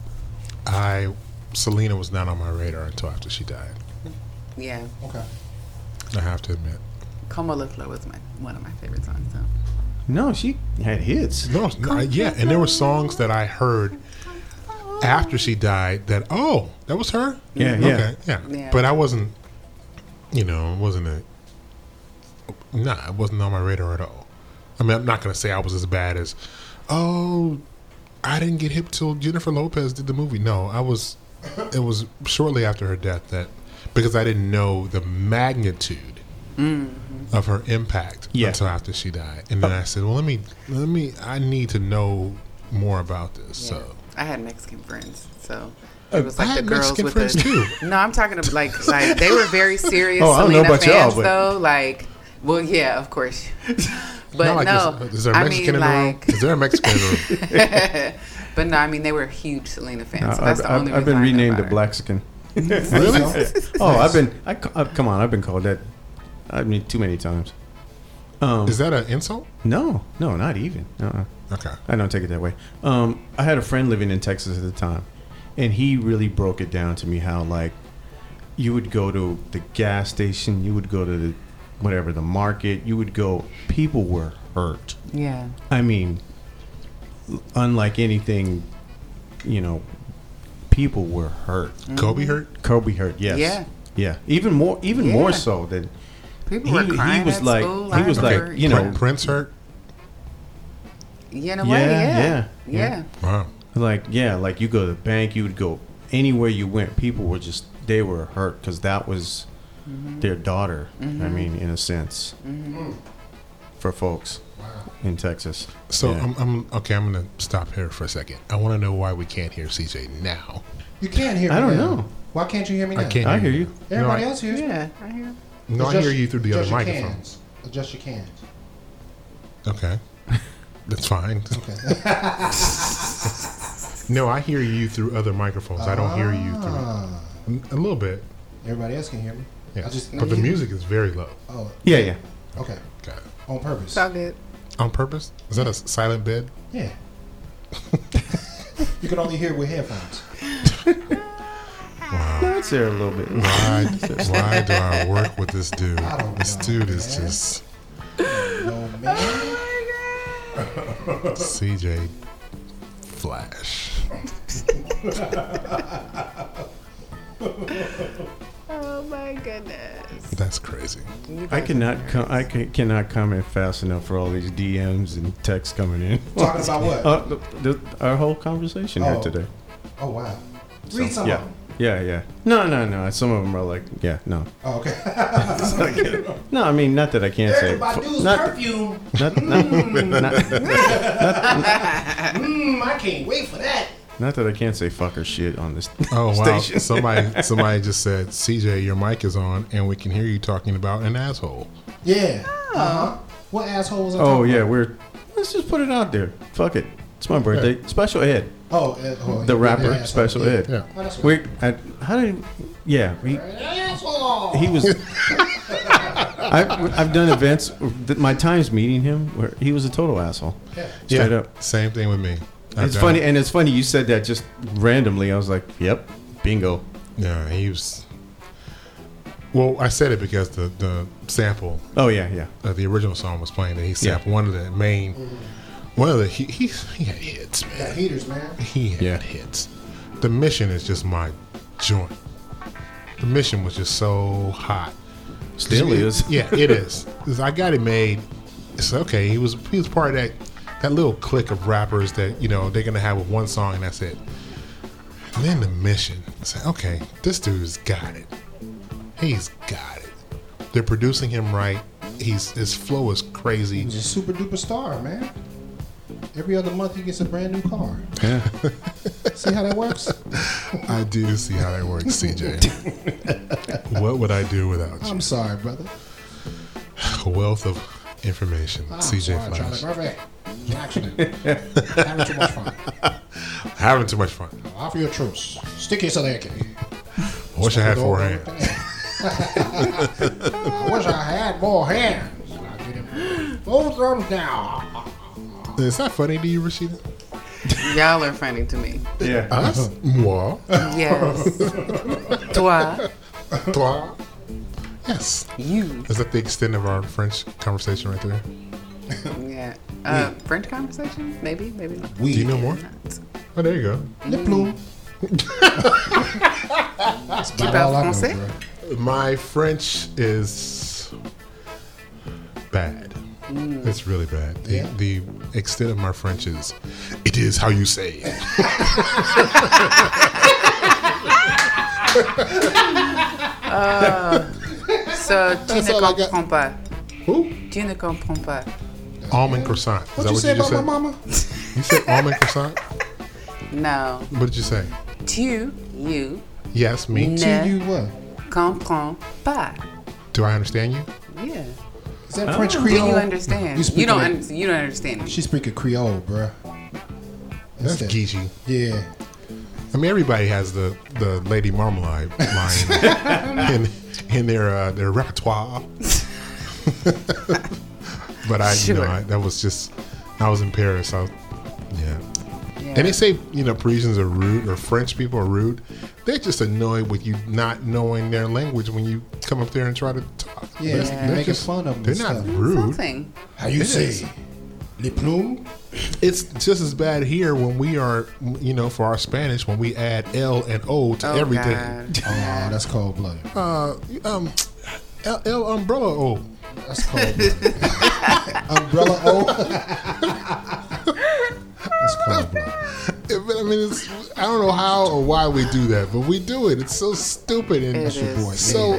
[SPEAKER 4] I Selena was not on my radar until after she died.
[SPEAKER 5] Yeah.
[SPEAKER 6] Okay.
[SPEAKER 4] I have to admit.
[SPEAKER 5] Como La Flor was my one of my favorite songs. So.
[SPEAKER 2] No, she had hits.
[SPEAKER 4] No, it's not- yeah, and there were songs that I heard after she died that oh, that was her.
[SPEAKER 2] Yeah, yeah.
[SPEAKER 4] okay, yeah.
[SPEAKER 5] Yeah.
[SPEAKER 4] But I wasn't, you know, it wasn't a. Nah, it wasn't on my radar at all. I mean, I'm not gonna say I was as bad as, oh, I didn't get hip till Jennifer Lopez did the movie. No, I was. It was shortly after her death that because I didn't know the magnitude
[SPEAKER 2] Mm,
[SPEAKER 4] of her impact
[SPEAKER 2] Yeah.
[SPEAKER 4] until after she died, and
[SPEAKER 6] Oh.
[SPEAKER 4] then I said, "Well, let me, let me. I need to know more about this."
[SPEAKER 5] Yeah.
[SPEAKER 4] So Oh,
[SPEAKER 5] I had Mexican friends, so it was like
[SPEAKER 4] I
[SPEAKER 5] the
[SPEAKER 4] had
[SPEAKER 5] girls
[SPEAKER 4] Mexican
[SPEAKER 5] with
[SPEAKER 4] friends
[SPEAKER 5] the.
[SPEAKER 4] too.
[SPEAKER 5] No, I'm talking about like like they were very serious
[SPEAKER 2] Oh, I don't know
[SPEAKER 5] Selena
[SPEAKER 2] about y'all,
[SPEAKER 5] fans
[SPEAKER 2] but-
[SPEAKER 5] though. Like, well, yeah, of course, but
[SPEAKER 4] Not like
[SPEAKER 5] no,
[SPEAKER 4] this- is there a
[SPEAKER 5] I
[SPEAKER 4] Mexican
[SPEAKER 5] mean
[SPEAKER 4] in the
[SPEAKER 5] like,
[SPEAKER 4] room? Is there a Mexican in the room?
[SPEAKER 5] but no, I mean they were huge Selena fans. so that's
[SPEAKER 2] I've,
[SPEAKER 5] the only
[SPEAKER 2] I've, I've
[SPEAKER 5] reason
[SPEAKER 2] been
[SPEAKER 5] I know
[SPEAKER 2] renamed to
[SPEAKER 5] about her.
[SPEAKER 2] Blackskin.
[SPEAKER 6] Really?
[SPEAKER 2] oh, I've been. I, ca- uh, come on, I've been called that. I mean, too many times. Um,
[SPEAKER 4] Is that an insult?
[SPEAKER 2] No, no, not even. Uh-uh.
[SPEAKER 4] Okay.
[SPEAKER 2] I don't take it that way. Um, I had a friend living in Texas at the time, and he really broke it down to me how like you would go to the gas station, you would go to the whatever the market, you would go. People were hurt.
[SPEAKER 5] Yeah.
[SPEAKER 2] I mean, unlike anything, you know, people were hurt.
[SPEAKER 4] Kobe hurt?
[SPEAKER 2] Kobe hurt. Yes.
[SPEAKER 5] Yeah.
[SPEAKER 2] Yeah. Even more. Even more
[SPEAKER 5] Yeah.
[SPEAKER 2] so than
[SPEAKER 5] People were crying at
[SPEAKER 2] like
[SPEAKER 5] school.
[SPEAKER 2] he
[SPEAKER 5] I
[SPEAKER 2] was like
[SPEAKER 5] remember,
[SPEAKER 2] you know
[SPEAKER 4] Prince hurt?
[SPEAKER 5] Yeah, in a
[SPEAKER 2] Yeah,
[SPEAKER 5] way, yeah.
[SPEAKER 2] yeah, yeah.
[SPEAKER 4] Wow.
[SPEAKER 2] Like yeah, like you go to the bank, you would go anywhere you went. People were just they were hurt because that was their daughter. I mean, in a sense, for folks in Texas.
[SPEAKER 4] So um,
[SPEAKER 2] Yeah.
[SPEAKER 4] I'm, I'm okay. I'm gonna stop here for a second. I want to know why we can't hear CJ now.
[SPEAKER 6] You can't hear me.
[SPEAKER 2] I don't
[SPEAKER 6] now.
[SPEAKER 2] know.
[SPEAKER 6] Why can't you hear me now?
[SPEAKER 4] I can't.
[SPEAKER 2] I hear you.
[SPEAKER 6] Everybody
[SPEAKER 4] No, I-
[SPEAKER 6] else hears me.
[SPEAKER 5] Yeah, I hear.
[SPEAKER 4] No, I
[SPEAKER 6] Adjust-
[SPEAKER 4] hear you through the other
[SPEAKER 6] adjust your
[SPEAKER 4] microphone.
[SPEAKER 6] Cans. Adjust your cans.
[SPEAKER 4] Okay, that's fine. no, I hear you through other microphones. I don't hear you
[SPEAKER 6] Ah.
[SPEAKER 4] through a little bit.
[SPEAKER 6] Everybody else can hear me. I
[SPEAKER 4] Yes,
[SPEAKER 6] just-
[SPEAKER 4] but the music is very low.
[SPEAKER 6] Oh,
[SPEAKER 2] Yeah, yeah.
[SPEAKER 6] okay.
[SPEAKER 4] Okay.
[SPEAKER 6] On purpose.
[SPEAKER 5] It's all good.
[SPEAKER 4] On purpose? Is that a s- silent bed?
[SPEAKER 6] Yeah. you can only hear with headphones.
[SPEAKER 2] That's there a little bit.
[SPEAKER 4] Why, why do I work with this dude?
[SPEAKER 6] I don't
[SPEAKER 4] This
[SPEAKER 6] know,
[SPEAKER 4] dude is
[SPEAKER 6] man.
[SPEAKER 4] just
[SPEAKER 6] No man.
[SPEAKER 4] CJ Flash.
[SPEAKER 5] Oh my goodness.
[SPEAKER 4] That's crazy.
[SPEAKER 2] I cannot com- I ca- cannot comment fast enough for all these DMs and texts coming in.
[SPEAKER 6] Talking about what?
[SPEAKER 2] Uh, the, the, our whole conversation
[SPEAKER 6] Oh.
[SPEAKER 2] here today.
[SPEAKER 6] Oh wow. Read some
[SPEAKER 2] yeah.
[SPEAKER 6] of them.
[SPEAKER 2] Yeah, yeah. No, no, no. Some of them are like, yeah, no.
[SPEAKER 6] Oh, okay.
[SPEAKER 2] No, I mean, not that I can't
[SPEAKER 6] There's
[SPEAKER 2] say.
[SPEAKER 6] about
[SPEAKER 2] fu-
[SPEAKER 6] dude's
[SPEAKER 2] Not,
[SPEAKER 6] perfume.
[SPEAKER 2] not, not, not,
[SPEAKER 6] Mm, I can't wait for that.
[SPEAKER 2] not that I can't say fuck or shit on this.
[SPEAKER 4] Oh wow!
[SPEAKER 2] Station.
[SPEAKER 4] Somebody, somebody just said, "CJ, your mic is on, and we can hear you talking about an asshole."
[SPEAKER 6] Yeah. Uh-huh. What asshole was I
[SPEAKER 2] Oh
[SPEAKER 6] talking
[SPEAKER 2] yeah,
[SPEAKER 6] about?
[SPEAKER 2] we're let's just put it out there. Fuck it. It's my birthday. Special Ed,
[SPEAKER 6] Oh, uh, oh,
[SPEAKER 2] the
[SPEAKER 6] yeah,
[SPEAKER 2] rapper,
[SPEAKER 6] yeah,
[SPEAKER 2] Special
[SPEAKER 6] yeah.
[SPEAKER 2] Ed.
[SPEAKER 4] Yeah.
[SPEAKER 6] Oh, that's
[SPEAKER 2] We, I, how did? Yeah, we,
[SPEAKER 6] Asshole.
[SPEAKER 2] he was. I've, I've done events. th- My times meeting him, where he was a total asshole. Straight up.
[SPEAKER 4] Same thing with me. I've
[SPEAKER 2] It's
[SPEAKER 4] done
[SPEAKER 2] funny,
[SPEAKER 4] it.
[SPEAKER 2] and it's funny you said that just randomly. I was like, "Yep, bingo."
[SPEAKER 4] Yeah, he was. Well, I said it because the the sample
[SPEAKER 2] Oh yeah, yeah.
[SPEAKER 4] uh, the original song was playing, and he sampled one of the main, one of the he he, he had hits,
[SPEAKER 6] Got
[SPEAKER 4] man.
[SPEAKER 6] heaters, man.
[SPEAKER 4] He had
[SPEAKER 2] Yeah.
[SPEAKER 4] hits. The mission is just my joint. The mission was just so hot.
[SPEAKER 2] Still
[SPEAKER 4] It-
[SPEAKER 2] is.
[SPEAKER 4] Yeah, it is. 'Cause I got it made. It's okay. He was he was part of that that little clique of rappers that you know they're gonna have one song and that's it. And then the mission. I said, okay, this dude's got it. He's got it. They're producing him right. He's his flow is crazy.
[SPEAKER 6] He's a super duper star, man. Every other month he gets a brand new car.
[SPEAKER 2] Yeah.
[SPEAKER 6] See how that works?
[SPEAKER 4] I do see how that works, CJ. what would I do without you?
[SPEAKER 6] I'm sorry, brother.
[SPEAKER 4] A wealth of information,
[SPEAKER 6] I'm
[SPEAKER 4] CJ
[SPEAKER 6] Ah, sorry,
[SPEAKER 4] Flash.
[SPEAKER 6] Charlie Murphy. An accident. Having too much fun.
[SPEAKER 4] Having too much fun.
[SPEAKER 6] I offer you a truce. Stick your Sadaki.
[SPEAKER 4] I wish I had four hands.
[SPEAKER 6] I wish I had more hands. I get him. Both thumbs down.
[SPEAKER 4] Is that funny to you, Rashida?
[SPEAKER 5] Y'all are funny to me.
[SPEAKER 2] Yeah.
[SPEAKER 4] Us? Uh-huh. Moi.
[SPEAKER 5] Yes. Toi,
[SPEAKER 4] Toi. Yes.
[SPEAKER 5] you.
[SPEAKER 4] Is that the extent of our French conversation right there?
[SPEAKER 5] Yeah. Uh, French conversation? Maybe, maybe not.
[SPEAKER 6] We.
[SPEAKER 4] Do you know more?
[SPEAKER 5] Not.
[SPEAKER 4] Oh, there you go.
[SPEAKER 6] Le plume. That's about
[SPEAKER 5] out
[SPEAKER 6] all I know,
[SPEAKER 5] français.
[SPEAKER 6] bro.
[SPEAKER 4] My French is bad. It's really bad. The,
[SPEAKER 6] Mm. Yeah.
[SPEAKER 4] the extent of my French is, it is how you say it.
[SPEAKER 5] Uh, So, tu ne
[SPEAKER 6] all I got.
[SPEAKER 5] comprends pas.
[SPEAKER 4] Who?
[SPEAKER 5] Tu ne comprends pas.
[SPEAKER 4] Almond croissant. Is
[SPEAKER 6] What you say
[SPEAKER 4] that
[SPEAKER 6] about
[SPEAKER 4] what you just
[SPEAKER 6] my
[SPEAKER 4] said?
[SPEAKER 6] mama?
[SPEAKER 4] You said almond croissant?
[SPEAKER 5] No.
[SPEAKER 4] What did you say?
[SPEAKER 5] Tu, you,
[SPEAKER 4] Yes, me.
[SPEAKER 6] To
[SPEAKER 5] ne
[SPEAKER 6] you what?
[SPEAKER 5] comprends pas.
[SPEAKER 4] Do I understand you?
[SPEAKER 5] Yeah.
[SPEAKER 6] Is that French
[SPEAKER 5] Do
[SPEAKER 6] Creole?
[SPEAKER 5] you understand?
[SPEAKER 6] speak
[SPEAKER 5] You don't.
[SPEAKER 6] it.
[SPEAKER 5] Un- you don't understand.
[SPEAKER 6] She speaking Creole, bruh.
[SPEAKER 4] That's
[SPEAKER 6] that.
[SPEAKER 4] geeky.
[SPEAKER 6] Yeah.
[SPEAKER 4] I mean, everybody has the, the Lady Marmalade line in, in their uh, their repertoire. But I, you
[SPEAKER 5] Sure.
[SPEAKER 4] know, I, that was just, I was in Paris. I, was- yeah.
[SPEAKER 5] Yeah.
[SPEAKER 4] And they say, you know, Parisians are rude or French people are rude. They're just annoyed with you not knowing their language when you come up there and try to talk.
[SPEAKER 6] Yeah,
[SPEAKER 4] They're-
[SPEAKER 5] Yeah.
[SPEAKER 4] they're
[SPEAKER 6] making fun of 'em
[SPEAKER 4] They're
[SPEAKER 6] and
[SPEAKER 4] not
[SPEAKER 6] stuff.
[SPEAKER 4] rude.
[SPEAKER 5] Something.
[SPEAKER 6] How you
[SPEAKER 4] It is.
[SPEAKER 6] say? Les plumes?
[SPEAKER 4] It's just as bad here when we are, you know, for our Spanish, when we add L and O to
[SPEAKER 5] Oh,
[SPEAKER 4] everything.
[SPEAKER 5] God.
[SPEAKER 6] Oh, that's cold blooded.
[SPEAKER 4] Uh, um, L, L umbrella O.
[SPEAKER 6] That's cold blooded. Umbrella O. that's cold blooded.
[SPEAKER 4] I mean, it's, I don't know how or why we do that, but we do it. It's so stupid and
[SPEAKER 5] It is
[SPEAKER 6] boy.
[SPEAKER 4] so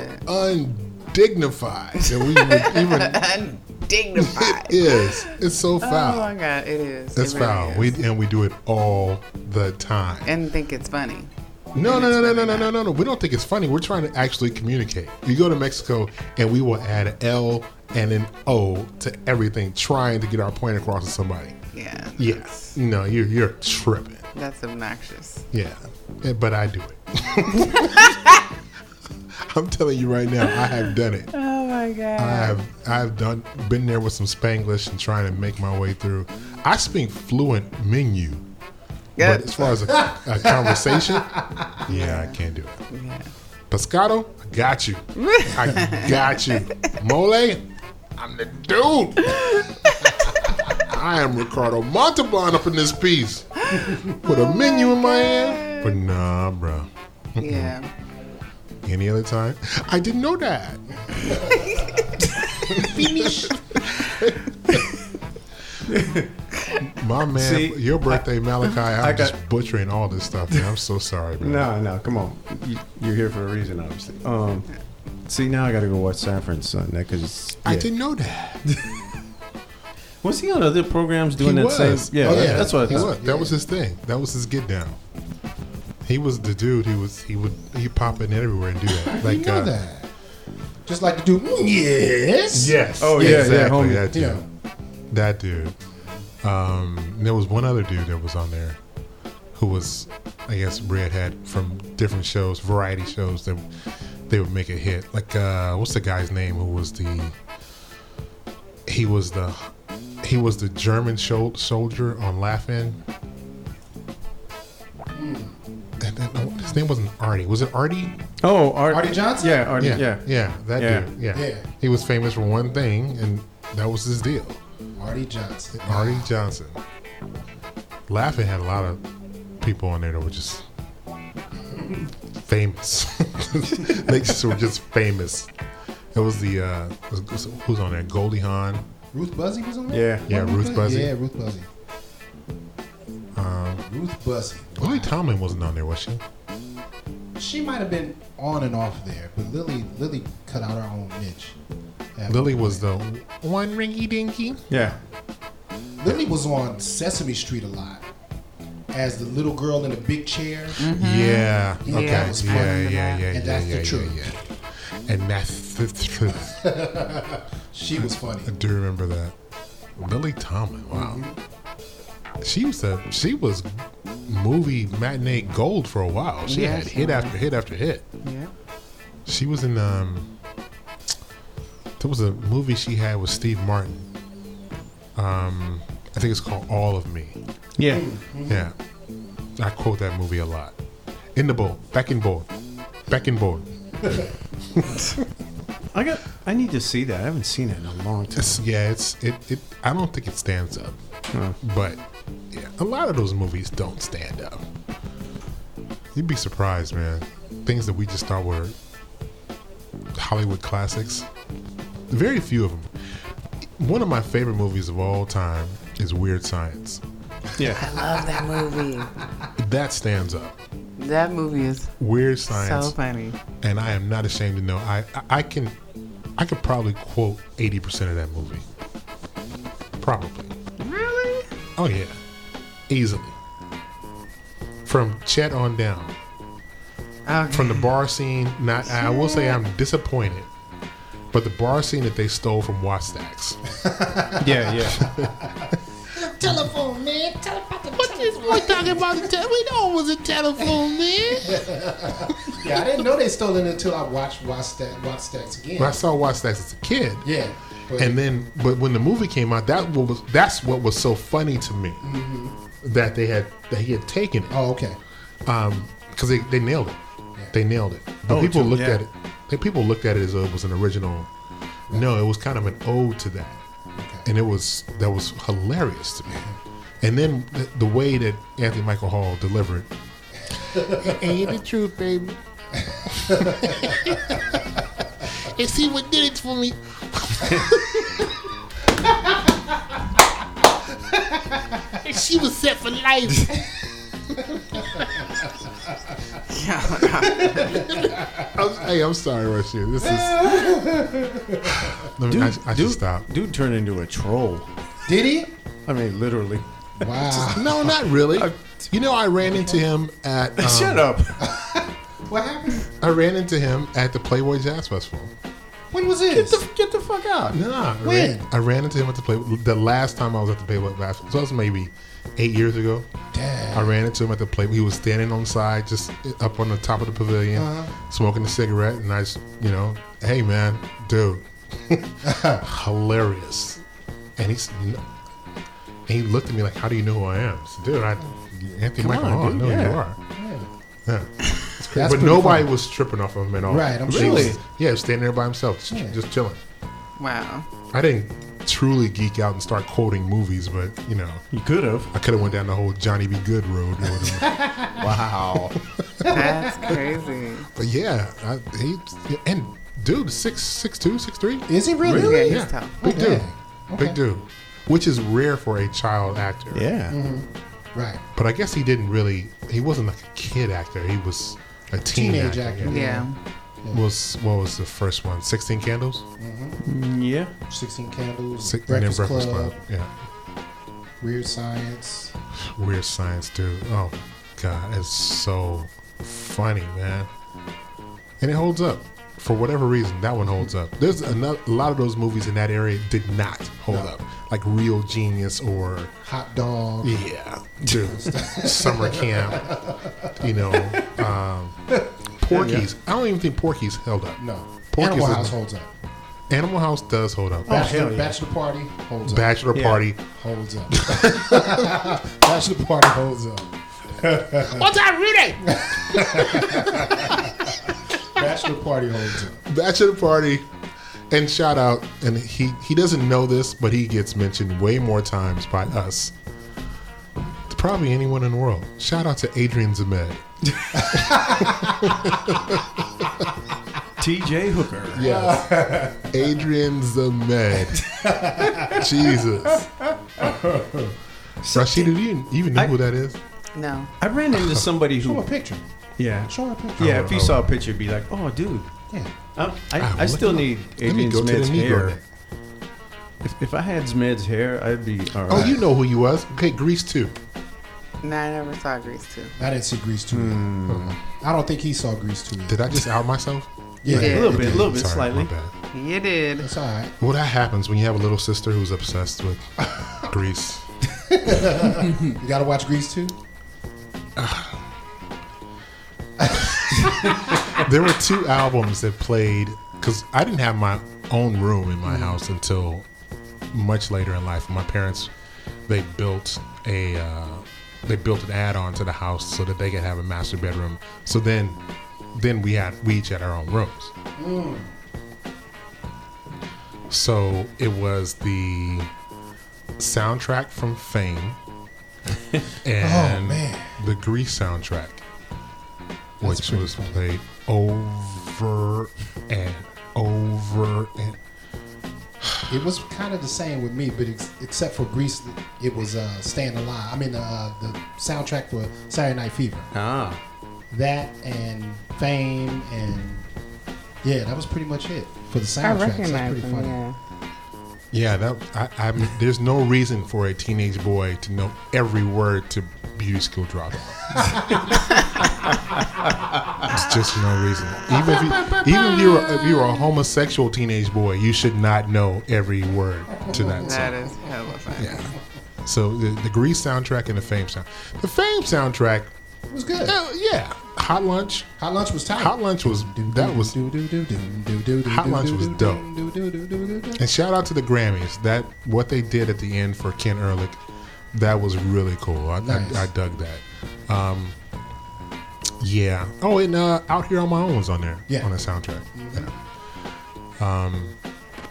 [SPEAKER 4] undignified that we would even.
[SPEAKER 5] Undignified.
[SPEAKER 4] It is. It's so
[SPEAKER 5] Oh
[SPEAKER 4] foul.
[SPEAKER 5] my God, it is.
[SPEAKER 4] That's
[SPEAKER 5] it really
[SPEAKER 4] foul.
[SPEAKER 5] is.
[SPEAKER 4] We and we do it all the time.
[SPEAKER 5] and think it's funny.
[SPEAKER 4] No, no, no, no,
[SPEAKER 5] really
[SPEAKER 4] no, no,
[SPEAKER 5] not.
[SPEAKER 4] no, no, no. We don't think it's funny. We're trying to actually communicate. You go to Mexico, and we will add an L and an O to everything, trying to get our point across to somebody.
[SPEAKER 5] Yeah.
[SPEAKER 4] Yeah. No, you're you're tripping.
[SPEAKER 5] That's obnoxious.
[SPEAKER 4] Yeah. Eh, But I do it. I'm telling you right now, I have done it.
[SPEAKER 5] Oh my God.
[SPEAKER 4] I have I've done been there with some Spanglish and trying to make my way through. I speak fluent menu,
[SPEAKER 5] Yeah.
[SPEAKER 4] but as far as a, a conversation, yeah, I can't do it.
[SPEAKER 5] yeah.
[SPEAKER 4] Pescado, I got you. I got you. Mole, I'm the dude. I am Ricardo Montalban up in this piece. Put a menu in my hand. But nah, bro.
[SPEAKER 5] Yeah.
[SPEAKER 4] Any other time?
[SPEAKER 5] Oh.
[SPEAKER 4] I didn't know that. My man,
[SPEAKER 2] See,
[SPEAKER 4] your birthday, Malachi. I'm
[SPEAKER 2] I got-
[SPEAKER 4] just butchering all this stuff, man. I'm so sorry, man.
[SPEAKER 2] No, no, come on. You, you're here for a reason, obviously. Um, see, now I gotta go watch Sanford and Son because
[SPEAKER 4] I didn't know that.
[SPEAKER 2] Was he on other programs doing
[SPEAKER 4] he
[SPEAKER 2] that
[SPEAKER 4] was.
[SPEAKER 2] same? Yeah,
[SPEAKER 4] Oh,
[SPEAKER 2] that- that's what I
[SPEAKER 4] he
[SPEAKER 2] thought.
[SPEAKER 4] was. That was his thing. That was his get down. He was the dude. He was. He would. He pop in everywhere and do that. Like
[SPEAKER 6] You know
[SPEAKER 4] uh,
[SPEAKER 6] that. Just like the dude. mm, Yes.
[SPEAKER 4] Yes.
[SPEAKER 2] Oh, yeah, yeah, homie.
[SPEAKER 4] That dude.
[SPEAKER 6] Yeah.
[SPEAKER 4] That dude. Um, and there was one other dude that was on there, who was, I guess, red hat from different shows, variety shows that they would make a hit. Like, uh, what's the guy's name? Who was the? He was the, he was the German shol- soldier on Laughing. His name wasn't Artie. Was it Artie?
[SPEAKER 2] Oh, Art,
[SPEAKER 6] Artie Johnson?
[SPEAKER 2] Yeah, Artie, yeah.
[SPEAKER 4] yeah, that
[SPEAKER 2] Yeah.
[SPEAKER 4] dude. Yeah.
[SPEAKER 6] Yeah.
[SPEAKER 4] he was famous for one thing, and that was his deal.
[SPEAKER 6] Artie Johnson.
[SPEAKER 4] Artie Johnson. Laughing had a lot of people on there that were just famous. they just were just famous. It was the uh, was- who's on there? Goldie Hawn.
[SPEAKER 6] Ruth Buzzy was on that?
[SPEAKER 2] Yeah.
[SPEAKER 6] Wasn't
[SPEAKER 4] Yeah,
[SPEAKER 6] Ruth
[SPEAKER 4] Ruth Buzzy. Um,
[SPEAKER 6] Yeah, Ruth Buzzy. Ruth Buzzy.
[SPEAKER 4] Lily Tomlin wasn't on there, was she?
[SPEAKER 6] She might have been on and off there, but Lily Lily cut out her own niche. At
[SPEAKER 4] Lily
[SPEAKER 6] one
[SPEAKER 4] was
[SPEAKER 6] point.
[SPEAKER 4] the one ringy dinky.
[SPEAKER 2] yeah.
[SPEAKER 6] Lily was on Sesame Street a lot as the little girl in the big chair.
[SPEAKER 4] Yeah.
[SPEAKER 6] Yeah,
[SPEAKER 4] Okay.
[SPEAKER 6] that was
[SPEAKER 4] Yeah,
[SPEAKER 6] part of
[SPEAKER 4] yeah,
[SPEAKER 6] that.
[SPEAKER 4] yeah, yeah,
[SPEAKER 6] And that's
[SPEAKER 4] yeah,
[SPEAKER 6] the
[SPEAKER 4] yeah,
[SPEAKER 6] truth.
[SPEAKER 4] yeah. And that's the truth.
[SPEAKER 6] She was funny.
[SPEAKER 4] I do remember that. Lily Tomlin. Wow. She was a she was movie matinee gold for a while. She
[SPEAKER 5] Yeah,
[SPEAKER 4] had
[SPEAKER 5] she
[SPEAKER 4] hit
[SPEAKER 5] was.
[SPEAKER 4] after hit after hit.
[SPEAKER 5] Yeah.
[SPEAKER 4] She was in um there was a movie she had with Steve Martin. Um I think it's called All of Me.
[SPEAKER 2] Yeah.
[SPEAKER 4] Yeah. I quote that movie a lot. In the bowl, back in bowl, back in bowl.
[SPEAKER 2] I got. I need to see that. I haven't seen it in a long time.
[SPEAKER 4] It's, yeah, it's it, it. I don't think it stands up, but yeah, a lot of those movies don't stand up. You'd be surprised, man. Things that we just thought were Hollywood classics. Very few of them. One of my favorite movies of all time is Weird Science.
[SPEAKER 2] Yeah.
[SPEAKER 5] Love that movie.
[SPEAKER 4] That stands up.
[SPEAKER 5] That movie is
[SPEAKER 4] Weird
[SPEAKER 5] so
[SPEAKER 4] Science,
[SPEAKER 5] funny.
[SPEAKER 4] and I am not ashamed to know I I, I can I could probably quote eighty percent of that movie. Probably.
[SPEAKER 5] Really?
[SPEAKER 4] Oh yeah, easily. From Chet on down,
[SPEAKER 5] Okay.
[SPEAKER 4] from the bar scene. Not, I will say I'm disappointed, but the bar scene that they stole from Wastax.
[SPEAKER 2] Yeah. Yeah.
[SPEAKER 1] Telephone, man. Telephone. What is
[SPEAKER 9] we talking about the te- we know it was a telephone, man.
[SPEAKER 6] Yeah, I didn't know they stole it until I watched Watch Stacks, Watch Stacks again.
[SPEAKER 4] But I saw Watch That as a kid.
[SPEAKER 6] Yeah, but-
[SPEAKER 4] and then, but when the movie came out, that what was that's what was so funny to me that they had that he had taken it.
[SPEAKER 6] Oh, okay.
[SPEAKER 4] because they, they nailed it. They nailed it. But
[SPEAKER 2] Oh,
[SPEAKER 4] people
[SPEAKER 2] to-
[SPEAKER 4] looked
[SPEAKER 2] yeah.
[SPEAKER 4] at it. They, people looked at it as though it was an original. No, it was kind of an ode to that, and it was that was hilarious to me. And then the, the way that Anthony Michael Hall delivered
[SPEAKER 9] Ain't the truth, baby. and see what did it for me. and she was set for life.
[SPEAKER 4] I'm, hey, I'm sorry, Russia. This is. Let me,
[SPEAKER 2] Dude,
[SPEAKER 4] I, I should
[SPEAKER 2] dude-
[SPEAKER 4] stop.
[SPEAKER 2] Dude turned into a troll.
[SPEAKER 6] Did he?
[SPEAKER 2] I mean, literally.
[SPEAKER 6] Wow.
[SPEAKER 4] No, not really. you know, I ran into him at. um,
[SPEAKER 2] Shut up.
[SPEAKER 6] what happened?
[SPEAKER 4] I ran into him at the Playboy Jazz Festival.
[SPEAKER 6] When was this?
[SPEAKER 4] Get the fuck out! Nah, I
[SPEAKER 6] When?
[SPEAKER 4] ran, I ran into him at the play. The last time I was at the Playboy Jazz, so that was maybe eight years ago.
[SPEAKER 6] Damn.
[SPEAKER 4] I ran into him at the play. He was standing on the side, just up on the top of the pavilion,
[SPEAKER 6] Uh-huh.
[SPEAKER 4] smoking a cigarette, and I, just, you know, hey man, dude, hilarious. And he's, and he looked at me like, how do you know who I am? I said, dude, I, Anthony Michael
[SPEAKER 2] on,
[SPEAKER 4] Hall, I
[SPEAKER 2] dude,
[SPEAKER 4] know who
[SPEAKER 2] yeah.
[SPEAKER 4] you are. Yeah.
[SPEAKER 6] That's
[SPEAKER 4] but
[SPEAKER 6] pretty
[SPEAKER 4] nobody
[SPEAKER 6] funny.
[SPEAKER 4] was tripping off of him at all.
[SPEAKER 6] Right, I'm
[SPEAKER 4] He
[SPEAKER 6] sure.
[SPEAKER 4] was- yeah, standing there by himself, just,
[SPEAKER 6] Yeah.
[SPEAKER 4] just chilling.
[SPEAKER 5] Wow.
[SPEAKER 4] I didn't truly geek out and start quoting movies, but you know,
[SPEAKER 2] You could have.
[SPEAKER 4] I could have went down the whole Johnny B. Good road. Or whatever.
[SPEAKER 2] Wow.
[SPEAKER 5] That's crazy.
[SPEAKER 4] But yeah, I, he and dude, six six two, six three.
[SPEAKER 6] Is he really?
[SPEAKER 5] Yeah, he's
[SPEAKER 4] Yeah,
[SPEAKER 5] tough.
[SPEAKER 4] big
[SPEAKER 6] Okay.
[SPEAKER 4] dude,
[SPEAKER 6] Okay.
[SPEAKER 4] big dude, which is rare for a child actor. Mm-hmm.
[SPEAKER 2] Yeah.
[SPEAKER 6] Right.
[SPEAKER 4] but I guess he didn't really. He wasn't like a kid actor. He was a teen
[SPEAKER 6] Teenage
[SPEAKER 4] actor.
[SPEAKER 6] actor.
[SPEAKER 4] yeah.
[SPEAKER 5] Yeah.
[SPEAKER 4] Was what was the first one? Sixteen Candles.
[SPEAKER 2] Yeah.
[SPEAKER 6] 16 Mm-hmm. Candles,
[SPEAKER 4] Six, and then
[SPEAKER 6] Breakfast, Club,
[SPEAKER 4] Yeah,
[SPEAKER 6] Weird Science.
[SPEAKER 4] Oh, Weird Science, dude. Oh god, it's so funny, man. And it holds up. For whatever reason, that one holds up. There's another, a lot of those movies in that area did not hold up, like Real Genius or
[SPEAKER 6] Hot Dog.
[SPEAKER 4] Yeah, dude. Summer camp. You know, um, Porky's. I don't even think Porky's held up.
[SPEAKER 6] No.
[SPEAKER 4] Porky's
[SPEAKER 6] Animal
[SPEAKER 4] is-
[SPEAKER 6] House holds up.
[SPEAKER 4] Animal House does hold up.
[SPEAKER 6] Bachelor,
[SPEAKER 2] hell yeah.
[SPEAKER 6] Bachelor Party holds up.
[SPEAKER 4] Bachelor Party.
[SPEAKER 6] Holds up. Bachelor Party holds up.
[SPEAKER 9] What's up, Rudy?
[SPEAKER 6] Bachelor Party holds up.
[SPEAKER 4] Bachelor Party. And shout out, and he he doesn't know this, but he gets mentioned way more times by us. Probably anyone in the world. Shout out to Adrian Zemed.
[SPEAKER 2] TJ Hooker.
[SPEAKER 4] Yes. Adrian Zemed. Jesus. Rashida, do you even know who that is?
[SPEAKER 5] No.
[SPEAKER 2] I ran into somebody
[SPEAKER 6] Show
[SPEAKER 2] who.
[SPEAKER 6] a picture.
[SPEAKER 2] Yeah.
[SPEAKER 6] Show a picture.
[SPEAKER 2] Yeah, if you saw a picture, it'd be like, oh, dude.
[SPEAKER 6] Yeah.
[SPEAKER 11] Um,
[SPEAKER 2] I, I,
[SPEAKER 4] Ah,
[SPEAKER 2] I
[SPEAKER 4] look
[SPEAKER 2] still
[SPEAKER 4] at-
[SPEAKER 2] need
[SPEAKER 4] let me
[SPEAKER 2] Adrian
[SPEAKER 4] go to the
[SPEAKER 2] Smed's
[SPEAKER 4] Negro
[SPEAKER 2] hair.
[SPEAKER 4] neck.
[SPEAKER 2] If, if I had Smed's hair, I'd be all right.
[SPEAKER 4] Oh, you know who he was. Okay, Grease too.
[SPEAKER 5] No, I never saw Grease 2.
[SPEAKER 6] I didn't see Grease 2. I don't think he saw Grease 2.
[SPEAKER 4] Hmm. Did I just out myself?
[SPEAKER 6] Yeah.
[SPEAKER 5] Yeah.
[SPEAKER 2] a little bit, a little bit,
[SPEAKER 4] Sorry,
[SPEAKER 2] slightly.
[SPEAKER 4] my bad.
[SPEAKER 5] You did.
[SPEAKER 6] It's all right.
[SPEAKER 4] Well, that happens when you have a little sister who's obsessed with Grease.
[SPEAKER 6] You got to watch Grease 2?
[SPEAKER 4] There were two albums that played because I didn't have my own room in my house until much later in life. My parents they built a uh, they built an add-on to the house so that they could have a master bedroom. So then then we had we each had our own rooms. Mm. So it was the soundtrack from Fame and
[SPEAKER 6] man.
[SPEAKER 4] the Grease soundtrack, which was played over and over and
[SPEAKER 6] It was kind of the same with me, but ex- except for Grease, it was uh, Staying Alive. I mean, uh, the soundtrack for Saturday Night Fever.
[SPEAKER 2] Ah.
[SPEAKER 6] That and Fame and yeah, that was pretty much it for the
[SPEAKER 5] I
[SPEAKER 6] soundtrack. That's
[SPEAKER 5] recognize
[SPEAKER 6] pretty
[SPEAKER 5] him,
[SPEAKER 6] funny.
[SPEAKER 5] yeah.
[SPEAKER 4] yeah. That I, I'm, there's no reason for a teenage boy to know every word to Beauty School Dropout. It's just no reason. Even if you, even if you were if you were a homosexual teenage boy, you should not know every word to that song.
[SPEAKER 5] That is hella funny.
[SPEAKER 4] Yeah. So the, the Grease soundtrack and the Fame sound. The Fame soundtrack
[SPEAKER 6] It was good.
[SPEAKER 9] Oh,
[SPEAKER 4] uh, yeah, Hot Lunch.
[SPEAKER 6] Hot lunch was tight.
[SPEAKER 4] Hot Lunch was that was Hot Lunch was dope. And shout out to the Grammys. That what they did at the end for Ken Ehrlich, that was really cool. I,
[SPEAKER 6] Nice.
[SPEAKER 4] I, I dug that. Um, yeah. Oh, and uh, Out Here on My Own was on there.
[SPEAKER 6] Yeah.
[SPEAKER 4] On the soundtrack. Yeah. Um,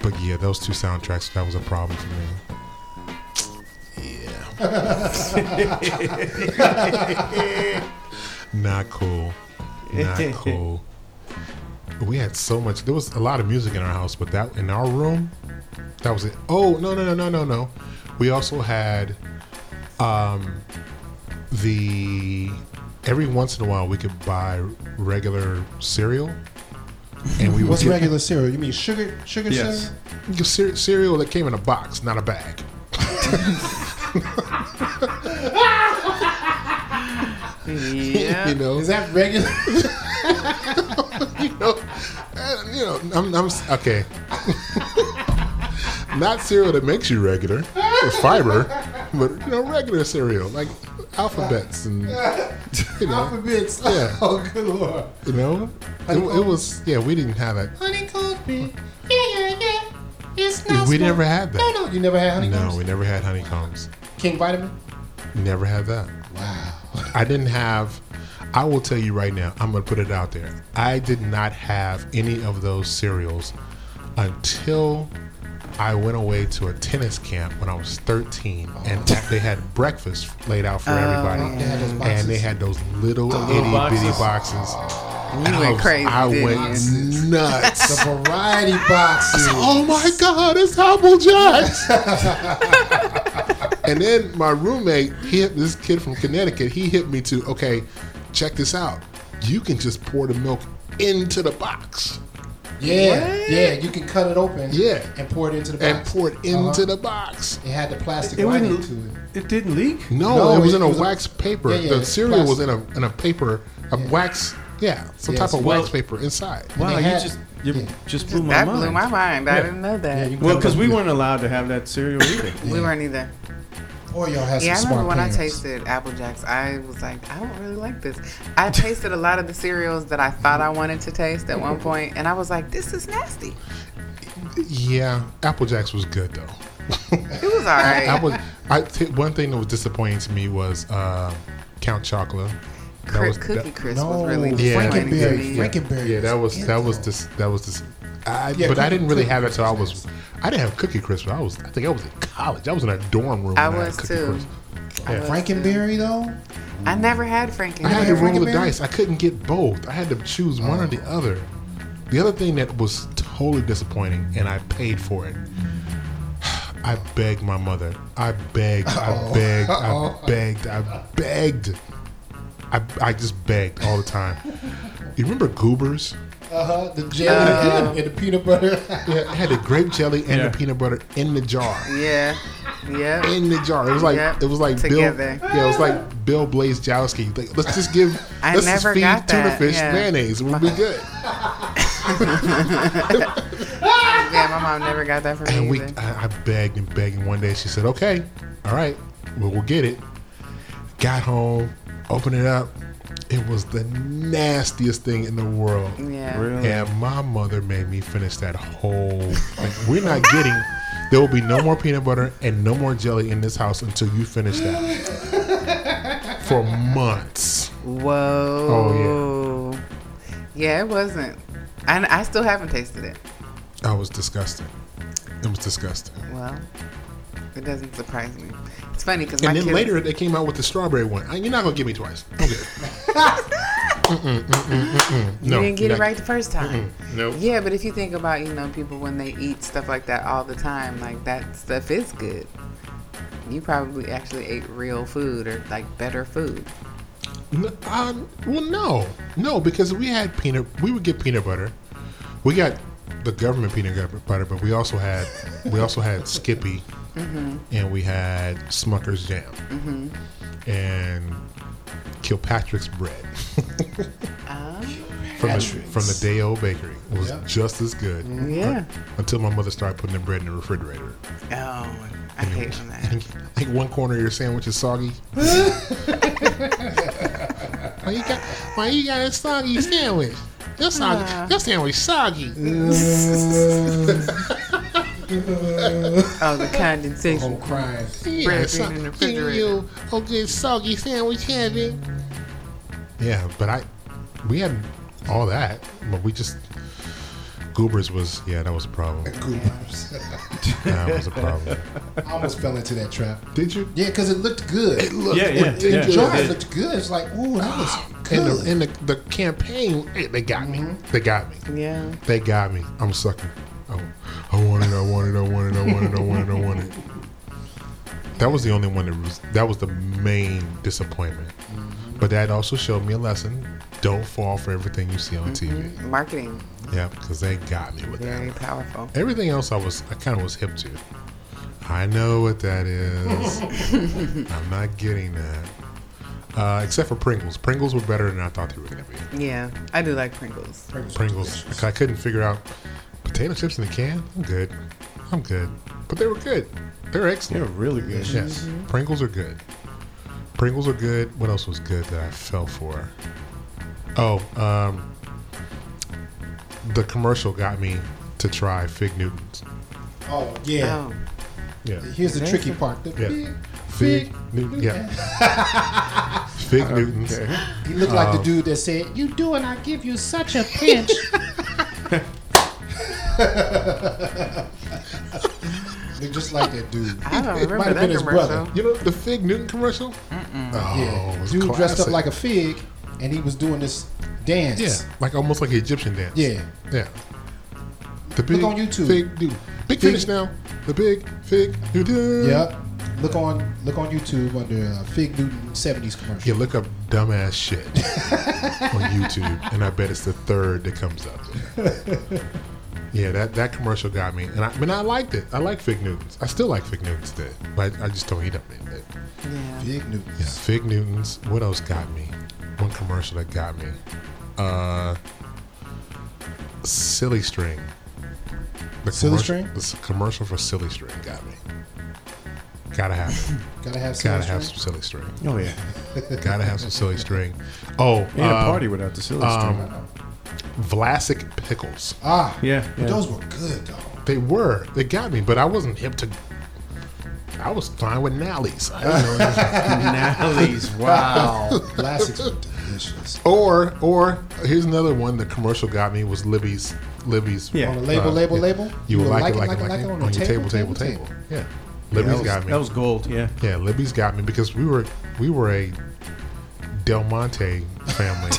[SPEAKER 4] but yeah, those two soundtracks that was a problem for me. Yeah. Not cool. Not cool. We had so much. There was a lot of music in our house, but that in our room, that was it. Oh no no no no no no. We also had um, the every once in a while we could buy regular cereal, and we would
[SPEAKER 6] What's
[SPEAKER 4] get
[SPEAKER 6] regular cereal? You mean sugar sugar
[SPEAKER 11] Yes.
[SPEAKER 6] cereal?
[SPEAKER 4] cer- cereal that came in a box, not a bag.
[SPEAKER 5] Yeah.
[SPEAKER 4] You know,
[SPEAKER 6] Is that regular?
[SPEAKER 4] you know, uh, you know. I'm, I'm s- okay. Not cereal that makes you regular with fiber, but you know, regular cereal like alphabets and you know,
[SPEAKER 6] Alphabets.
[SPEAKER 4] Yeah.
[SPEAKER 6] Oh, good lord.
[SPEAKER 4] You know, it, it was yeah. We didn't have it.
[SPEAKER 6] Honey me. Yeah, yeah, yeah. It's not
[SPEAKER 4] We
[SPEAKER 6] small.
[SPEAKER 4] never had that.
[SPEAKER 6] No, no, you never had honeycombs?
[SPEAKER 4] No, we never had honeycombs.
[SPEAKER 6] King Vitamin?
[SPEAKER 4] Never had that.
[SPEAKER 6] Wow.
[SPEAKER 4] I didn't have. I will tell you right now. I'm gonna put it out there. I did not have any of those cereals until I went away to a tennis camp when I was 13, and they had breakfast laid out
[SPEAKER 5] Oh,
[SPEAKER 4] for everybody,
[SPEAKER 6] They had those boxes.
[SPEAKER 4] and they had those little itty
[SPEAKER 11] little
[SPEAKER 4] bitty
[SPEAKER 11] boxes.
[SPEAKER 4] boxes.
[SPEAKER 5] Oh. You
[SPEAKER 4] I
[SPEAKER 5] went
[SPEAKER 4] was-
[SPEAKER 5] crazy.
[SPEAKER 4] I
[SPEAKER 5] didn't you?
[SPEAKER 4] went nuts.
[SPEAKER 6] The variety boxes.
[SPEAKER 4] Oh my God, it's Apple Jacks. and then my roommate, he hit this kid from Connecticut, he hit me to, okay, check this out. You can just pour the milk into the box
[SPEAKER 6] Yeah, yeah. You can cut it open.
[SPEAKER 4] Yeah.
[SPEAKER 6] And pour it into the box. Uh-huh.
[SPEAKER 4] and pour it into the box.
[SPEAKER 6] It had the plastic
[SPEAKER 11] It
[SPEAKER 6] lining
[SPEAKER 11] wouldn't.
[SPEAKER 6] to it.
[SPEAKER 11] It didn't leak.
[SPEAKER 4] No,
[SPEAKER 6] No,
[SPEAKER 4] it was
[SPEAKER 6] it-
[SPEAKER 4] in a
[SPEAKER 6] it was a-
[SPEAKER 4] wax paper.
[SPEAKER 6] Yeah, yeah,
[SPEAKER 4] the cereal was in
[SPEAKER 6] plastic.
[SPEAKER 4] a in a paper, a wax, yeah, some
[SPEAKER 6] Yes.
[SPEAKER 4] type of
[SPEAKER 11] Well-
[SPEAKER 4] wax paper inside.
[SPEAKER 11] Wow,
[SPEAKER 6] they
[SPEAKER 11] you
[SPEAKER 6] had-
[SPEAKER 11] just you
[SPEAKER 6] yeah.
[SPEAKER 11] just blew my
[SPEAKER 5] That
[SPEAKER 11] mind.
[SPEAKER 5] blew my mind. I didn't know that.
[SPEAKER 6] Yeah, you can
[SPEAKER 11] Well,
[SPEAKER 6] cut it
[SPEAKER 11] because we
[SPEAKER 6] open.
[SPEAKER 11] weren't allowed to have that cereal either.
[SPEAKER 5] We weren't either.
[SPEAKER 6] Or y'all had
[SPEAKER 5] Yeah, I
[SPEAKER 6] some
[SPEAKER 5] remember when
[SPEAKER 6] smart
[SPEAKER 5] I
[SPEAKER 6] parents.
[SPEAKER 5] tasted Apple Jacks, I was like, I don't really like this. I tasted a lot of the cereals that I thought I wanted to taste at one point, and I was like, this is nasty.
[SPEAKER 4] Yeah, Apple Jacks was good though.
[SPEAKER 5] It was all right.
[SPEAKER 4] I was. I t- one thing that was disappointing to me was uh, Count Chocula. That
[SPEAKER 5] Cri-
[SPEAKER 4] was-
[SPEAKER 5] Cookie
[SPEAKER 4] that-
[SPEAKER 5] Crisp
[SPEAKER 6] No,
[SPEAKER 5] was really
[SPEAKER 4] Yeah.
[SPEAKER 5] disappointing to
[SPEAKER 6] Frankenberry.
[SPEAKER 5] me.
[SPEAKER 6] Frankenberry.
[SPEAKER 4] yeah, that was that was dis, that was dis, I,
[SPEAKER 6] Yeah,
[SPEAKER 4] but I
[SPEAKER 6] Cookie-
[SPEAKER 4] didn't really
[SPEAKER 6] Cookie
[SPEAKER 4] have it till I
[SPEAKER 6] Crisp
[SPEAKER 4] was. I didn't have Cookie Crisp. I was. I think I was in college. I was in a dorm room.
[SPEAKER 5] I
[SPEAKER 4] when
[SPEAKER 5] was
[SPEAKER 4] had Cookie
[SPEAKER 5] too.
[SPEAKER 4] Crisp.
[SPEAKER 5] I was too.
[SPEAKER 6] Frankenberry though.
[SPEAKER 5] I never had
[SPEAKER 4] I had
[SPEAKER 5] Frankenberry.
[SPEAKER 4] to roll the
[SPEAKER 6] Frankenberry?
[SPEAKER 4] dice. I couldn't get both. I had to choose one or the other. The other thing that was totally disappointing, and I paid for it. I begged my mother. I begged. I begged. I begged. I begged. I, I just begged all the time. You remember Goobers?
[SPEAKER 6] Uh huh. The jelly
[SPEAKER 5] Uh,
[SPEAKER 6] and the peanut butter.
[SPEAKER 4] Yeah, I had the grape jelly and
[SPEAKER 11] Yeah.
[SPEAKER 4] the peanut butter in the jar.
[SPEAKER 5] Yeah. Yeah.
[SPEAKER 4] In the jar, it was like
[SPEAKER 5] Yep,
[SPEAKER 4] it was like
[SPEAKER 5] together.
[SPEAKER 4] Bill. Yeah, it was like Bill Blaze Jowski. Like, let's just give
[SPEAKER 5] I
[SPEAKER 4] let's
[SPEAKER 5] never
[SPEAKER 4] just feed
[SPEAKER 5] got
[SPEAKER 4] tuna
[SPEAKER 5] that,
[SPEAKER 4] fish
[SPEAKER 5] yeah.
[SPEAKER 4] mayonnaise. We'll be good.
[SPEAKER 5] Yeah, my mom never got that for me.
[SPEAKER 4] And we,
[SPEAKER 5] either.
[SPEAKER 4] I, I begged and begged, and one day she said, "Okay, all right, well, we'll get it." Got home, opened it up. It was the nastiest thing in the world.
[SPEAKER 5] yeah.
[SPEAKER 11] Really?
[SPEAKER 4] And my mother made me finish that whole. Like, we're not getting. There will be no more peanut butter and no more jelly in this house until you finish that. For months.
[SPEAKER 6] Oh,
[SPEAKER 4] Oh,
[SPEAKER 5] Whoa. yeah. it wasn't. And I still haven't tasted it.
[SPEAKER 4] I was disgusted. It was disgusting.
[SPEAKER 5] Well, it doesn't surprise me. It's funny because my
[SPEAKER 4] And then
[SPEAKER 5] kids,
[SPEAKER 4] later they came out with the strawberry one. I- You're not gonna get me twice. Okay.
[SPEAKER 5] you
[SPEAKER 4] no,
[SPEAKER 5] didn't get it
[SPEAKER 4] not-
[SPEAKER 5] right the first time.
[SPEAKER 4] Nope.
[SPEAKER 5] Yeah, but if you think about, you know, people when they eat stuff like that all the time, like that stuff is good. You probably actually ate real food or like better food.
[SPEAKER 4] N- Um, well, no, no, because we had peanut. We would get peanut butter. We got the government peanut gu- butter, but we also had we also had Skippy, and we had Smucker's jam,
[SPEAKER 5] Mm-hmm.
[SPEAKER 4] and Kilpatrick's bread
[SPEAKER 5] Um,
[SPEAKER 4] from the, from the day old bakery It was just as good
[SPEAKER 5] Yeah.
[SPEAKER 4] until my mother started putting the bread in the refrigerator.
[SPEAKER 5] Oh, I hate when that happens.
[SPEAKER 4] I think one corner of your sandwich is soggy. Mm-hmm. why you got why you got a soggy sandwich? Your soggy
[SPEAKER 5] Nah. Mm-hmm.
[SPEAKER 4] your sandwich soggy.
[SPEAKER 5] Oh, the condensation.
[SPEAKER 6] I'm crying.
[SPEAKER 5] Bread
[SPEAKER 4] Yeah,
[SPEAKER 5] being
[SPEAKER 4] so,
[SPEAKER 5] in the
[SPEAKER 4] give
[SPEAKER 5] refrigerator.
[SPEAKER 4] you a good soggy sandwich, Kevin. Yeah, but I we had all that, but we just Goobers was yeah, that was a problem.
[SPEAKER 6] Goobers.
[SPEAKER 4] That was a problem.
[SPEAKER 6] I almost fell into that trap.
[SPEAKER 4] Did you?
[SPEAKER 6] Yeah, because it looked good. It
[SPEAKER 4] looked
[SPEAKER 11] Yeah, yeah,
[SPEAKER 6] It,
[SPEAKER 11] yeah,
[SPEAKER 6] the
[SPEAKER 11] it
[SPEAKER 6] jar
[SPEAKER 11] did.
[SPEAKER 6] looked good. It's like, ooh, that looks
[SPEAKER 4] And the,
[SPEAKER 6] good.
[SPEAKER 4] and the, the campaign, eh, they got
[SPEAKER 5] Mm-hmm.
[SPEAKER 4] me. They got me.
[SPEAKER 5] Yeah.
[SPEAKER 4] They got me. I'm sucking. Oh, I want it. I want it. I want it. I want it. I want it. I want it. That was the only one that was. That was the main disappointment. But that also showed me a lesson. Don't fall for everything you see on TV.
[SPEAKER 5] Mm-hmm. Marketing,
[SPEAKER 4] Yeah, because they got me with
[SPEAKER 5] very
[SPEAKER 4] that.
[SPEAKER 5] powerful.
[SPEAKER 4] Everything else, I was. I kind of was hip to. I know what that is. I'm not getting that. Uh, except for Pringles. Pringles were better than I thought they were going to be.
[SPEAKER 5] Yeah, I do like Pringles.
[SPEAKER 4] Pringles. I couldn't figure out potato chips in a can. I'm good. I'm good. But they were good. They're
[SPEAKER 2] They're
[SPEAKER 4] excellent.
[SPEAKER 2] really good.
[SPEAKER 4] Yes. Pringles are good. Pringles are good. What else was good that I fell for? Oh, um, the commercial got me to try Fig Newtons.
[SPEAKER 6] oh, yeah.
[SPEAKER 5] Oh,
[SPEAKER 4] Yeah.
[SPEAKER 6] Here's the tricky part. The
[SPEAKER 4] Yeah.
[SPEAKER 6] big-
[SPEAKER 4] Fig Newton. Yeah. Fig Newtons. Oh.
[SPEAKER 6] He looked like the dude that said, "You do, and I give you such a pinch." They just like that dude.
[SPEAKER 5] I don't
[SPEAKER 6] It might
[SPEAKER 5] remember
[SPEAKER 6] have
[SPEAKER 5] that
[SPEAKER 6] been his brother.
[SPEAKER 5] commercial.
[SPEAKER 4] You know the Fig Newton commercial? Oh, it
[SPEAKER 6] Yeah,
[SPEAKER 4] was
[SPEAKER 6] dude dressed up
[SPEAKER 4] classic.
[SPEAKER 6] like a fig, and he was doing this dance.
[SPEAKER 4] Yeah, like almost like an Egyptian dance.
[SPEAKER 6] Yeah.
[SPEAKER 4] yeah. The big
[SPEAKER 6] on YouTube.
[SPEAKER 4] Fig dude. Big finish now. The big fig dude.
[SPEAKER 6] Yep. Look on look on YouTube under uh, Fig Newton '70s commercial.
[SPEAKER 4] Yeah, look up dumbass shit on YouTube, and I bet it's the third that comes up. yeah, that, that commercial got me, and I, I mean I liked it. I like Fig Newtons. I still like Fig Newtons, today, but I, I just don't eat them.
[SPEAKER 5] yeah.
[SPEAKER 6] Fig Newton.
[SPEAKER 4] Yeah, Fig Newtons. What else got me? One commercial that got me. Uh, Silly String. The
[SPEAKER 6] Silly
[SPEAKER 4] commercial-
[SPEAKER 6] String?
[SPEAKER 4] The s- commercial for Silly String got me. Gotta have it.
[SPEAKER 6] Gotta have some.
[SPEAKER 4] Gotta have some Silly String.
[SPEAKER 2] Oh yeah.
[SPEAKER 4] Gotta have some Silly String. Oh,
[SPEAKER 2] Ain't a
[SPEAKER 4] um,
[SPEAKER 2] party without the silly string.
[SPEAKER 4] Vlasic Pickles.
[SPEAKER 6] Ah,
[SPEAKER 2] Yeah.
[SPEAKER 6] but
[SPEAKER 2] yeah.
[SPEAKER 6] those were good though.
[SPEAKER 4] They were. They got me, but I wasn't hip to. I was fine with Nally's. I didn't know
[SPEAKER 2] Nally's. Wow.
[SPEAKER 6] Classics were delicious.
[SPEAKER 4] or, or here's another one. The commercial got me was Libby's. Libby's.
[SPEAKER 2] Yeah.
[SPEAKER 6] On the label, label,
[SPEAKER 4] yeah.
[SPEAKER 6] label.
[SPEAKER 4] You would
[SPEAKER 6] will
[SPEAKER 4] like it, like it, like it on your table, table, table. Yeah. Libby's
[SPEAKER 2] that, was,
[SPEAKER 4] got me.
[SPEAKER 2] that was gold. Yeah.
[SPEAKER 4] yeah, Libby's got me because we were we were a Del Monte family.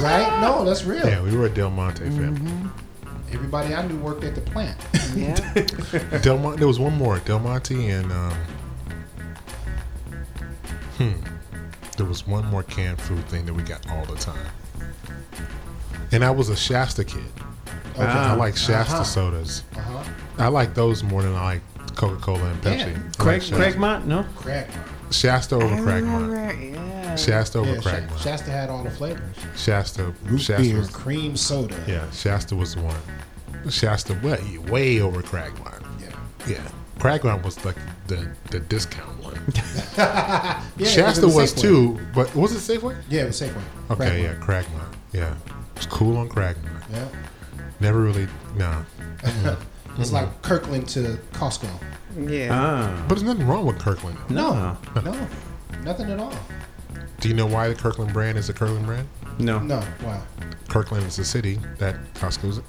[SPEAKER 6] Right? No, that's real.
[SPEAKER 4] yeah, we were a Del Monte family.
[SPEAKER 6] Everybody I knew worked at the plant.
[SPEAKER 5] Mm-hmm. yeah.
[SPEAKER 4] Del Monte. There was one more. Del Monte and um, hmm. There was one more canned food thing that we got all the time. And I was a Shasta kid. Okay.
[SPEAKER 2] Ah.
[SPEAKER 4] I like Shasta sodas.
[SPEAKER 6] Uh-huh.
[SPEAKER 4] I like those more than I like Coca Cola and
[SPEAKER 6] Yeah.
[SPEAKER 4] Pepsi. I like
[SPEAKER 2] Craig,
[SPEAKER 4] Shasta.
[SPEAKER 2] Craigmont? No.
[SPEAKER 6] Crack.
[SPEAKER 4] Shasta over
[SPEAKER 5] I
[SPEAKER 4] Craigmont.
[SPEAKER 5] remember, yeah.
[SPEAKER 4] Shasta over
[SPEAKER 6] Yeah, Sha-
[SPEAKER 4] Craigmont.
[SPEAKER 6] Shasta had all the flavors.
[SPEAKER 4] Shasta.
[SPEAKER 6] Root
[SPEAKER 4] Shasta.
[SPEAKER 6] beer,
[SPEAKER 4] Was,
[SPEAKER 6] cream soda.
[SPEAKER 4] yeah, Shasta was the one. Shasta, what? Way over Craigmont.
[SPEAKER 6] Yeah.
[SPEAKER 4] Yeah, Craigmont was like the the discount one.
[SPEAKER 6] Yeah,
[SPEAKER 4] Shasta
[SPEAKER 6] it
[SPEAKER 4] was
[SPEAKER 6] Safeway.
[SPEAKER 4] too, but was it Safeway?
[SPEAKER 6] Yeah, it was Safeway.
[SPEAKER 4] Okay, yeah,
[SPEAKER 6] Crack
[SPEAKER 4] Craigmont. Yeah, it's cool on Craigmont.
[SPEAKER 6] one. Yeah.
[SPEAKER 4] Never really, no. Mm-hmm.
[SPEAKER 6] It's like Kirkland to Costco.
[SPEAKER 5] Yeah.
[SPEAKER 2] Ah.
[SPEAKER 4] But there's nothing wrong with Kirkland.
[SPEAKER 2] No.
[SPEAKER 6] No, nothing at all.
[SPEAKER 4] Do you know why the Kirkland brand is the Kirkland brand?
[SPEAKER 2] No.
[SPEAKER 6] No, wow.
[SPEAKER 4] Kirkland is the city that Costco's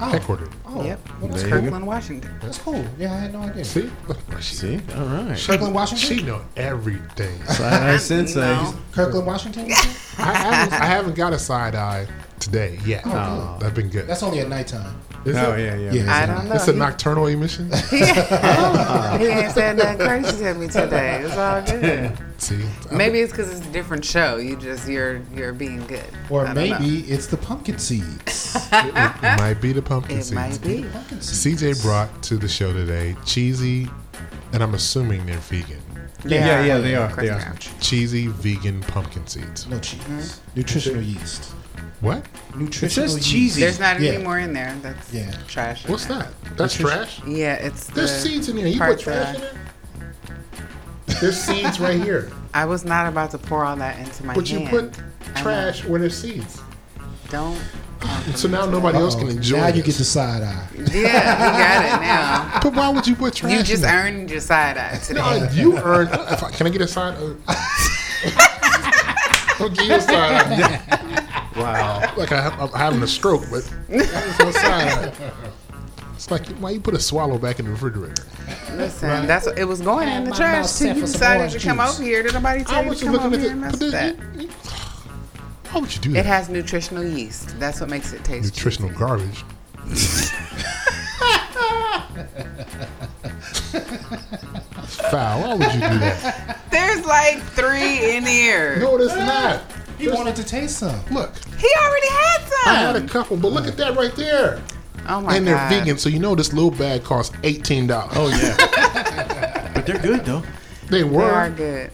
[SPEAKER 6] Oh.
[SPEAKER 4] headquartered. in.
[SPEAKER 6] Oh,
[SPEAKER 5] Yep.
[SPEAKER 6] well, that's,
[SPEAKER 2] There you go.
[SPEAKER 5] Kirkland, Washington.
[SPEAKER 6] that's cool. Yeah, I had no idea.
[SPEAKER 4] See, she,
[SPEAKER 2] See? All right.
[SPEAKER 6] Kirkland,
[SPEAKER 4] she
[SPEAKER 6] Washington.
[SPEAKER 4] know everything.
[SPEAKER 2] Side sensei.
[SPEAKER 5] No.
[SPEAKER 6] Kirkland, Washington. you said?
[SPEAKER 4] I, haven't, I haven't got a side eye today yet.
[SPEAKER 6] Oh,
[SPEAKER 4] That's been good.
[SPEAKER 6] That's only at nighttime.
[SPEAKER 4] Is
[SPEAKER 2] Oh
[SPEAKER 4] it-
[SPEAKER 2] yeah, yeah.
[SPEAKER 6] Yeah.
[SPEAKER 5] I don't know.
[SPEAKER 4] It's a nocturnal emission. Oh.
[SPEAKER 5] He ain't said nothing crazy to me today. It's all good.
[SPEAKER 4] See, I-
[SPEAKER 5] Maybe it's because it's a different show. You just you're you're being good. I
[SPEAKER 6] Or
[SPEAKER 5] don't know.
[SPEAKER 6] maybe it's the pumpkin seeds.
[SPEAKER 4] it, it might be the pumpkin
[SPEAKER 5] it
[SPEAKER 4] seeds.
[SPEAKER 5] might be.
[SPEAKER 6] pumpkin seeds.
[SPEAKER 4] CJ brought to the show today cheesy, and I'm assuming they're vegan.
[SPEAKER 2] Yeah, yeah, they are.
[SPEAKER 5] Of course
[SPEAKER 2] They
[SPEAKER 5] they
[SPEAKER 2] are.
[SPEAKER 5] are.
[SPEAKER 4] Cheesy vegan pumpkin seeds.
[SPEAKER 2] Mm-hmm.
[SPEAKER 6] No cheese. Nutritional yeast.
[SPEAKER 4] What?
[SPEAKER 6] Nutritional. yeast.
[SPEAKER 5] There's not any more in there. That's
[SPEAKER 6] Yeah.
[SPEAKER 5] trash. in
[SPEAKER 4] What's
[SPEAKER 5] there.
[SPEAKER 4] that? That's trash?
[SPEAKER 5] Yeah, it's
[SPEAKER 4] There's
[SPEAKER 5] the
[SPEAKER 4] seeds in there. You
[SPEAKER 5] part
[SPEAKER 4] put trash
[SPEAKER 5] that-
[SPEAKER 4] There's seeds right here.
[SPEAKER 5] I was not about to pour all that into my
[SPEAKER 4] But you
[SPEAKER 5] hand.
[SPEAKER 4] put
[SPEAKER 5] I know.
[SPEAKER 4] trash where there's seeds.
[SPEAKER 5] Don't.
[SPEAKER 4] So now nobody else can
[SPEAKER 6] Uh-oh.
[SPEAKER 4] enjoy
[SPEAKER 6] Now you
[SPEAKER 4] this.
[SPEAKER 6] get the side eye.
[SPEAKER 5] Yeah, you got it
[SPEAKER 4] But why would you put
[SPEAKER 5] now.
[SPEAKER 4] trash
[SPEAKER 5] You just
[SPEAKER 4] in there?
[SPEAKER 5] earned your side eye today.
[SPEAKER 4] No, you earned. if I- Can I get a side? Uh, I'll give you a side.
[SPEAKER 11] Wow.
[SPEAKER 4] eye. Like I have, I'm having a stroke, but that's my side. eye. It's like why you put a swallow back in the refrigerator?
[SPEAKER 5] Listen, that's what it was going in the
[SPEAKER 6] my
[SPEAKER 5] trash
[SPEAKER 6] mouth
[SPEAKER 5] till
[SPEAKER 6] set
[SPEAKER 5] you
[SPEAKER 6] for some
[SPEAKER 5] decided
[SPEAKER 6] orange
[SPEAKER 5] to come
[SPEAKER 6] juice.
[SPEAKER 5] over here. Did nobody
[SPEAKER 4] I
[SPEAKER 5] tell you
[SPEAKER 4] was
[SPEAKER 5] to
[SPEAKER 4] just
[SPEAKER 5] come
[SPEAKER 4] looking
[SPEAKER 5] over
[SPEAKER 4] at
[SPEAKER 5] here
[SPEAKER 4] it.
[SPEAKER 5] and mess
[SPEAKER 4] but
[SPEAKER 5] with that?
[SPEAKER 4] then you- you- Why would you do that?
[SPEAKER 5] It has nutritional yeast. That's what makes it taste
[SPEAKER 4] nutritional
[SPEAKER 5] cheesy.
[SPEAKER 4] garbage. Foul. Why would you do that?
[SPEAKER 5] There's like three in here.
[SPEAKER 4] No, it's not.
[SPEAKER 6] Ah! He wanted to taste some.
[SPEAKER 4] Look,
[SPEAKER 5] He already
[SPEAKER 4] I
[SPEAKER 5] had
[SPEAKER 4] had
[SPEAKER 5] some.
[SPEAKER 4] a couple, but look at that right there.
[SPEAKER 5] um, Oh my
[SPEAKER 4] And they're
[SPEAKER 5] god.
[SPEAKER 4] vegan, so you know this little bag costs eighteen dollars.
[SPEAKER 11] Oh yeah. but they're good though.
[SPEAKER 5] They
[SPEAKER 4] They
[SPEAKER 5] are
[SPEAKER 4] were.
[SPEAKER 5] good.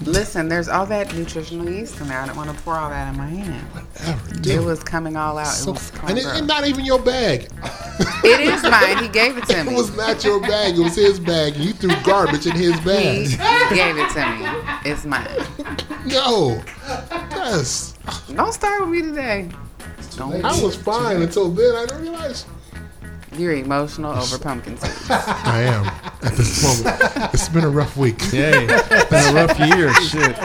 [SPEAKER 5] Listen, there's all that nutritional yeast in there. I didn't want to pour all that in my hand. It was coming all out.
[SPEAKER 4] So-
[SPEAKER 5] it was
[SPEAKER 4] and it,
[SPEAKER 5] gross.
[SPEAKER 4] and not even your bag.
[SPEAKER 5] It is mine. He gave it to
[SPEAKER 4] It
[SPEAKER 5] me.
[SPEAKER 4] was not your bag. It was his bag. You threw garbage in his
[SPEAKER 5] He
[SPEAKER 4] bag.
[SPEAKER 5] gave it to me. It's mine.
[SPEAKER 4] No. Yes.
[SPEAKER 5] Don't start with me today. Don't.
[SPEAKER 4] I was fine until then. I didn't realize.
[SPEAKER 5] You're emotional over pumpkin seeds.
[SPEAKER 4] I am at this moment. It's been a rough week.
[SPEAKER 11] Yay. It's been a rough year. Shit.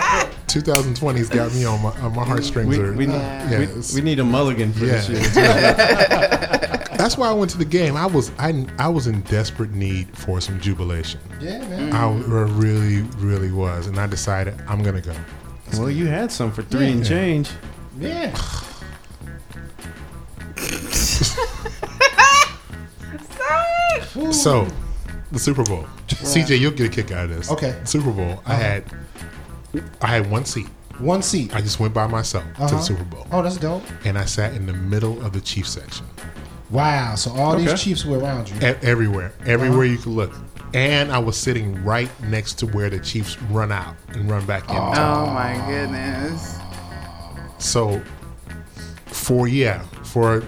[SPEAKER 4] 2020's got me on my on my heartstrings.
[SPEAKER 11] We,
[SPEAKER 4] are-
[SPEAKER 11] we,
[SPEAKER 5] Yeah.
[SPEAKER 11] we,
[SPEAKER 4] it's-
[SPEAKER 11] we need a mulligan for this
[SPEAKER 4] Yeah.
[SPEAKER 11] year. too.
[SPEAKER 4] That's why I went to the game. I was I, I was in desperate need for some jubilation.
[SPEAKER 6] Yeah, man.
[SPEAKER 4] I really really was, and I decided I'm gonna go.
[SPEAKER 11] Well, you had some for three and
[SPEAKER 4] Yeah.
[SPEAKER 11] change.
[SPEAKER 6] Yeah.
[SPEAKER 4] So, the Super Bowl. CJ, you'll get a kick out of this.
[SPEAKER 6] Okay. Uh-huh.
[SPEAKER 4] Super Bowl. I had I had one seat.
[SPEAKER 6] One seat.
[SPEAKER 4] I just went by myself to the
[SPEAKER 6] Uh-huh.
[SPEAKER 4] Super Bowl,
[SPEAKER 6] Oh, that's dope.
[SPEAKER 4] and I sat in the middle of the Chiefs section.
[SPEAKER 6] Wow. So all
[SPEAKER 11] Okay.
[SPEAKER 6] these Chiefs were around you.
[SPEAKER 4] E- everywhere, everywhere you could look. And I was sitting right next to where the Chiefs run out and run back in.
[SPEAKER 5] Oh my goodness.
[SPEAKER 4] So for yeah, for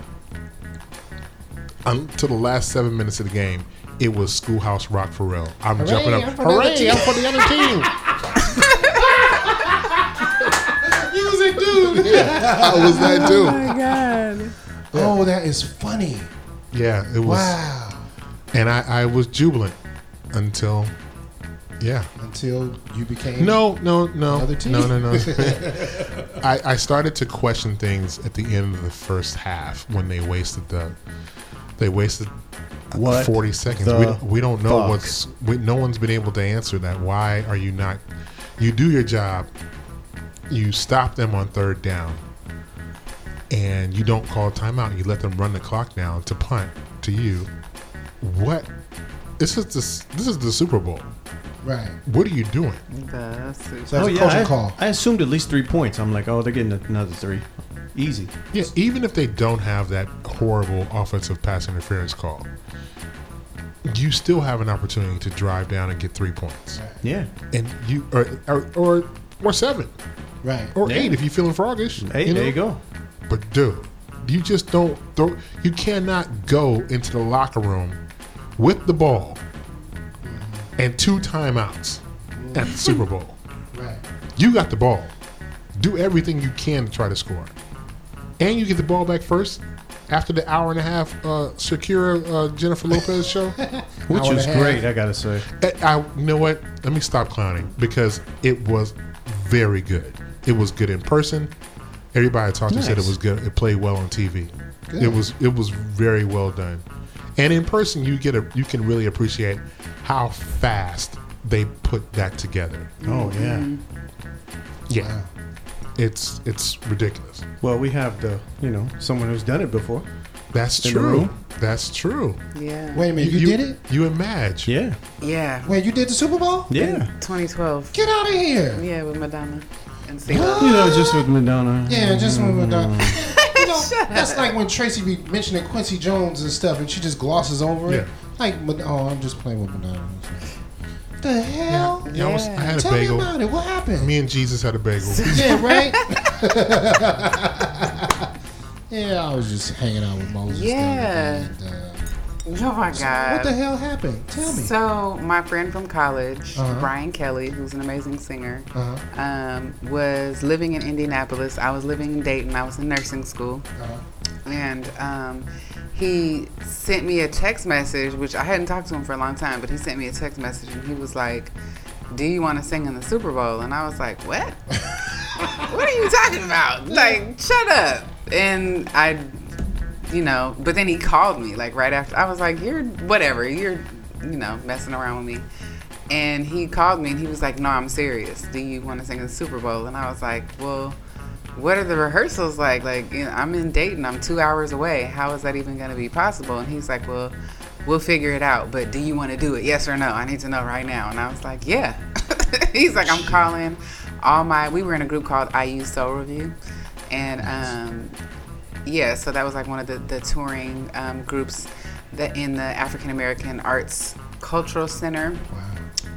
[SPEAKER 4] until the last seven minutes of the game, it was Schoolhouse Rock Pharrell. I'm jumping up.
[SPEAKER 6] I'm for the other
[SPEAKER 4] Hooray!
[SPEAKER 6] team.
[SPEAKER 4] I'm for the other team. you was that dude. Yeah, I was that dude.
[SPEAKER 6] Oh, that is funny.
[SPEAKER 4] Yeah, it was,
[SPEAKER 6] Wow.
[SPEAKER 4] and I, I was jubilant until, yeah.
[SPEAKER 6] Until you became
[SPEAKER 4] No, no, no,
[SPEAKER 6] Another team?
[SPEAKER 4] no, no, no. I, I started to question things at the end of the first half when they wasted the, they wasted
[SPEAKER 11] What
[SPEAKER 4] forty seconds.
[SPEAKER 11] the
[SPEAKER 4] We, don't- we don't know
[SPEAKER 11] fuck?
[SPEAKER 4] what's. We, no one's been able to answer that. Why are you not? You do your job. You stop them on third down, and you don't call timeout. You let them run the clock down to punt to you. What? This is this. This is the Super Bowl.
[SPEAKER 6] Right.
[SPEAKER 4] What are you doing?
[SPEAKER 5] The soup.
[SPEAKER 6] So
[SPEAKER 11] oh
[SPEAKER 6] that's a
[SPEAKER 11] yeah.
[SPEAKER 6] coaching
[SPEAKER 11] I,
[SPEAKER 6] call.
[SPEAKER 11] I assumed at least three points. I'm like, oh, they're getting another three. Easy.
[SPEAKER 4] Yeah, even if they don't have that horrible offensive pass interference call, you still have an opportunity to drive down and get three points,
[SPEAKER 11] Yeah.
[SPEAKER 4] and you or or or, or seven
[SPEAKER 6] Right.
[SPEAKER 4] or
[SPEAKER 11] Yeah.
[SPEAKER 4] eight if you're feeling froggish.
[SPEAKER 11] Hey, there you
[SPEAKER 4] know?
[SPEAKER 11] go.
[SPEAKER 4] But dude, you just don't throw. You cannot go into the locker room with the ball and two timeouts at the Super Bowl.
[SPEAKER 6] Right.
[SPEAKER 4] You got the ball. Do everything you can to try to score. And you get the ball back first after the hour and a half uh, Shakira uh, Jennifer Lopez show.
[SPEAKER 11] Which
[SPEAKER 6] Hour and
[SPEAKER 11] was
[SPEAKER 6] a half.
[SPEAKER 11] great, I gotta say.
[SPEAKER 4] I, eh, I- you know what? Let me stop clowning because it was very good. It was good in person. Everybody I talked to said it
[SPEAKER 11] Nice.
[SPEAKER 4] was good. It played well on TV. It was it was very well done. And in person, you get a you can really appreciate how fast they put that together.
[SPEAKER 11] Oh yeah.
[SPEAKER 4] Yeah, it's it's ridiculous.
[SPEAKER 11] Well, we have the you know someone who's done it before.
[SPEAKER 4] That's
[SPEAKER 11] In the
[SPEAKER 4] true.
[SPEAKER 11] room?
[SPEAKER 4] That's true.
[SPEAKER 5] Yeah.
[SPEAKER 6] Wait a minute. You, did it?
[SPEAKER 4] You and Madge.
[SPEAKER 11] Yeah.
[SPEAKER 5] Yeah.
[SPEAKER 6] Wait, you did the Super Bowl?
[SPEAKER 11] Yeah.
[SPEAKER 5] 2012.
[SPEAKER 6] Get out of here.
[SPEAKER 5] Yeah, with Madonna and Steve.
[SPEAKER 11] You know, just with Madonna.
[SPEAKER 6] Yeah, just when we're done. You know, that's like when Tracy be mentioning Quincy Jones and stuff, and she just glosses over it.
[SPEAKER 4] Yeah.
[SPEAKER 6] Like, Mad- oh, I'm just playing with Madonna. The hell?
[SPEAKER 4] Yeah, I, was- I had a
[SPEAKER 6] Tell me
[SPEAKER 4] bagel.
[SPEAKER 6] about it. What happened?
[SPEAKER 4] Me and Jesus had a bagel.
[SPEAKER 6] Yeah, right. Yeah, I was just hanging out with Moses.
[SPEAKER 5] Yeah. Oh my God.
[SPEAKER 6] What the hell happened? Tell me.
[SPEAKER 5] So, my friend from college,
[SPEAKER 6] Uh-huh.
[SPEAKER 5] Brian Kelly, who's an amazing singer,
[SPEAKER 6] Uh-huh.
[SPEAKER 5] um, was living in Indianapolis. I was living in Dayton. I was in nursing school. And um, he sent me a text message, which I hadn't talked to him for a long time, but he sent me a text message and he was like, Do you want to sing in the Super Bowl? And I was like, What? what are you talking about? Like, shut up. And I, you know, but then he called me like right after. I was like, you're whatever, you're, you know, messing around with me. And he called me and he was like, no, I'm serious. Do you want to sing in the Super Bowl? And I was like, well, what are the rehearsals like? Like, you know, I'm in Dayton, I'm two hours away. How is that even going to be possible? And he's like, well, we'll figure it out, but do you want to do it? Yes or no? I need to know right now. And I was like, yeah. he's like, I'm calling all my. We were in a group called IU Soul Review, and um, yeah, so that was like one of the the touring um, groups that in the African American Arts Cultural Center.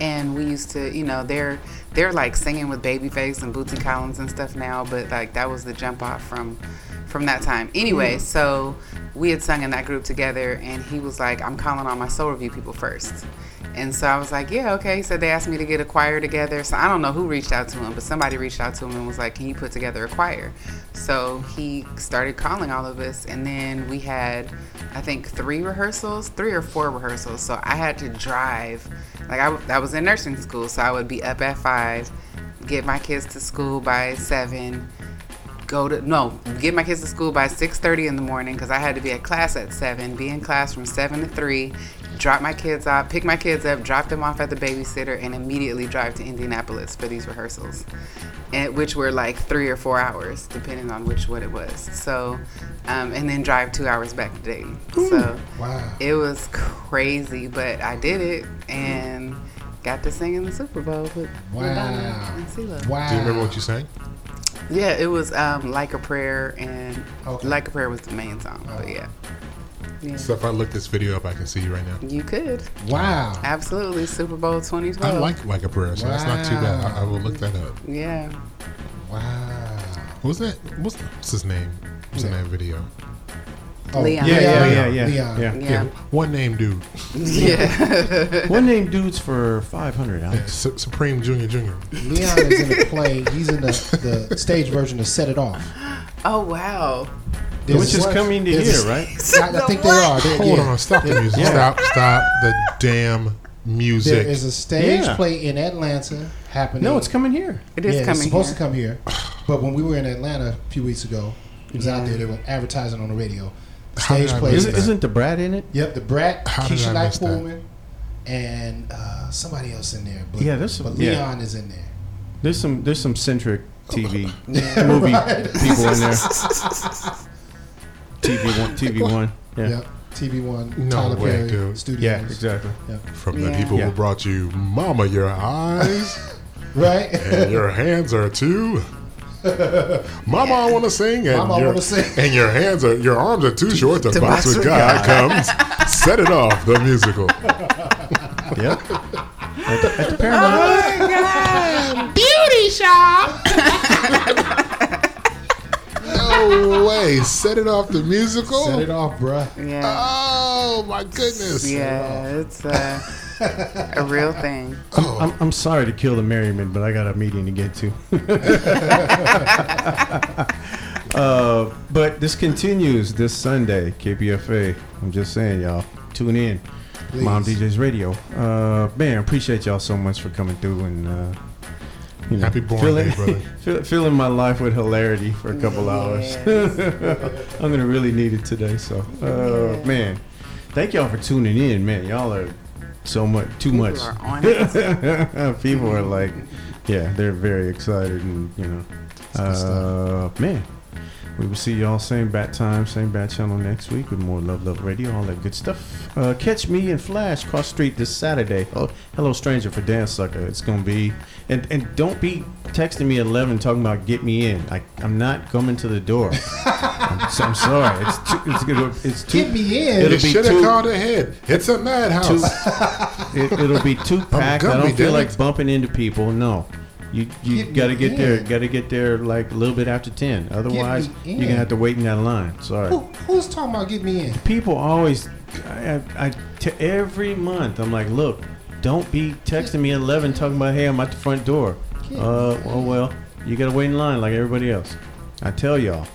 [SPEAKER 5] And we used to, you know, they're they're like singing with Babyface and Bootsy Collins and stuff now, but like that was the jump off from from that time. Anyway,
[SPEAKER 1] Mm.
[SPEAKER 5] so we had sung in that group together, and he was like, "I'm calling all my Soul Review people first. And so I was like, yeah, okay. So they asked me to get a choir together. So I don't know who reached out to him, but somebody reached out to him and was like, can you put together a choir? So he started calling all of us. And then we had, I think, three rehearsals, three or four rehearsals. So I had to drive. Like I, w- I was in nursing school, so I would be up at five, get my kids to school by seven, go to no get my kids to school by 6.30 in the morning because i had to be at class at 7 be in class from 7 to 3 drop my kids off pick my kids up drop them off at the babysitter and immediately drive to indianapolis for these rehearsals and, which were like three or four hours depending on which what it was so um, and then drive two hours back to dayton so
[SPEAKER 6] Wow.
[SPEAKER 5] it was crazy but i did it and got to sing in the super bowl with madonna and CeeLo.
[SPEAKER 4] Do you remember what you sang?
[SPEAKER 5] Yeah, it was um, like a prayer, and like a prayer was the main song.
[SPEAKER 4] Oh.
[SPEAKER 5] But yeah, yeah,
[SPEAKER 4] So if I look this video up, I can see you right now.
[SPEAKER 5] you could.
[SPEAKER 4] Wow.
[SPEAKER 5] Absolutely, Super Bowl twenty
[SPEAKER 4] I
[SPEAKER 5] twelve.
[SPEAKER 4] like like a prayer, so that's not too bad. I, I will look that up.
[SPEAKER 5] Yeah.
[SPEAKER 4] What was that? What's, what's his name? What's in that video?
[SPEAKER 5] Oh, Leon.
[SPEAKER 2] Yeah, yeah, yeah,
[SPEAKER 4] Leon.
[SPEAKER 2] yeah,
[SPEAKER 4] Leon.
[SPEAKER 2] yeah. Yeah.
[SPEAKER 4] One name dude.
[SPEAKER 2] Yeah. One name dudes for five hundred.
[SPEAKER 4] Yeah, Su- Supreme Junior Junior.
[SPEAKER 6] Leon is Mm-hmm. in a play. He's in the, the stage version of Set It Off.
[SPEAKER 5] Oh wow.
[SPEAKER 6] There's Which is a- coming to
[SPEAKER 4] there's
[SPEAKER 6] here,
[SPEAKER 4] a-
[SPEAKER 6] right? Oh, I- I think they are. They-
[SPEAKER 4] Hold
[SPEAKER 6] yeah.
[SPEAKER 4] on, stop the
[SPEAKER 6] Yeah.
[SPEAKER 4] music.
[SPEAKER 6] Yeah.
[SPEAKER 4] Stop, stop the damn music.
[SPEAKER 6] There is a stage
[SPEAKER 2] Yeah.
[SPEAKER 6] play in Atlanta happening.
[SPEAKER 2] No, it's coming here. It is
[SPEAKER 6] yeah,
[SPEAKER 2] coming
[SPEAKER 6] It's supposed
[SPEAKER 2] here.
[SPEAKER 6] to come here, but when we were in Atlanta a few weeks ago, it was out there. They were advertising on the radio.
[SPEAKER 2] How did
[SPEAKER 6] Stage
[SPEAKER 2] I
[SPEAKER 6] play.
[SPEAKER 2] miss Isn't- that? isn't the Brat in it?
[SPEAKER 6] Yep, the Brat,
[SPEAKER 2] How did I
[SPEAKER 6] Keisha Knight
[SPEAKER 2] miss that?
[SPEAKER 6] Pullman, and uh, somebody else in there. But,
[SPEAKER 2] Yeah, there's some-
[SPEAKER 6] but
[SPEAKER 2] yeah.
[SPEAKER 6] Leon is in there. Oh,
[SPEAKER 2] There's some there's some centric TV
[SPEAKER 6] Yeah,
[SPEAKER 2] movie
[SPEAKER 6] right.
[SPEAKER 2] people in there. TV one TV one. Yeah.
[SPEAKER 6] Yep, TV One.
[SPEAKER 4] No
[SPEAKER 6] Tyler
[SPEAKER 4] way,
[SPEAKER 6] Perry,
[SPEAKER 4] dude.
[SPEAKER 6] Studios.
[SPEAKER 2] Yeah, exactly.
[SPEAKER 4] From the
[SPEAKER 6] Yeah.
[SPEAKER 4] people
[SPEAKER 6] Yeah.
[SPEAKER 4] who brought you Mama Your Eyes.
[SPEAKER 6] Right.
[SPEAKER 4] And your hands are too. Mama, I want to sing, and
[SPEAKER 6] Mama, I
[SPEAKER 4] your
[SPEAKER 6] wanna sing.
[SPEAKER 4] and your hands are your arms are too short to,
[SPEAKER 6] to
[SPEAKER 4] box
[SPEAKER 6] box
[SPEAKER 4] with
[SPEAKER 6] with
[SPEAKER 4] God,
[SPEAKER 6] God.
[SPEAKER 4] comes. Set it off the musical.
[SPEAKER 2] yep.
[SPEAKER 5] Oh my god. Beauty shop.
[SPEAKER 4] No way! Set it off the musical.
[SPEAKER 6] Set it off, bruh.
[SPEAKER 5] Yeah.
[SPEAKER 4] Oh my goodness.
[SPEAKER 5] Yeah, it's uh, a real thing.
[SPEAKER 2] I'm, I'm, I'm sorry to kill the merriment, but I got a meeting to get to. uh, but this continues this Sunday, KPFA. I'm just saying, y'all, tune in. Mom
[SPEAKER 6] Please.
[SPEAKER 2] DJ's Radio. Uh, man, appreciate y'all so much for coming through and uh, you know,
[SPEAKER 4] Happy born
[SPEAKER 2] filling,
[SPEAKER 4] day, brother.
[SPEAKER 2] fill- filling my life with hilarity for a couple hours. I'm gonna really need it today. So, uh, man, thank y'all for tuning in. Man, y'all are so much too
[SPEAKER 5] People
[SPEAKER 2] much.
[SPEAKER 5] are on it.
[SPEAKER 2] People are like, yeah, they're very excited, and you know, uh, man. We will see y'all same bat time, same bat channel next week with more Love Love Radio, all that good stuff. Uh, catch me and Flash cross street this Saturday. Oh, hello stranger for Dance Sucker. It's gonna be and and don't be texting me at eleven talking about get me in. I I'm not coming to the door. I'm, so- I'm sorry. It's too, it's gonna it's too
[SPEAKER 6] Get me in.
[SPEAKER 2] it'll
[SPEAKER 6] You
[SPEAKER 2] be
[SPEAKER 6] shoulda
[SPEAKER 2] too-
[SPEAKER 6] called
[SPEAKER 4] ahead. It's a madhouse.
[SPEAKER 2] Too, it, it'll be too packed. I
[SPEAKER 4] gonna be
[SPEAKER 2] don't feel
[SPEAKER 4] dead.
[SPEAKER 2] like bumping into people. No. You you
[SPEAKER 12] Get me
[SPEAKER 2] gotta get there.
[SPEAKER 12] in.
[SPEAKER 2] Gotta get there like a little bit after ten. Otherwise,
[SPEAKER 6] in.
[SPEAKER 2] you're gonna have to wait in that line. Sorry.
[SPEAKER 6] Who, who's talking about get me in?
[SPEAKER 2] People always, I, I, I to every month, I'm like, look, don't be texting me at eleven talking about, hey, I'm at the front door. Uh, oh well, you gotta wait in line like everybody else. I tell y'all.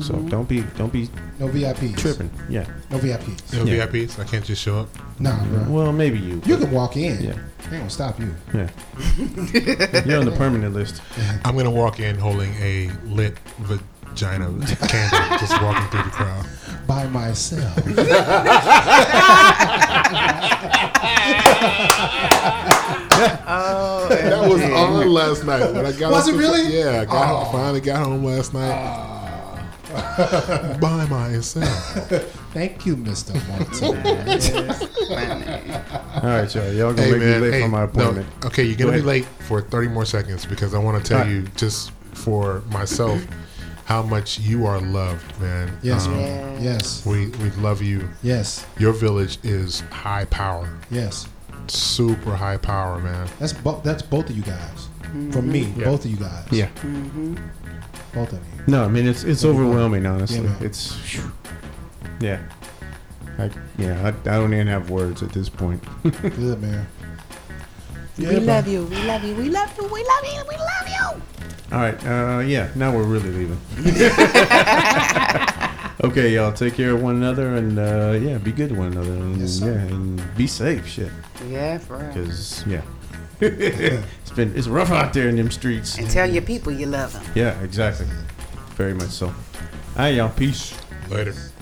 [SPEAKER 2] So don't be, don't be
[SPEAKER 6] No VIPs.
[SPEAKER 2] tripping. Yeah.
[SPEAKER 6] No VIPs.
[SPEAKER 4] No
[SPEAKER 2] Yeah.
[SPEAKER 4] VIPs. I can't just show up.
[SPEAKER 6] Nah, bro.
[SPEAKER 2] Well, maybe you.
[SPEAKER 6] You can walk in.
[SPEAKER 2] Yeah.
[SPEAKER 6] They don't stop you.
[SPEAKER 2] Yeah. You're on the permanent list.
[SPEAKER 4] I'm gonna walk in holding a lit vagina candle, just walking through the crowd.
[SPEAKER 6] By myself.
[SPEAKER 5] Oh,
[SPEAKER 1] Oh,
[SPEAKER 4] That was on last night when I got.
[SPEAKER 6] Was
[SPEAKER 4] off
[SPEAKER 6] it
[SPEAKER 4] the-
[SPEAKER 6] really?
[SPEAKER 4] Yeah, I got home, finally got home last night by myself.
[SPEAKER 6] Thank you, Mr. Martin.
[SPEAKER 2] All right, y'all. Y'all gonna
[SPEAKER 4] Hey
[SPEAKER 2] make
[SPEAKER 4] man,
[SPEAKER 2] me late
[SPEAKER 4] hey,
[SPEAKER 2] for my
[SPEAKER 4] no,
[SPEAKER 2] appointment.
[SPEAKER 4] okay, you're gonna
[SPEAKER 2] Go ahead.
[SPEAKER 4] be late for 30 more seconds because I want to tell
[SPEAKER 2] All right.
[SPEAKER 4] you just for myself how much you are loved, man.
[SPEAKER 6] yes,
[SPEAKER 4] Um,
[SPEAKER 6] bro. Yes.
[SPEAKER 4] we we love you.
[SPEAKER 6] Yes.
[SPEAKER 4] Your village is high power,
[SPEAKER 6] Yes.
[SPEAKER 4] super high power, man.
[SPEAKER 6] That's bo- that's both of you guys. From me,
[SPEAKER 4] Yeah.
[SPEAKER 6] both of you guys.
[SPEAKER 2] Yeah.
[SPEAKER 5] Mm-hmm.
[SPEAKER 6] Both of you.
[SPEAKER 2] No, I mean it's it's overwhelming, honestly.
[SPEAKER 6] man.
[SPEAKER 2] it's phew. yeah. I, yeah, I, I don't even have words at this point.
[SPEAKER 6] Good man.
[SPEAKER 2] Yeah,
[SPEAKER 13] we love you. We love you. We love you. We love you. We love you.
[SPEAKER 2] All right, uh, yeah, now we're really leaving. okay, y'all, take care of one another and uh, yeah, be good to one another and
[SPEAKER 6] Yes,
[SPEAKER 2] yeah,
[SPEAKER 6] sir.
[SPEAKER 2] and be safe, shit,
[SPEAKER 1] yeah, for real.
[SPEAKER 2] because yeah, it's been it's rough out there in them streets.
[SPEAKER 1] And tell your people you love them.
[SPEAKER 2] Yeah, exactly, very much so. All right, y'all, peace.
[SPEAKER 4] Later.